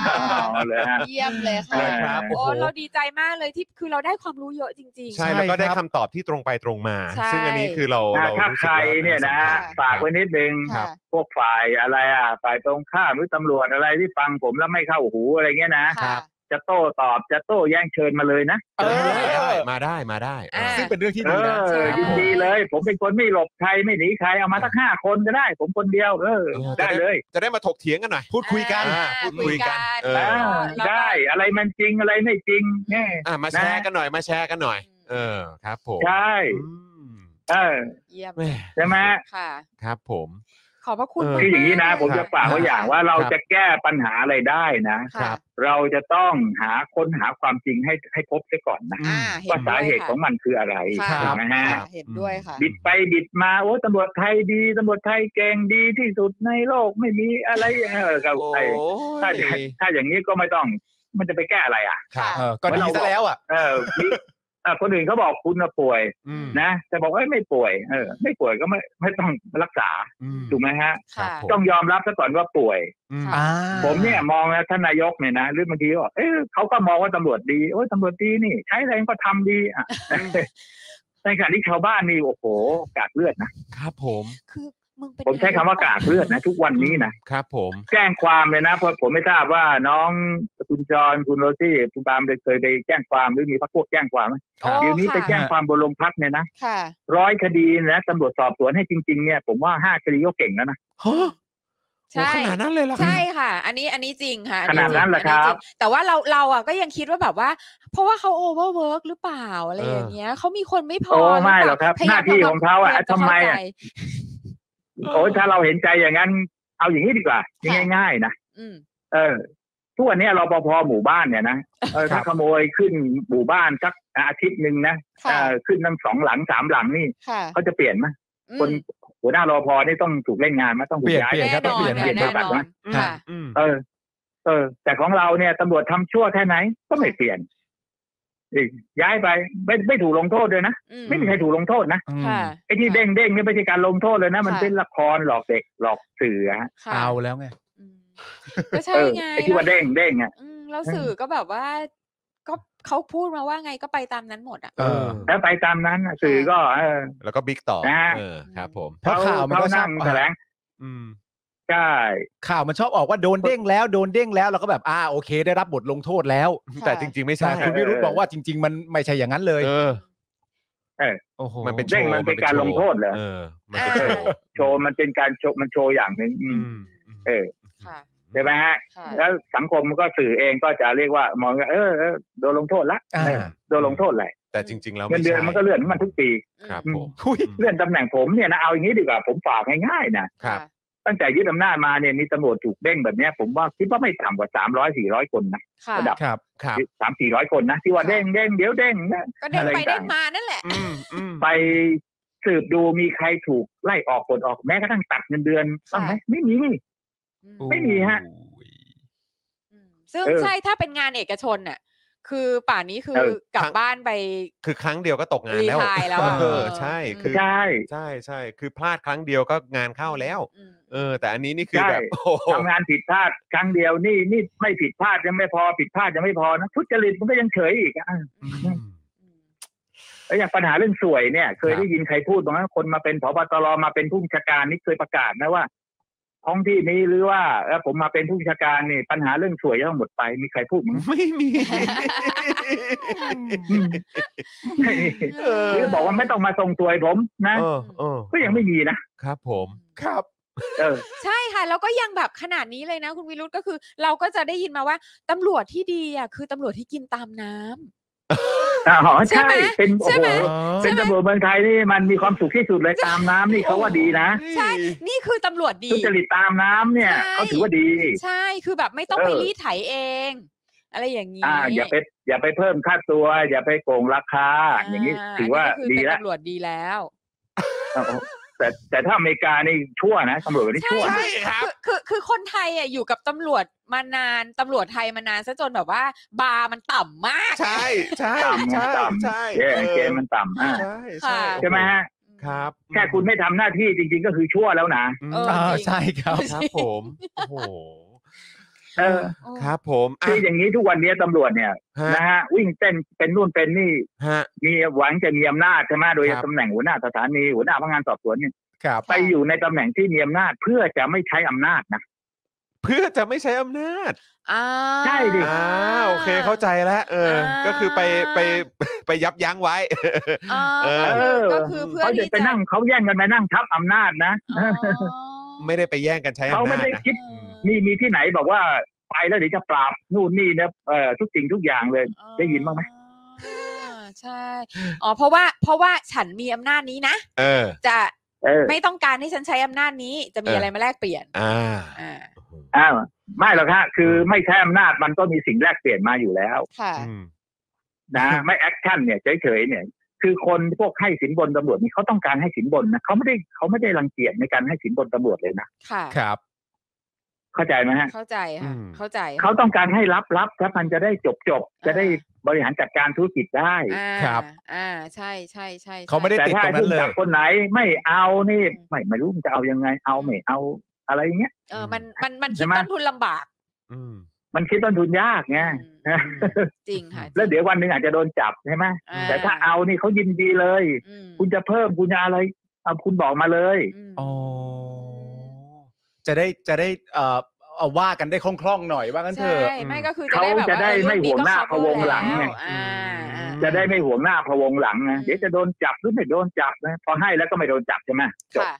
[SPEAKER 4] เอาเลยฮะ
[SPEAKER 3] เยี่ยมเลยค่ะ
[SPEAKER 4] ใช่ครับ
[SPEAKER 1] โอ้
[SPEAKER 3] โอ้
[SPEAKER 1] โห
[SPEAKER 3] เราดีใจมากเลยที่คือเราได้ความรู้เยอะจริง ๆ
[SPEAKER 1] ใช่แล้วก็
[SPEAKER 2] ใช่
[SPEAKER 1] ได้
[SPEAKER 2] ครับ
[SPEAKER 1] คำตอบที่ตรงไปตรงมา
[SPEAKER 3] ใช่
[SPEAKER 1] ซึ่งอันนี้คือเรา
[SPEAKER 4] อ่า
[SPEAKER 1] เรา
[SPEAKER 4] ถ้า
[SPEAKER 1] รู้
[SPEAKER 4] ใค
[SPEAKER 1] สึก
[SPEAKER 4] ร
[SPEAKER 1] ว่า
[SPEAKER 4] เนี่ยนะ
[SPEAKER 1] มัสำคัญ
[SPEAKER 4] ฝากไว้นิดนึง
[SPEAKER 3] ค่ะ
[SPEAKER 4] พวกฝ่ายอะไรอ่ะ ฝ่ายตรงข้ามหรือตำรวจอะไรที่ฟังผมแล้วไม่เข้าหูอะไรเงี้ยนะ
[SPEAKER 3] ค่ะ
[SPEAKER 4] จะโต้ตอบจะโต้แย่งเชิญมาเลยนะ
[SPEAKER 2] เออ
[SPEAKER 1] ได้มาได้มาได้
[SPEAKER 3] อ่า
[SPEAKER 1] อ่า
[SPEAKER 2] ซึ่งเป็นเรื่องที่ดี
[SPEAKER 4] เอ
[SPEAKER 2] นะ
[SPEAKER 4] อ ยินดีเลย ผมเป็นคนไม่หลบใครไม่หนีใคร เอามาสักห้าคนก็ได้ ผมคนเดียว เออ
[SPEAKER 1] เออ
[SPEAKER 4] ได้เลย
[SPEAKER 1] จะได้มาถกเถียงกันหน่อย
[SPEAKER 2] พูดคุยกัน
[SPEAKER 1] อ่าพู
[SPEAKER 3] พู
[SPEAKER 1] ด
[SPEAKER 3] ด
[SPEAKER 1] คุ
[SPEAKER 3] คุ
[SPEAKER 1] ย
[SPEAKER 3] ย
[SPEAKER 1] กั
[SPEAKER 3] กัน น
[SPEAKER 1] เออ
[SPEAKER 3] แล้วก็
[SPEAKER 4] อ่า
[SPEAKER 3] แล้วก็
[SPEAKER 4] ได้อะไรมันจริงอะไรไม่จริงเนี่ย
[SPEAKER 1] อ่ะมาแชร์
[SPEAKER 4] นะ
[SPEAKER 1] กันหน่อยมาแชร์กันหน่อย เออครับผม
[SPEAKER 4] ใช่
[SPEAKER 1] อืม
[SPEAKER 4] เออ
[SPEAKER 3] เยี่ยม
[SPEAKER 1] แม่
[SPEAKER 4] ใช่ไหม
[SPEAKER 3] ค่ะ
[SPEAKER 1] ครับผม
[SPEAKER 3] ขอบพระคุณ
[SPEAKER 1] เออ
[SPEAKER 3] มก
[SPEAKER 4] คืออย่างนี้นะ
[SPEAKER 3] เล
[SPEAKER 4] ผมจะฝากไว้อย่างว่าเราจะแก้ปัญหาอะไรได้นะ
[SPEAKER 1] ครั
[SPEAKER 3] ค่ะ
[SPEAKER 1] บ
[SPEAKER 4] เราจะต้องหาค้นหาความจริงให้ให้พบซะก่อนนะ
[SPEAKER 3] อ่าห็น
[SPEAKER 4] ว่าสาเหตุ
[SPEAKER 3] ด้วยค่ะ
[SPEAKER 4] ของมันคืออะไร
[SPEAKER 3] ค่ะ
[SPEAKER 1] ครั
[SPEAKER 4] ถู
[SPEAKER 1] บ
[SPEAKER 4] กไหมฮะ
[SPEAKER 3] ค่ะเห็นด้วยค่ะ
[SPEAKER 4] บิดไปบิดมาโอ้ตำรวจไทยดีตำรวจไทยเก่งดีที่สุดในโลกไม่มีอะไรเออครับไอ้ถ้าอย่าง
[SPEAKER 1] ย
[SPEAKER 4] ถ้าอย่างนี้ก็ไม่ต้องมันจะไปแก้อะไรอ่ะ
[SPEAKER 1] ครับ
[SPEAKER 2] เออก็ดีซะแล้วอ่ะ
[SPEAKER 4] เออมีเอ่อคนอื่นเขาบอกคุณน่ะป่วย
[SPEAKER 1] อืม
[SPEAKER 4] นะแต่บอกว่าไม่ป่วยเออ ไม่ป่วยก็ไม่ไม่ต้องรักษา
[SPEAKER 1] อืม
[SPEAKER 4] ถูกไหมฮะ
[SPEAKER 1] ครับ
[SPEAKER 3] ค่ะ
[SPEAKER 1] ผม
[SPEAKER 4] ต้องยอมรับซะก่อนว่าป่วย
[SPEAKER 1] อืม
[SPEAKER 3] อ่า
[SPEAKER 4] ผมเนี่ยมองนะท่านนายกเนี่ยนะหรือบางทีก็บอกเออเขาก็มองว่าตำรวจดีโอ้ยตำรวจดีนี่ใช้แรงก็ทำดี อ่ะ ในขณะที่ชาวบ้านนี่โอ้โหกากเลือดนะครับ
[SPEAKER 1] ผม
[SPEAKER 3] คือมึงเป็น
[SPEAKER 4] ผมใช้คำว่ากากเลือดนะทุกวันนี้นะครับ
[SPEAKER 1] ผม
[SPEAKER 4] แจ้งความเลยนะเพราะผมไม่ทราบว่าน้องคุณจรคุณโรซี่คุณบามเคยไปแจ้งความหรือมีพรรคพวกแจ้งความไหม
[SPEAKER 1] ครับ
[SPEAKER 3] โอ้
[SPEAKER 4] เดี๋ยวนี้ไป
[SPEAKER 3] ค่ะ
[SPEAKER 4] แจ้งความบนโรงพักเนี่ยนะ
[SPEAKER 3] ค่ะ
[SPEAKER 4] ร้อยคดีนะตำรวจสอบสวนให้จริงๆเนี่ยผมว่าห้าคดีก็เก่งแล้วนะ
[SPEAKER 1] ฮะ
[SPEAKER 3] ใช่
[SPEAKER 1] โหขนาดนั้นเลยเหรอครับ
[SPEAKER 3] ใช่ค่ะ อันนี้อันนี้จริงค่ะ
[SPEAKER 4] ขนาดนั้นเหรอครับ
[SPEAKER 3] อันนี้จงแต่ว่าเราเราอ่ะก็ยังคิดว่าแบบว่า เพราะว่าเขาโอเวอร์เวิร์กหรือเปล่าอะไรอย่างเงี้ยเขามีคนไม่พอ
[SPEAKER 4] โอ้ไม่หรอกครับ
[SPEAKER 3] พย
[SPEAKER 4] ห
[SPEAKER 3] ย
[SPEAKER 4] น้ามที่ของเขาอ่ะ
[SPEAKER 3] พยยจ
[SPEAKER 4] ทำไม
[SPEAKER 3] เข้า
[SPEAKER 4] อ่ะ
[SPEAKER 3] ใจ
[SPEAKER 4] โอ้ยถ้าเราเห็นใจอย่างนั้น เอาอย่างนี้ดีกว่า
[SPEAKER 3] ค่ะ
[SPEAKER 4] ง่ายๆนะ
[SPEAKER 3] อืม
[SPEAKER 4] เออทุกวันเนี้ยรปภหมู่บ้านเนี่ยนะเออ
[SPEAKER 1] ครั
[SPEAKER 4] ถ้า
[SPEAKER 1] บ
[SPEAKER 4] ขโมยขึ้นหมู่บ้านสักอาทิตย์หนึ่งนะ
[SPEAKER 3] ค่ะ
[SPEAKER 4] เออขึ้นทั้งสองหลังสามหลังนี่
[SPEAKER 3] ค่ะ
[SPEAKER 4] เขาจะเปลี่ยนไหม
[SPEAKER 3] อืม
[SPEAKER 4] คนหัวหน้ารปภนี่ต้องถูกเล่นงานไหมต้องถูกย้าย
[SPEAKER 2] เปลี่ยนครับ
[SPEAKER 4] ไหม
[SPEAKER 2] ต้องเปลี่ยน
[SPEAKER 4] เปลี่ยน
[SPEAKER 3] แน่
[SPEAKER 4] บริ
[SPEAKER 3] นอน
[SPEAKER 4] ษัทไหม
[SPEAKER 3] แน่นอนค่ะ
[SPEAKER 1] อืม
[SPEAKER 4] เออ เออ แต่ของเราเนี่ยตำรวจทำชั่วแค่ไหนก็ไม่เปลี่ยนเอ้ยย้ายไปไม่ไม่ถูกลงโทษเลยนะ
[SPEAKER 3] อืม
[SPEAKER 4] ไม่มีใครถูกลงโทษนะ
[SPEAKER 3] ค่ะ
[SPEAKER 4] ไอ้ที่เด้งเด้งๆนี่ไม่ใช่การลงโทษเลยนะ มัน
[SPEAKER 3] ค่ะ
[SPEAKER 4] เป็นละครหลอกเด็กหลอกสื่อฮะ
[SPEAKER 3] ค่ะ
[SPEAKER 2] เอาแล้วไง
[SPEAKER 3] อืมก็ใช่
[SPEAKER 4] เออ
[SPEAKER 3] ไง
[SPEAKER 4] ไอ้ที่ว่าเด้งเด้งอ่ะ
[SPEAKER 3] อืมแล้วสื่อก็แบบว่า ก็เขาพูดมาว่าไงก็ไปตามนั้นหมดอ่ะ
[SPEAKER 1] เออ
[SPEAKER 4] แล้วไปตามนั้นน่ะสื่อก็ เออ
[SPEAKER 1] แล้วก็บิ๊กต่อ
[SPEAKER 4] นะ
[SPEAKER 1] เออครับ ผม
[SPEAKER 2] เพราะข่าวมันก็
[SPEAKER 4] เนั่ง
[SPEAKER 2] ชอบ
[SPEAKER 4] แถลง
[SPEAKER 1] อืม
[SPEAKER 4] ใช่
[SPEAKER 2] ข่าวมันชอบออกว่าโดนเด้งแล้วโดนเด้งแล้วเราก็แบบอ่าโอเค ได้รับบทลงโทษแล้ว
[SPEAKER 1] แต่จริง ๆ ไม่ใช่
[SPEAKER 2] แต่คุณวิรุธบอกว่าจริง ๆ มันไม่ใช่อย่างนั้นเลย
[SPEAKER 1] เออ
[SPEAKER 2] โอ้โห
[SPEAKER 1] มันเป็นโช
[SPEAKER 4] เด้ง
[SPEAKER 1] ว์
[SPEAKER 4] มันเป็นการ
[SPEAKER 1] โช
[SPEAKER 4] ลงโทษเหรอ
[SPEAKER 1] เออ มันเป็นโชว์
[SPEAKER 4] โชว์มันเป็นการโชว์มันโชว์อย่างหนึ่งอื
[SPEAKER 1] อื
[SPEAKER 4] ม
[SPEAKER 1] ม
[SPEAKER 4] เออ
[SPEAKER 3] ค่ะ
[SPEAKER 4] ใช่ไหมฮะ
[SPEAKER 3] ค่ะ
[SPEAKER 4] แล้วสังคมมันก็สื่อเองก็จะเรียกว่ามองว่าเออเออโดนลงโทษละ
[SPEAKER 2] อ่า
[SPEAKER 4] เออโดนลงโทษอะไร
[SPEAKER 1] แต่จริง ๆ แล้ว
[SPEAKER 4] เงินเดือนมันก็เลื่อนของมันทุกปี
[SPEAKER 1] ครับ
[SPEAKER 3] อืม
[SPEAKER 1] ผม
[SPEAKER 2] หุ้ย
[SPEAKER 4] เลื่อนตำแหน่งผมเนี่ยนะเอาอย่างนี้ดีกว่าผมฝากง่ายๆนะ
[SPEAKER 1] ครั
[SPEAKER 3] ะ
[SPEAKER 1] บ
[SPEAKER 4] ตั้งแต่ยึดอำนาจมาเนี่ยมีตำรวจถูกเด้งแบบเนี้ยผมว่าคิดว่าไม่ต่ำกว่าสามร้อยสี่ร้อยคนนะ
[SPEAKER 3] ค่ะ
[SPEAKER 4] ระดับ
[SPEAKER 2] ครับ
[SPEAKER 1] ครับ
[SPEAKER 4] สามสี่ร้อยคนนะที่ว่า
[SPEAKER 3] ค่ะ
[SPEAKER 4] เด้งเด้งเดี๋ยวเด้งนะ
[SPEAKER 3] ก็เด้ง
[SPEAKER 4] อะไร
[SPEAKER 3] ไป
[SPEAKER 4] ต่าง
[SPEAKER 3] เด้งมานั่นแหละ
[SPEAKER 1] อืมอืม
[SPEAKER 4] ไปสืบดูมีใครถูกไล่ออกปลดออกแม้กระทั่งตัดเงินเดือนต้องไหมไม่มี
[SPEAKER 3] อืม
[SPEAKER 4] ไม่มีฮะ
[SPEAKER 3] ซึ่ง
[SPEAKER 4] เออ
[SPEAKER 3] ใช่ถ้าเป็นงานเอกชนน่ะ คือป่านนี้คือ
[SPEAKER 4] เออ
[SPEAKER 3] กลับ
[SPEAKER 1] ครั้ง
[SPEAKER 3] บ้านไป
[SPEAKER 1] คือครั้งเดียวก็ตกงาน
[SPEAKER 3] รี
[SPEAKER 1] แล้ว
[SPEAKER 3] ไทร์แล้ว
[SPEAKER 1] เอ
[SPEAKER 3] อะ
[SPEAKER 1] อ
[SPEAKER 3] เออ
[SPEAKER 1] ใช่คือ
[SPEAKER 4] ใช่
[SPEAKER 1] ใช่ใช่คือพลาดครั้งเดียวก็งานเข้าแล้ว
[SPEAKER 3] อืม
[SPEAKER 1] เออแต่อันนี้นี่คือ
[SPEAKER 4] ใช่
[SPEAKER 1] แบบโอ้โห
[SPEAKER 4] ทำงานผิดพลาดครั้งเดียวนี่นี่ไม่ผิดพลาดยังไม่พอผิดพลาดยังไม่พอนะทุจริตมันก็ยังเฉยอีกอ่ะ
[SPEAKER 1] อืม
[SPEAKER 4] แล้วอย่างปัญหาเรื่องสวยเนี่ย เค
[SPEAKER 1] ค
[SPEAKER 4] ย
[SPEAKER 1] รับ
[SPEAKER 4] ได้ยินใครพูดบ้างไหมคนมาเป็นผบตรมาเป็นผู้บัญชาการนี่เคยประกาศนะว่า ท้องที่นี้หรือว่าเอ่อผมมาเป็นผู้บัญชาการนี่ ปัญหาเรื่องสวยจะต้องหมดไปมีใครพูดมั้ง
[SPEAKER 1] ไม่มี เออ
[SPEAKER 4] หรือบอกว่าไม่ต้องมาส่งตัวให้ผมนะ
[SPEAKER 1] เออเออ
[SPEAKER 4] ก็ยังไม่มีนะครับ
[SPEAKER 1] ผม
[SPEAKER 2] ครับ
[SPEAKER 4] เออ
[SPEAKER 3] ใช่ค่ะ แล้วก็ยังแบบขนาดนี้เลยนะ คุณวิรุธก็คือ เราก็จะได้ยินมาว่าตำรวจที่ดีอ่ะคือตำรวจที่กินตามน้ำ
[SPEAKER 4] อ๋อใช่
[SPEAKER 3] ใช่ไหม
[SPEAKER 4] เป็นโอ้
[SPEAKER 3] ใช่
[SPEAKER 4] โห
[SPEAKER 3] ไหม
[SPEAKER 4] เป็นตำรวจเมืองไทยนี่มันมีความสุขที่สุดเลยตามน้ำนี่เขาว่าดีนะ
[SPEAKER 3] ใช่ นี่คือตำรวจดี
[SPEAKER 4] ทุจริตตามน้ำเนี่ย
[SPEAKER 3] ใช่
[SPEAKER 4] เขาถือว่าดี
[SPEAKER 3] ใช่คือแบบไม่ต้อง
[SPEAKER 4] เออ
[SPEAKER 3] ไปรีดไถเอง อะไรอย่างนี้
[SPEAKER 4] อ่า อย่าไปอย่าไปเพิ่มค่าตัว อย่าไปโกงราคา อย่างนี้ถือว่า
[SPEAKER 3] อัน
[SPEAKER 4] ดี
[SPEAKER 3] นี้ก็คือเป็น
[SPEAKER 4] แล้ว
[SPEAKER 3] ตำรวจดีแล้ว
[SPEAKER 4] แต่แต่ถ้าอเมริกานี่ชั่วนะตำรวจนี่ชั่วนะ
[SPEAKER 1] ครับ
[SPEAKER 3] คือคือคือคนไทยอ่ะอยู่กับตำรวจมานานตำรวจไทยมานานซะจนแบบว่า บาร์มันต่ำมาก
[SPEAKER 1] ใช่ใช่
[SPEAKER 4] ต่ำ
[SPEAKER 1] ใช่
[SPEAKER 4] ต่ำ
[SPEAKER 1] ใช่
[SPEAKER 4] เย้
[SPEAKER 1] ออ
[SPEAKER 4] เกณฑ์มันต่ำอ่า
[SPEAKER 1] ใช่ใช่
[SPEAKER 3] ค่ะ
[SPEAKER 1] โอเค
[SPEAKER 4] ใช่ไหมฮะ
[SPEAKER 1] ครับ
[SPEAKER 4] แค่คุณไม่ทำหน้าที่จริง ๆ ก็คือชั่วแล้วนะ
[SPEAKER 1] อืม
[SPEAKER 3] เออ
[SPEAKER 2] อ่าใช่ครับ
[SPEAKER 1] ครับผมโอ้โห
[SPEAKER 4] เออ
[SPEAKER 3] โอ้
[SPEAKER 1] ครับผมอ่ะ
[SPEAKER 4] คืออย่างนี้ทุกวันนี้ตำรวจเนี่ย
[SPEAKER 1] ฮะ
[SPEAKER 4] นะฮะวิ่งเต้นเป็นนู่นเป็นนี่
[SPEAKER 1] ฮะ
[SPEAKER 4] มีหวังจะมีอำนาจใช่ไหมโดย
[SPEAKER 1] ครับ
[SPEAKER 4] ตำแหน่งหัวหน้าสถานีหัวหน้าพนักงานสอบสวนเนี่ย
[SPEAKER 2] ครับ
[SPEAKER 4] ไปอยู่ในตำแหน่งที่มีอำนาจเพื่อจะไม่ใช้อำนาจนะ
[SPEAKER 1] เพื่อจะไม่ใช้อำนาจ
[SPEAKER 3] อ่า
[SPEAKER 4] ใช่ดิ
[SPEAKER 1] อ่าโอเคเข้าใจแล้วเออ
[SPEAKER 3] อ่า
[SPEAKER 1] ก็คือไปไปไปยับยั้งไว้
[SPEAKER 3] อ่า
[SPEAKER 1] เออ
[SPEAKER 3] ก็คือเพื่อ
[SPEAKER 4] เขาจะ
[SPEAKER 3] ที่
[SPEAKER 4] ไป
[SPEAKER 3] จะ
[SPEAKER 4] นั่งเขาแย่งกันไปนั่งทับอำนาจนะ
[SPEAKER 3] อ๋อ
[SPEAKER 1] ไม่ได้ไปแย่งกันใช้อำ
[SPEAKER 4] เขาไม่
[SPEAKER 1] นาจ
[SPEAKER 4] ได้
[SPEAKER 1] นะ
[SPEAKER 4] คิดมีมีที่ไหนบอกว่าไปแล้วเดี๋ยวจะปราบนู่นนี่นะเอ่อทุกสิ่งทุกอย่างเลย ได้ยินบ้างไหม
[SPEAKER 3] อ่าใช่ อ๋อ เพราะว่า เพราะว่าฉันมีอำนาจนี้นะ
[SPEAKER 1] เออ
[SPEAKER 3] จะ
[SPEAKER 4] เอ อ
[SPEAKER 3] ไม่ต้องการให้ฉันใช้อำนาจนี้ จะมี
[SPEAKER 1] เอออ
[SPEAKER 3] อะไรมาแลกเปลี่ยน
[SPEAKER 1] อ่า
[SPEAKER 3] อ่า
[SPEAKER 4] อ้าวไม่หรอกฮะคือไม่ใช้อำนาจมันก็มีสิ่งแลกเปลี่ยนมาอยู่แล้ว
[SPEAKER 3] ค่ะ
[SPEAKER 1] อืม
[SPEAKER 4] นะไม่แอคชั่นเนี่ยเฉยๆเนี่ย คือคนพวกให้สินบนตำรวจนี่เขาต้องการให้สินบนนะเขาไม่ได้เขาไม่ได้รังเกียจในการให้สินบนตำรวจเลยนะ
[SPEAKER 3] ค่ะ
[SPEAKER 2] ครับ
[SPEAKER 4] เข้าใจไหมฮะ
[SPEAKER 3] เข้าใจค่ะ เข้าใจ
[SPEAKER 4] เขาต้องการให้รับรับแล้วมันจะได้จบจบจะได้บริหารจัดการธุรกิจได้
[SPEAKER 3] อ่า
[SPEAKER 2] ครับ
[SPEAKER 3] อ่า ใช่ใช่ใช่ใช่
[SPEAKER 2] เขาไม่ได้
[SPEAKER 4] แต่
[SPEAKER 2] ติด
[SPEAKER 4] ถ้า
[SPEAKER 2] ตรงนั้น
[SPEAKER 4] ผู้
[SPEAKER 2] เลย
[SPEAKER 4] กับคนไหนไม่เอานี่ไม่ไม่รู้มันจะเอายังไงเอาไม่เอาอะไรอย่างเงี้ย
[SPEAKER 3] เออ มัน มัน มัน
[SPEAKER 4] ใช่
[SPEAKER 3] คิด
[SPEAKER 4] ไหม
[SPEAKER 3] ต้นทุนลำบาก
[SPEAKER 1] อืม
[SPEAKER 4] มันคิดต้นทุนยากไง
[SPEAKER 3] อืมจริงค่ะ
[SPEAKER 4] แล้วเดี๋ยววันหนึ่งอาจจะโดนจับใช่ไหม
[SPEAKER 3] อ่
[SPEAKER 4] แต่ถ้าเอานี่เขายินดีเลย
[SPEAKER 3] อืม
[SPEAKER 4] คุณจะเพิ่มคุณจะอะไรเอาคุณบอกมาเลย
[SPEAKER 3] ม
[SPEAKER 2] อ๋อ จะได้จะได้เอ่อเอาว่ากันได้คล่องๆหน่อยว่างั้นเถ
[SPEAKER 3] ใช่
[SPEAKER 2] อะ
[SPEAKER 3] ไม่ก็คือ
[SPEAKER 4] เขา
[SPEAKER 3] จะ
[SPEAKER 4] จะได้
[SPEAKER 3] ได้แบบว่า
[SPEAKER 4] ไม่ห่วงหน้าพะวงหลังไง
[SPEAKER 3] เอออ่าอ่า
[SPEAKER 4] จะได้ไม่ห่วงหน้าพะวงหลัง
[SPEAKER 3] อื
[SPEAKER 4] นะ
[SPEAKER 3] ม
[SPEAKER 4] เดี๋ยวจะโดนจับหรือไม่โดนจับนะพอให้แล้วก็ไม่โดนจับใช่ไหมจบ
[SPEAKER 3] ค่ะ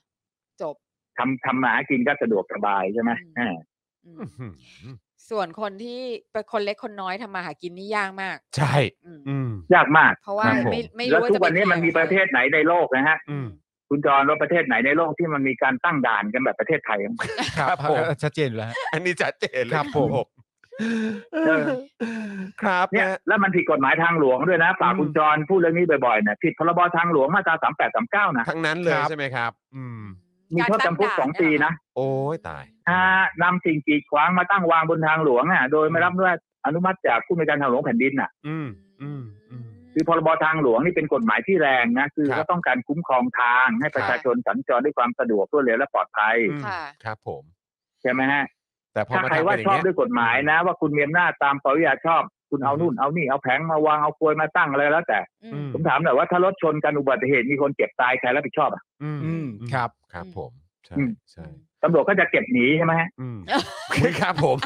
[SPEAKER 3] จบ
[SPEAKER 4] ทำทำมาหากินก็สะดวกสบายใช่ไหม
[SPEAKER 3] อืม
[SPEAKER 4] อ่า
[SPEAKER 3] อืม ส่วนคนที่เป็นคนเล็กคนน้อยทำมาหากินนี่ยากมาก
[SPEAKER 1] ใช่
[SPEAKER 3] อืม
[SPEAKER 1] อืม
[SPEAKER 4] ยากมาก
[SPEAKER 3] เพราะว่า
[SPEAKER 1] ครับผม
[SPEAKER 3] ไม่ไม่
[SPEAKER 4] แล้ว
[SPEAKER 3] รู้ว่า
[SPEAKER 4] ทุ
[SPEAKER 3] จะ
[SPEAKER 4] กวันนี้มันมีประเทศไหนในโลกนะฮะ
[SPEAKER 1] อืม
[SPEAKER 4] คุณจรว่าประเทศไหนในโลกที่มันมีการตั้งด่านกันแบบประเทศไทยมั้ง
[SPEAKER 2] ครับ
[SPEAKER 1] ผม
[SPEAKER 2] ชัดเจนอยู่แล้วฮะ
[SPEAKER 1] อันนี้ชัดเจนเลย
[SPEAKER 2] ครับผม
[SPEAKER 1] เออครับ
[SPEAKER 4] เนี่ย
[SPEAKER 1] นะ
[SPEAKER 4] แล้วมันผิดกฎหมายทางหลวงด้วยนะฝาก
[SPEAKER 1] อืม
[SPEAKER 4] คุณจรพูดเรื่องนี้บ่อยๆนะผิดพรบทางหลวงมาตราสามแปดสามเก้านะ
[SPEAKER 1] ทั้งนั้นเลย
[SPEAKER 2] ครับ
[SPEAKER 1] ใช่ไหมครับ อืม
[SPEAKER 4] มีโทษจำคุกสองปีนะ
[SPEAKER 1] โอ้ยตาย
[SPEAKER 4] ถ้านำสิ่งกีดขวางมาตั้งวางบนทางหลวงอ่ะโดยไม่รับอนุญาตอนุมัติจากผู้มีการทางหลวงแผ่นดินอ่ะ
[SPEAKER 1] อืม อืม อืม
[SPEAKER 4] คือพรบทางหลวงนี่เป็นกฎหมายที่แรงนะคือ
[SPEAKER 1] ครับ
[SPEAKER 4] ก็ต้องการคุ้มครองทางให้ประชาชนสัญจรด้วยความสะดวกรวดเร็วและปลอดภัย
[SPEAKER 1] อืม
[SPEAKER 3] ค่ะ
[SPEAKER 1] ครับผม
[SPEAKER 4] ใช่ไหมฮะ
[SPEAKER 1] แต่พอ
[SPEAKER 4] ถ้า
[SPEAKER 1] มา
[SPEAKER 4] ใคร
[SPEAKER 1] ทำ
[SPEAKER 4] ว่า
[SPEAKER 1] เป็นอย่า
[SPEAKER 4] ช
[SPEAKER 1] ง
[SPEAKER 4] อบ
[SPEAKER 1] เงี้ย
[SPEAKER 4] ด้วยกฎหมายนะ ว่าคุณมีอำนาจตามปริยาชอบ คุณเอานู่นเอานี่เอาแผงมาวางเอากลวยมาตั้งอะไรแล้วแต่
[SPEAKER 3] อื
[SPEAKER 1] อื
[SPEAKER 3] ม
[SPEAKER 1] ม
[SPEAKER 4] ผมถามหน่อยว่าถ้ารถชนกันอุบัติเหตุมีคนเจ็บตายใครรับผิดชอบอ่ะ
[SPEAKER 1] อืม
[SPEAKER 2] อืมครับ
[SPEAKER 1] ครับผม ใช่
[SPEAKER 4] อืม
[SPEAKER 1] ใช่
[SPEAKER 4] ตำรวจก็จะเก็บหนีใช่ไหมฮะ
[SPEAKER 1] อืมครับผม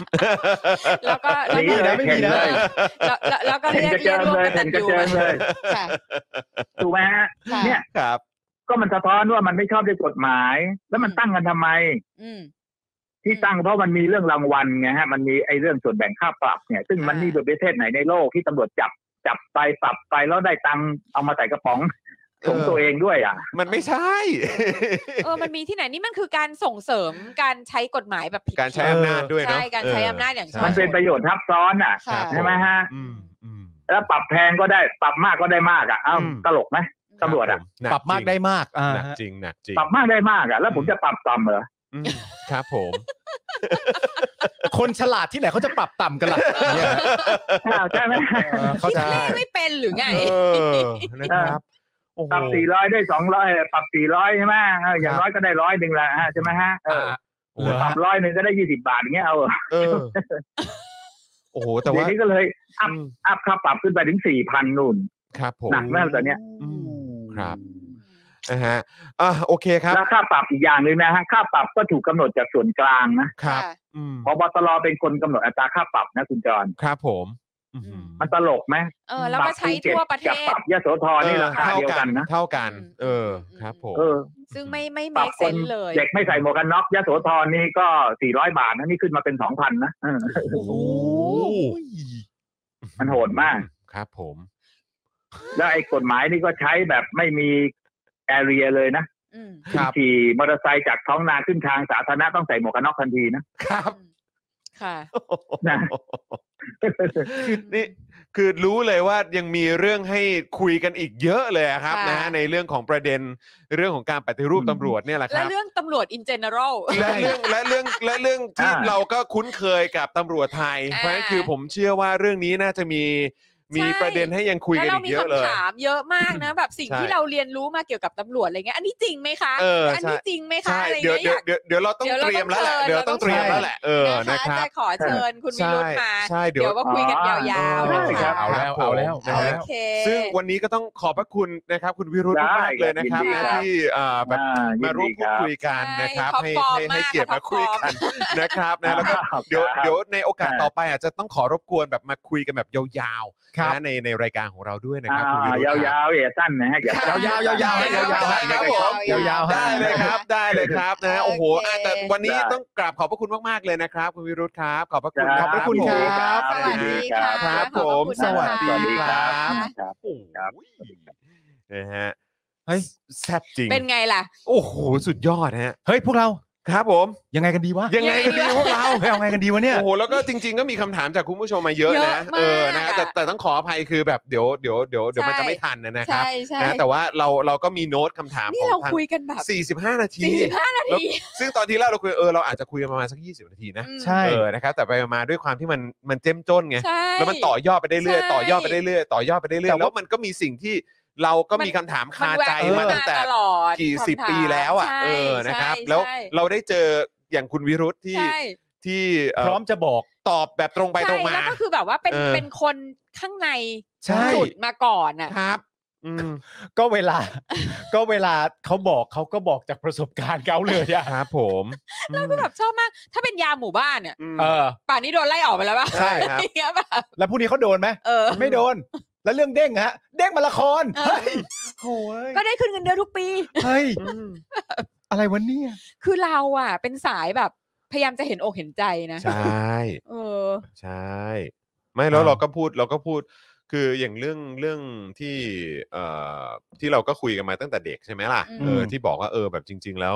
[SPEAKER 3] แล้ว ก็แล้ว
[SPEAKER 4] นี่
[SPEAKER 3] ก็
[SPEAKER 4] นะไม่มีนะ
[SPEAKER 3] แล้วแล้วแล้วก็เรียก
[SPEAKER 4] เห็นก
[SPEAKER 3] เรียก
[SPEAKER 4] ระ
[SPEAKER 3] ร่วมกัน
[SPEAKER 4] เจิงเลย
[SPEAKER 3] ตัน
[SPEAKER 4] เห็นกระ
[SPEAKER 3] ยู
[SPEAKER 4] เจิงเลย
[SPEAKER 3] ค่ะ
[SPEAKER 4] ถูกไหมฮะ
[SPEAKER 3] ค่ะ
[SPEAKER 4] เนี่ย
[SPEAKER 1] ครับ
[SPEAKER 4] ก็มันสะท้อนว่ามันไม่ชอบด้วยกฎหมาย แล้วมันตั้งกันทำไม
[SPEAKER 3] อืม
[SPEAKER 4] ที่ตั้งเพราะมันมีเรื่องรางวัลไงฮะมันมีไอ้เรื่องส่วนแบ่งค่าปรับเนี่ย ซึ่งมัน
[SPEAKER 3] อ่ามี
[SPEAKER 4] มีประเทศไหนในโลกที่ตำรวจจับจับไปปรับไปแล้วได้ตังค์เอามาใส่กระป๋องส่ง
[SPEAKER 1] เออ
[SPEAKER 4] ตัวเองด้วยอ่ะ
[SPEAKER 1] มันไม่ใช่
[SPEAKER 3] เออมันมีที่ไหนนี่มันคือการส่งเสริมการใช้กฎหมายแบบผิด
[SPEAKER 1] การใช้อำนาจด้วยเนอะ
[SPEAKER 3] ใช่การใช้
[SPEAKER 1] เ
[SPEAKER 3] อำนาจอย่าง
[SPEAKER 1] ใช่
[SPEAKER 4] มันเป็นประโยชน์ทับซ้อนอ่ะ
[SPEAKER 3] ค่ะ
[SPEAKER 4] ใช่ไหมฮะ
[SPEAKER 1] อืมอืม
[SPEAKER 4] แล้วปรับแพงก็ได้ปรับมากก็ได้มากอ่ะเอ้า
[SPEAKER 1] อืม
[SPEAKER 4] ตลกไหม ตำรวจอะ
[SPEAKER 1] คผม
[SPEAKER 2] ปรับมากได้มากอ่า
[SPEAKER 1] หนัก
[SPEAKER 2] ฮะ
[SPEAKER 1] จริงหนักจริง
[SPEAKER 4] ปรับมากได้มากอ่ะแล้วผมจะปรับต่ำเหรอ
[SPEAKER 1] อืมครับผม
[SPEAKER 2] คนฉลาดที่ไหนเขาจะปรับต่ำกันล่ะเนี่ย
[SPEAKER 4] อ้าวใช่ไหม
[SPEAKER 2] เออเข้า
[SPEAKER 3] คิด
[SPEAKER 2] ใจ
[SPEAKER 3] เลขไม่เป็นหรือไง
[SPEAKER 1] เออนะครับโอ้โห
[SPEAKER 4] ปรับสี่ร้อยได้สองร้อยปรับสี่ร้อยใช่ไหมเอออย่างน้อยก็ได้ร้อยหนึ่งละฮะใช่ไหมฮะเอ
[SPEAKER 2] อ่า
[SPEAKER 4] อ
[SPEAKER 2] เหรอ
[SPEAKER 4] ปรั
[SPEAKER 2] ฮะ
[SPEAKER 4] บร้อยหนึ่งก็ได้ยี่สิบาทอย่างเงี้ยเอาเหรอ
[SPEAKER 1] เอ อโอ้โหแต่
[SPEAKER 4] เดี๋ย
[SPEAKER 1] ว่าว
[SPEAKER 4] นี้ก็เลยอัพ
[SPEAKER 1] อืม
[SPEAKER 4] อัพค่าปรับขึ้นไปถึงสี่พันนู่น
[SPEAKER 1] ครับผม
[SPEAKER 4] หนักมากตอนเนี้ย
[SPEAKER 1] อืม ครับ นะฮะอ่ะโอเคครับ
[SPEAKER 4] แล้วค่าปรับอีกอย่างหนึ่งนะฮะค่าปรับก็ถูกกำหนดจากส่วนกลางนะครับ
[SPEAKER 3] ค่ะ
[SPEAKER 1] อืม
[SPEAKER 4] พบตรเป็นคนกำหนดอัตราค่าปรับนะคุณจร
[SPEAKER 1] ครับผมอื้อหือ
[SPEAKER 4] มันตลกไหม
[SPEAKER 3] เออแล้วก็ใช้
[SPEAKER 4] ภูเก็ต
[SPEAKER 3] ทั่วประเท
[SPEAKER 4] กับ
[SPEAKER 3] ศ
[SPEAKER 4] ปรับยโสธรนี่ราคาเดียวกันนะ
[SPEAKER 1] เท่ากัน เออ
[SPEAKER 3] อืม
[SPEAKER 1] ครับผม
[SPEAKER 4] เออ
[SPEAKER 3] ซึ่งไม่ไม่
[SPEAKER 4] ป
[SPEAKER 3] เม
[SPEAKER 4] รับ
[SPEAKER 3] ค
[SPEAKER 4] ค
[SPEAKER 3] เซ
[SPEAKER 4] น
[SPEAKER 3] นเลย
[SPEAKER 4] เด็กไม่ใส่หมวกกันน็อกยะโสธรนี่ก็ 400 บาทนะนี่ขึ้นมาเป็น 2,000 นะเออ
[SPEAKER 1] โอ้โห
[SPEAKER 4] มันโหดมาก
[SPEAKER 1] ครับผม
[SPEAKER 4] แล้วไอ้กฎหมายนี่ก็ใช้แบบไม่มีแอเรียเลยนะ
[SPEAKER 3] อืม
[SPEAKER 1] ครับ
[SPEAKER 4] ขี่มอเตอร์ไซค์จากท้องนาขึ้นทางสาธารณะต้องใส่หมวกกันน็อกทันทีนะครับ
[SPEAKER 3] ค่ะ
[SPEAKER 4] นะ
[SPEAKER 1] คือนี่คือรู้เลยว่ายังมีเรื่องให้คุยกันอีกเยอะเลยอะครับ
[SPEAKER 3] ค่ะ
[SPEAKER 1] นะฮะในเรื่องของประเด็นเรื่องของการปฏิรูป
[SPEAKER 4] อืม
[SPEAKER 1] ตำรวจเนี่ยแหละค
[SPEAKER 3] และ
[SPEAKER 1] รับ
[SPEAKER 3] เรื่องตำรวจอินเจเนอร
[SPEAKER 1] และเรื่องและเรื่อง และเรื่องที่
[SPEAKER 4] อ่า
[SPEAKER 1] เราก็คุ้นเคยกับตำรวจไทย
[SPEAKER 3] อ่า
[SPEAKER 1] เพราะฉะนั้นคือผมเชื่อว่าเรื่องนี้น่าจะมีมี
[SPEAKER 3] ใช่
[SPEAKER 1] ประเด็นให้ยังคุยกัน
[SPEAKER 3] แล้ว
[SPEAKER 1] อีก
[SPEAKER 3] เรามี
[SPEAKER 1] เยอะเลย
[SPEAKER 3] คำถามเยอะมากนะ แบบสิ่ง
[SPEAKER 1] ใช่
[SPEAKER 3] ที่เราเรียนรู้มาเกี่ยวกับตำรวจอะไรเงี้ยอันนี้จริงไหมคะ
[SPEAKER 1] เออ
[SPEAKER 3] และอันนี้
[SPEAKER 1] ใช่
[SPEAKER 3] จริงไหมคะ
[SPEAKER 1] ใช่
[SPEAKER 3] อะไร
[SPEAKER 1] เดี๋ยว
[SPEAKER 3] เงี้ย
[SPEAKER 1] เดี๋ยวย
[SPEAKER 3] อาก
[SPEAKER 1] เดี๋ยวเดี๋ยวเราต้อง
[SPEAKER 3] เดี๋ยว
[SPEAKER 1] เต
[SPEAKER 3] เรา
[SPEAKER 1] รียม
[SPEAKER 3] ต้
[SPEAKER 1] แล้
[SPEAKER 3] อ
[SPEAKER 1] ว
[SPEAKER 3] ง
[SPEAKER 1] แหละเดี๋
[SPEAKER 3] เชิญ
[SPEAKER 1] ยวต้องเตรียม
[SPEAKER 3] เราต้อ
[SPEAKER 1] แล้ว
[SPEAKER 3] ง
[SPEAKER 1] แหละเออนะ
[SPEAKER 3] นะ
[SPEAKER 1] ค
[SPEAKER 3] คะ
[SPEAKER 1] รับ
[SPEAKER 3] จะขอเชิญคุณวิรุธมา
[SPEAKER 1] ใช่
[SPEAKER 3] เดี๋ยวมาคุยกันยาว
[SPEAKER 4] ได้
[SPEAKER 3] ๆนะ
[SPEAKER 4] ครั
[SPEAKER 3] คะ
[SPEAKER 4] บ
[SPEAKER 2] เอาแล้วเอาแล้ว
[SPEAKER 1] นะ
[SPEAKER 2] เอาแล้
[SPEAKER 1] ฮะ
[SPEAKER 2] ว
[SPEAKER 3] โอเค
[SPEAKER 1] ซึ่งวันนี้ก็ต้องขอบพระคุณนะครับ คุณวิรุธ
[SPEAKER 4] ได้
[SPEAKER 1] มากๆเลยนะครับ
[SPEAKER 4] ยินดี
[SPEAKER 1] นะครับ ที่เอ่อแบบ
[SPEAKER 4] อ่
[SPEAKER 1] มาร่วม
[SPEAKER 4] ยิ
[SPEAKER 1] พู
[SPEAKER 4] น
[SPEAKER 1] ดคุยกันนะครับ
[SPEAKER 3] ใช่
[SPEAKER 1] ให้
[SPEAKER 3] ขอบ
[SPEAKER 1] ให้
[SPEAKER 3] คุณ
[SPEAKER 1] ให้
[SPEAKER 3] มาก
[SPEAKER 1] เกียรติ
[SPEAKER 3] ค่ะ
[SPEAKER 1] มาคุยกัน นะครับ
[SPEAKER 4] ครั
[SPEAKER 1] นะ
[SPEAKER 4] บ
[SPEAKER 1] แล้วก็เดี๋ยว
[SPEAKER 4] ครับ
[SPEAKER 1] เดี๋ยวในโอกาส
[SPEAKER 4] อ่า
[SPEAKER 1] ต่อไปอาจจะต้องขอรบกวนแบบมาคุยกันแบบยาวๆนะในในรายการของเราด้วยนะครับคุณวิ
[SPEAKER 4] อ่า
[SPEAKER 1] รุธครับ
[SPEAKER 4] ยาวๆอย่าสั้นนะฮะอย่าสั้น
[SPEAKER 2] ยาวๆยาวๆให้ยาวๆให้
[SPEAKER 1] ครับผม
[SPEAKER 2] ยาวๆให้
[SPEAKER 1] ได้เลยครับได้เลยครับนะฮะโอ้โห
[SPEAKER 3] โอเค
[SPEAKER 1] อ่ะแต่วันนี้
[SPEAKER 4] ได้
[SPEAKER 1] ต้องกราบขอบพระคุณมากๆเลยนะครับ คุณวิรุธครับ ขอบพระคุณ
[SPEAKER 2] ขอบพระคุณครับ
[SPEAKER 3] สวัสดีค่ะ
[SPEAKER 1] ครับ
[SPEAKER 3] ขอบ
[SPEAKER 1] ผม
[SPEAKER 3] พะคุณ
[SPEAKER 1] สวัสดี
[SPEAKER 3] นะะ
[SPEAKER 1] ครับ
[SPEAKER 4] ครับ
[SPEAKER 1] โอ้โห
[SPEAKER 4] ครับ
[SPEAKER 1] นะฮะเฮ้ยแซ่บจริง
[SPEAKER 3] เป็นไงล่ะ
[SPEAKER 1] โอ้โห สุดยอดฮะ
[SPEAKER 2] เฮ้ยพวกเรา
[SPEAKER 1] ครับผม
[SPEAKER 2] ยังไงกันดีวะ
[SPEAKER 1] ยังไงกันดีพวกเรา
[SPEAKER 2] เฮ้ยเอาไงกันดีวะเนี่ย
[SPEAKER 1] โอ้โห แล้วก็จริง ๆ ก็มีคำถามจากคุณผู้ชมมาเยอะ
[SPEAKER 3] เยอะ
[SPEAKER 1] นะ
[SPEAKER 3] มาก
[SPEAKER 1] เออ นะฮะแต่
[SPEAKER 3] อะ
[SPEAKER 1] แต่ต้องขออภัยคือแบบเดี๋ยวเดี๋ยวเดี๋ยวเดี๋ยวมัน
[SPEAKER 3] ใช่
[SPEAKER 1] จะไม่ทันนะนะครับ
[SPEAKER 3] ใช่ใช่
[SPEAKER 1] นะแต่ว่าเราเราก็มีโน้ตคำถาม
[SPEAKER 3] นี่
[SPEAKER 1] ของ
[SPEAKER 3] เรา
[SPEAKER 1] ทาง
[SPEAKER 3] คุยกันแบบ
[SPEAKER 1] 45 นาที
[SPEAKER 3] 45นาที
[SPEAKER 1] ซึ่งตอนที่แรกเราคุยเออเราอาจจะคุยกันประมาณสัก 20 นาทีนะ
[SPEAKER 3] อืม
[SPEAKER 2] ใช่
[SPEAKER 1] เออ นะครับ แต่ไปมาด้วยความที่มันมันเจ้มจนไง
[SPEAKER 3] ใช่
[SPEAKER 1] แล้วมันต่อยอดไปได้เรื่อย
[SPEAKER 3] ใช่
[SPEAKER 1] ๆต่อยอดไปได้เรื่อยๆต่อยอดไปได้เรื่อย
[SPEAKER 2] แต่
[SPEAKER 1] ๆ
[SPEAKER 2] ว่า
[SPEAKER 1] แล้วมันก็มีสิ่งที่เราก็มี
[SPEAKER 3] มัน
[SPEAKER 1] คำถามคาใจ
[SPEAKER 2] นแว
[SPEAKER 1] มาก ตั้งแต่
[SPEAKER 3] ตลอด
[SPEAKER 1] กี่สิบ
[SPEAKER 3] คำถาม
[SPEAKER 1] ปีแล้วอ่ะ
[SPEAKER 3] ใช่
[SPEAKER 1] เออนะครับ
[SPEAKER 3] ใช่
[SPEAKER 1] แล้ว
[SPEAKER 3] ใช่
[SPEAKER 1] เราได้เจออย่างคุณวิรุธที่
[SPEAKER 3] ใช่
[SPEAKER 1] ที่เอ่อ
[SPEAKER 2] พร้อมจะบอก
[SPEAKER 1] ตอบแบบตรงไปตรงมา
[SPEAKER 3] ใช่แล้วก็คือแบบว่าเป็น
[SPEAKER 1] เออ
[SPEAKER 3] เป็นคนข้างใน
[SPEAKER 2] ใช่
[SPEAKER 3] สุดมาก่อนอ่ะ
[SPEAKER 1] ครับ อืม
[SPEAKER 2] ก็เวลา ก็เวลาเขาบอกเขาก็บอกจากประสบการณ์เขาเลยอะ
[SPEAKER 1] ครับผมแล้วก็
[SPEAKER 3] ก็
[SPEAKER 1] แบ
[SPEAKER 3] แบบ บชอบมาก ถ้าเป็นยามหมู่บ้านเนี่ย
[SPEAKER 2] เออ
[SPEAKER 3] ป่านนี้โดนไล่ออกไปแล้วป่ะ
[SPEAKER 1] ใช่ครับ
[SPEAKER 3] อย่างเงี้ยแบบ
[SPEAKER 2] แล้วพวกนี้เขาโดนไหม
[SPEAKER 3] เออ
[SPEAKER 2] ไม่โดน แล้วเรื่องเด้งฮะ เด้งมาละคร
[SPEAKER 3] เออ
[SPEAKER 2] เฮ้ยโอ้ย
[SPEAKER 3] ก็ได้ขึ้นเงินเดือนทุกปี
[SPEAKER 2] เฮ้ยอะไรวะเนี่ย
[SPEAKER 3] คือเราอ่ะ เป็นสายแบบพยายามจะเห็นอกเห็นใจนะ
[SPEAKER 1] ใช่
[SPEAKER 3] เออ
[SPEAKER 1] ใช่ ไม่แล้วเราก็พูดเราก็พูด คืออย่างเรื่องเรื่องที่เอ่อที่เราก็คุยกันมาตั้งแต่เด็กใช่ไหมล่ะ
[SPEAKER 3] อืม
[SPEAKER 1] เออที่บอกว่าเออแบบจริง ๆ แล้ว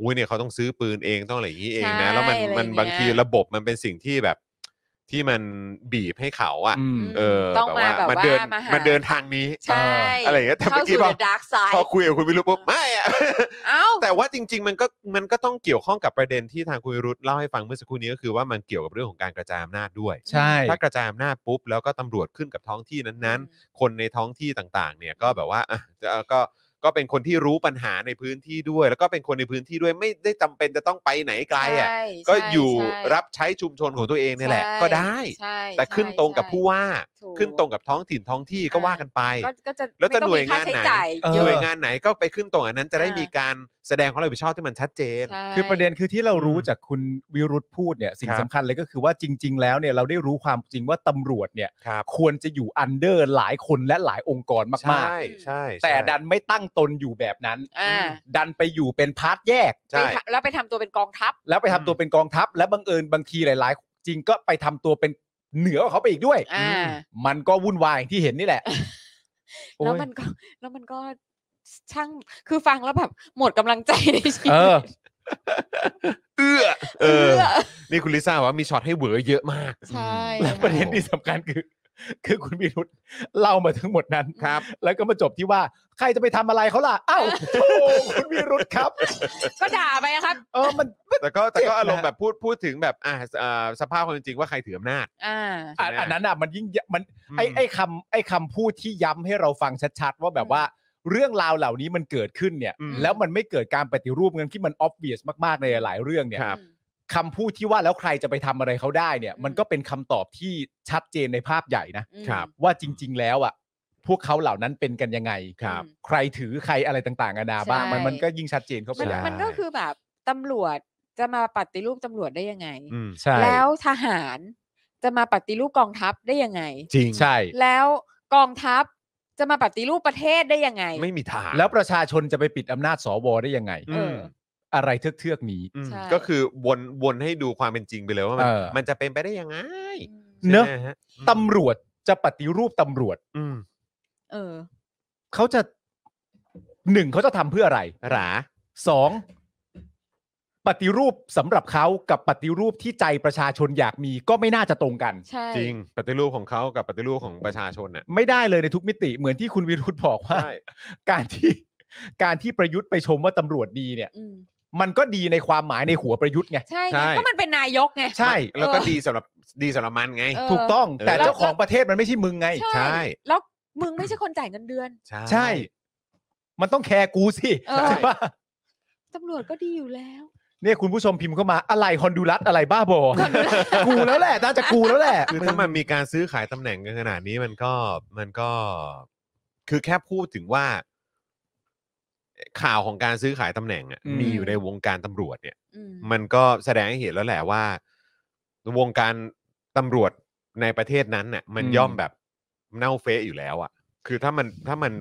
[SPEAKER 1] อุ้ยเนี่ยเขาต้องซื้อปืนเองต้องอะไรอย่างนี้เองนะ แล้วมัน
[SPEAKER 3] ใช่อะไร
[SPEAKER 1] มัน
[SPEAKER 3] อย่างเงี้ย
[SPEAKER 1] บางทีระบบมันเป็นสิ่งที่แบบที่มันบีบให้เขาอะ
[SPEAKER 3] อืม
[SPEAKER 1] เออ
[SPEAKER 3] ต้องมาแบบ
[SPEAKER 1] มัน
[SPEAKER 3] ว่า
[SPEAKER 1] เดิน
[SPEAKER 3] มาหา
[SPEAKER 1] มันเดินทางนี้
[SPEAKER 3] ใช่
[SPEAKER 1] อะไรอย่างเงี้ยแต่
[SPEAKER 3] เข้า
[SPEAKER 1] เมื่อกี้
[SPEAKER 3] สู่
[SPEAKER 1] พอ
[SPEAKER 3] ดาร์กไซ
[SPEAKER 1] พอ
[SPEAKER 3] ด์
[SPEAKER 1] คุยกับคุณวิรุธปุ๊บไม่อะ
[SPEAKER 3] เอ้า
[SPEAKER 1] แต่ว่าจริง ๆ มันก็มันก็ต้องเกี่ยวข้องกับประเด็นที่ทางคุณวิรุธเล่าให้ฟังเมื่อสักครู่นี้ก็คือว่ามันเกี่ยวกับเรื่องของการกระจายอำนาจด้วย
[SPEAKER 2] ใช่
[SPEAKER 1] ถ้ากระจายอำนาจปุ๊บแล้วก็ตำรวจขึ้นกับท้องที่นั้นๆ คนในท้องที่ต่างๆ เนี่ยก็แบบว่าอ่ะจะก็ก็เป็นคนที่รู้ปัญหาในพื้นที่ด้วย แล้วก็เป็นคนในพื้นที่ด้วยไม่ได้จำเป็นจะต้องไปไหนไกลอ่ะ
[SPEAKER 3] ใช่
[SPEAKER 1] ก็
[SPEAKER 3] ใช่
[SPEAKER 1] อยู่
[SPEAKER 3] ใช่
[SPEAKER 1] รับใช้ชุมชนของตัวเองเนี่ยแหละ
[SPEAKER 3] ใช่
[SPEAKER 1] ก็ได้
[SPEAKER 3] ใช่
[SPEAKER 1] แต่ขึ้นตรงกับ
[SPEAKER 3] ใช่
[SPEAKER 1] ผู้ว่า
[SPEAKER 3] ถูก
[SPEAKER 1] ขึ้นตรงกับท้องถิ่นท้องที่ก็
[SPEAKER 3] อ่า
[SPEAKER 1] ว่ากันไป
[SPEAKER 3] ก็ก็จะ
[SPEAKER 1] แล้วจะ
[SPEAKER 3] ไม่ต้อง
[SPEAKER 1] หน่วย
[SPEAKER 3] มีค่
[SPEAKER 1] งาน
[SPEAKER 3] ใช้
[SPEAKER 1] ไหน
[SPEAKER 3] จ่าย
[SPEAKER 2] เออ
[SPEAKER 3] เย
[SPEAKER 1] ห
[SPEAKER 3] อะ
[SPEAKER 1] น่วยงานไหนก็ไปขึ้นตรงอันนั้นจะได้
[SPEAKER 3] อ่ามี
[SPEAKER 1] มีการแสดงความรับผิดชอบที่มันชัดเจน
[SPEAKER 3] ใช่
[SPEAKER 2] คือประเด็นคือที่เรารู้
[SPEAKER 1] อืม
[SPEAKER 2] จากคุณวิรุธพูดเนี่ยสิ่ง
[SPEAKER 1] ครับ
[SPEAKER 2] สำคัญเลยก็คือว่าจริง ๆ แล้วเนี่ยเราได้รู้ความจริงว่าตำรวจเนี่ย
[SPEAKER 1] ครับ
[SPEAKER 2] ควรจะอยู่อันเดอร์หลายคนและหลายองค์กร
[SPEAKER 1] ใช่
[SPEAKER 2] มาก
[SPEAKER 1] ใช่
[SPEAKER 2] ๆ
[SPEAKER 1] ใช่
[SPEAKER 2] แต่ดันไม่ตั้งตนอยู่แบบนั้น
[SPEAKER 3] อ่า
[SPEAKER 2] ดันไปอยู่เป็นพาร์ทแยก
[SPEAKER 1] ใช่
[SPEAKER 3] ไปทำแล้วไปทำตัวเป็นกองทัพ
[SPEAKER 2] แล้วไปทำตัวเป็นกองทัพ และบังเอิญบางทีหลาย ๆ จริงก็ไปทำตัวเป็นเหนือกว่าเขาไปอีกด้วย
[SPEAKER 3] อ่า
[SPEAKER 2] มันก็วุ่นวายอย่างที่เห็นนี่แหละ
[SPEAKER 3] แล้วมันก็แล้วมันก็ช่างคือฟังแล้วแบบหมดกำลังใจในชี
[SPEAKER 2] เออ
[SPEAKER 3] วิต
[SPEAKER 1] เอื้อเอ
[SPEAKER 3] เอื้
[SPEAKER 1] อ
[SPEAKER 3] อ
[SPEAKER 1] นี่คุณลิซ่าบอกว่ามีช็อตให้เหวอเยอะมาก
[SPEAKER 3] ใช่
[SPEAKER 2] แล้วประเด็นที่สำคัญคือ คือคุณวิรุธเล่ามาทั้งหมดนั้น
[SPEAKER 1] ครับ
[SPEAKER 2] แล้วก็มาจบที่ว่าใครจะไปทำอะไรเขาล่ะอ้าวโธ่คุณวิรุธครับ
[SPEAKER 3] ก็ด่าไปอะครับ
[SPEAKER 2] เออมันมัน
[SPEAKER 1] แต่ก็แต่ก็
[SPEAKER 2] เจ็บนะ
[SPEAKER 1] อารมณ์แบบพูดพูดถึงแบบอ่าอ่าสภาพความเป็นจริงว่าใครถืออำนาจ
[SPEAKER 3] อ่า
[SPEAKER 2] อ่ะอันนั้นอ่ะมันยิ่งยมันไอ้
[SPEAKER 1] ม
[SPEAKER 2] ไอ้คำไอ้คำพูดที่ย้ำให้เราฟังชัดๆ ว่าแบบว่าเรื่องราวเหล่านี้มันเกิดขึ้นเนี่ย
[SPEAKER 1] อืม
[SPEAKER 2] แล้วมันไม่เกิดการปฏิรูปเงินที่มันออบเวียสมากๆในหลายๆเรื่องเนี่ย
[SPEAKER 1] ครับ
[SPEAKER 2] คำพูดที่ว่าแล้วใครจะไปทำอะไรเขาได้เนี่ย
[SPEAKER 3] อืม
[SPEAKER 2] มันก็เป็นคำตอบที่ชัดเจนในภาพใหญ่นะ
[SPEAKER 3] อืม
[SPEAKER 1] ครับ
[SPEAKER 2] ว่าจริง ๆ แล้วอ่ะพวกเขาเหล่านั้นเป็นกันยังไง
[SPEAKER 1] ครับ
[SPEAKER 2] ใครถือใครอะไรต่างๆนานาบ้างมัน
[SPEAKER 3] ใช่
[SPEAKER 2] มันก็ยิ่งชัดเจนเข้าไป
[SPEAKER 3] มัน
[SPEAKER 2] แล้ว
[SPEAKER 3] มันก็คือแบบตำรวจจะมาปฏิรูปตำรวจได้ยังไง
[SPEAKER 1] อืม
[SPEAKER 2] ใช่
[SPEAKER 3] แล้วทหารจะมาปฏิรูปกองทัพได้ยังไง
[SPEAKER 1] จริง
[SPEAKER 2] ใช่
[SPEAKER 3] แล้วกองทัพจะมาปฏิรูปประเทศได้ยังไง
[SPEAKER 1] ไม่มีทาง
[SPEAKER 2] แล้วประชาชนจะไปปิดอำนาจสวได้ยังไง
[SPEAKER 1] อืม
[SPEAKER 2] อะไรเทือกๆนี้
[SPEAKER 1] อืม
[SPEAKER 3] ใช่
[SPEAKER 1] ก็คือวนวนให้ดูความเป็นจริงไปเลยว่ามัน
[SPEAKER 2] เออ
[SPEAKER 1] มันจะเป็นไปได้ยังไง
[SPEAKER 3] อืม
[SPEAKER 2] เนอะ
[SPEAKER 1] ใช่ไหมฮ
[SPEAKER 2] ตำรวจจะปฏิรูปตำรวจ
[SPEAKER 1] อืม
[SPEAKER 3] เออ
[SPEAKER 2] เขาจะหนึ่งเขาจะทำเพื่ออะไร
[SPEAKER 1] หรา
[SPEAKER 2] สองปฏิรูปสำหรับเขากับปฏิรูปที่ใจประชาชนอยากมีก็ไม่น่าจะตรงกัน
[SPEAKER 3] ใช่
[SPEAKER 1] จริงปฏิรูปของเขากับปฏิรูปของประชาชนน่ะ
[SPEAKER 2] ไม่ได้เลยในทุกมิติเหมือนที่คุณวิรุธบอกว่า
[SPEAKER 1] ใช่
[SPEAKER 2] การที่การที่ประยุทธ์ไปชมว่าตำรวจดีเนี่ย
[SPEAKER 3] อืม
[SPEAKER 2] มันก็ดีในความหมายในหัวประยุทธ์ไง
[SPEAKER 3] ใช่ไงก็มันเป็นนายกไง
[SPEAKER 2] ใช่
[SPEAKER 1] แล้วก็
[SPEAKER 3] เออ
[SPEAKER 1] ดีสำหรับดีสำหรับมันไง
[SPEAKER 3] เออ
[SPEAKER 2] ถูกต้อง
[SPEAKER 1] เออ
[SPEAKER 2] แต่เจ้าของประเทศมันไม่ใช่มึงไง
[SPEAKER 1] ใช่
[SPEAKER 3] แล้วมึงไม่ใช่คนจ่ายเงินเดือน
[SPEAKER 2] ใช่ มันต้องแคร์กูสิ
[SPEAKER 3] เออ
[SPEAKER 2] ใช่ปะ
[SPEAKER 3] ตำรวจก็ดีอยู่แล้ว
[SPEAKER 2] เนี่ยคุณผู้ชมพิมพ์เข้ามาอะไรฮอนดูรัสอะไรบ้าบอกูแล้วแหละน่าจะกูแล้วแหละ
[SPEAKER 1] คือถ้ามันมีการซื้อขายตำแหน่งกันขนาดนี้มันก็มันก็ คือแค่พูดถึงว่า ข่าวของการซื้อขายตำแหน่งอะ
[SPEAKER 3] อืม
[SPEAKER 1] มีอยู่ในวงการตำรวจเนี่ย
[SPEAKER 3] อืม
[SPEAKER 1] มันก็แสดงให้เห็นแล้วแหละว่า วงการตำรวจในประเทศนั้นเนี่ยมันย่อมแบบเน่าเฟะอยู่แล้วอะคือถ้ามันถ้ามัน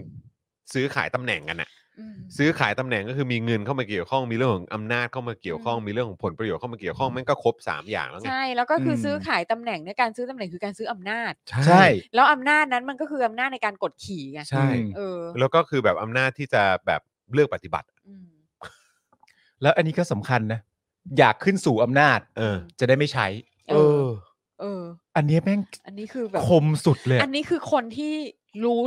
[SPEAKER 1] ซื้อขายตำแหน่งกันอะ
[SPEAKER 3] อืม
[SPEAKER 1] ซื้อขายตำแหน่งก็คือมีเงินเข้ามาเกี่ยวข้องมีเรื่องของอำนาจเข้ามาเกี่ยวข้อง
[SPEAKER 3] อืม
[SPEAKER 1] มีเรื่องของผลประโยชน์เข้ามาเกี่ยวข้องมันก็ครบสามอย่างแล้วไง
[SPEAKER 3] ใช่แล้วก็คือซื้อขายตำแหน่งเนี่ยการซื้อตำแหน่งคือการซื้ออำนาจ
[SPEAKER 2] ใช่
[SPEAKER 3] แล้วอำนาจนั้นมันก็คืออำนาจในการกดขี่ไง
[SPEAKER 1] ใช่
[SPEAKER 2] อืม
[SPEAKER 3] เออ
[SPEAKER 1] แล้วก็คือแบบอำนาจที่จะแบบเลือกปฏิบัติ
[SPEAKER 3] อืม
[SPEAKER 2] แล้วอันนี้ก็สำคัญนะ อยากขึ้นสู่อำนาจ
[SPEAKER 1] เออ
[SPEAKER 2] จะได้ไม่ใช้
[SPEAKER 3] เออ เออ
[SPEAKER 2] อันเนี้ยแม่ง
[SPEAKER 3] อันนี้คือแบบ
[SPEAKER 2] คมสุดเลย
[SPEAKER 3] อันนี้คือคนที่รู้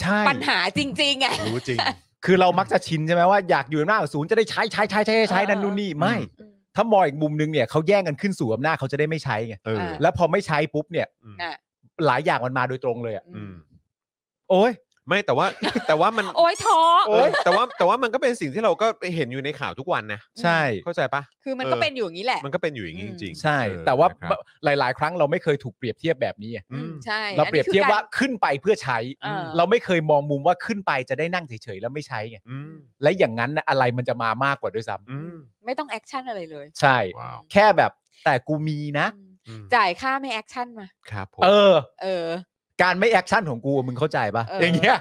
[SPEAKER 2] ใช่
[SPEAKER 3] ปัญหาจริงๆไง
[SPEAKER 1] รู้จริง
[SPEAKER 2] คือเรามักจะชินใช่ไหมว่าอยากอยู่อำนาจกับศูนย์จะได้ใช้ใช้ใช้ใช้ใช้ใช้นั่นนู่นนี่ไม่
[SPEAKER 1] อืม
[SPEAKER 3] อืม
[SPEAKER 2] ถ้ามองอีกมุมนึงเนี่ยเขาแย่งกันขึ้นสู่อำนาจเขาจะได้ไม่ใช้ไง
[SPEAKER 1] เออ
[SPEAKER 3] อ่ะ
[SPEAKER 2] แล้วพอไม่ใช้ปุ๊บเนี่ย
[SPEAKER 1] อืม
[SPEAKER 3] น่ะ
[SPEAKER 2] หลายอย่างมันมาโดยตรงเลยอะ
[SPEAKER 1] อืม
[SPEAKER 2] โอ้ย
[SPEAKER 1] ไม่แต่ว่า แต่ว่ามัน
[SPEAKER 3] โอ้ยท้อ
[SPEAKER 1] เออแต่ว่าแต่ว่ามันก็เป็นสิ่งที่เราก็เห็นอยู่ในข่าวทุกวันนะ
[SPEAKER 2] ใช่
[SPEAKER 1] เข้าใจปะ
[SPEAKER 3] คือมันก็
[SPEAKER 1] เออ
[SPEAKER 3] เป็นอยู่อย่างนี้แหละ
[SPEAKER 1] มันก็เป็นอยู่อย่างนี้จริงๆ
[SPEAKER 2] ใช่
[SPEAKER 1] เออ
[SPEAKER 2] แต่ว่า
[SPEAKER 1] นะครับ
[SPEAKER 2] หลาย ๆ ครั้งเราไม่เคยถูกเปรียบเทียบแบบนี้ไง
[SPEAKER 1] อืม
[SPEAKER 3] ใช่
[SPEAKER 2] เราเปรียบเทียบ
[SPEAKER 3] อันนี้คือ
[SPEAKER 2] ว่าขึ้นไปเพื่อใช้
[SPEAKER 3] เออ
[SPEAKER 2] เราไม่เคยมองมุมว่าขึ้นไปจะได้นั่งเฉย ๆ แล้วไม่ใช้ไง
[SPEAKER 1] อืม
[SPEAKER 2] และอย่างนั้นน่ะอะไรมันจะมามากกว่าด้วยซ้
[SPEAKER 1] อืม
[SPEAKER 3] ไม่ต้องแอคชั่นอะไรเลย
[SPEAKER 2] ำใช่
[SPEAKER 1] ว้าว
[SPEAKER 2] แค่แบบแต่กูมีนะ
[SPEAKER 3] อืม
[SPEAKER 1] อืม
[SPEAKER 3] จ่ายค่าไม่แอคชั่นมา
[SPEAKER 1] ครับผม
[SPEAKER 2] เออ
[SPEAKER 3] เออ
[SPEAKER 2] การไม่แอคชั่นของกูอะมึงเข้าใจปะ
[SPEAKER 3] เออ
[SPEAKER 2] อ
[SPEAKER 3] อ
[SPEAKER 2] ย่างเงี้ย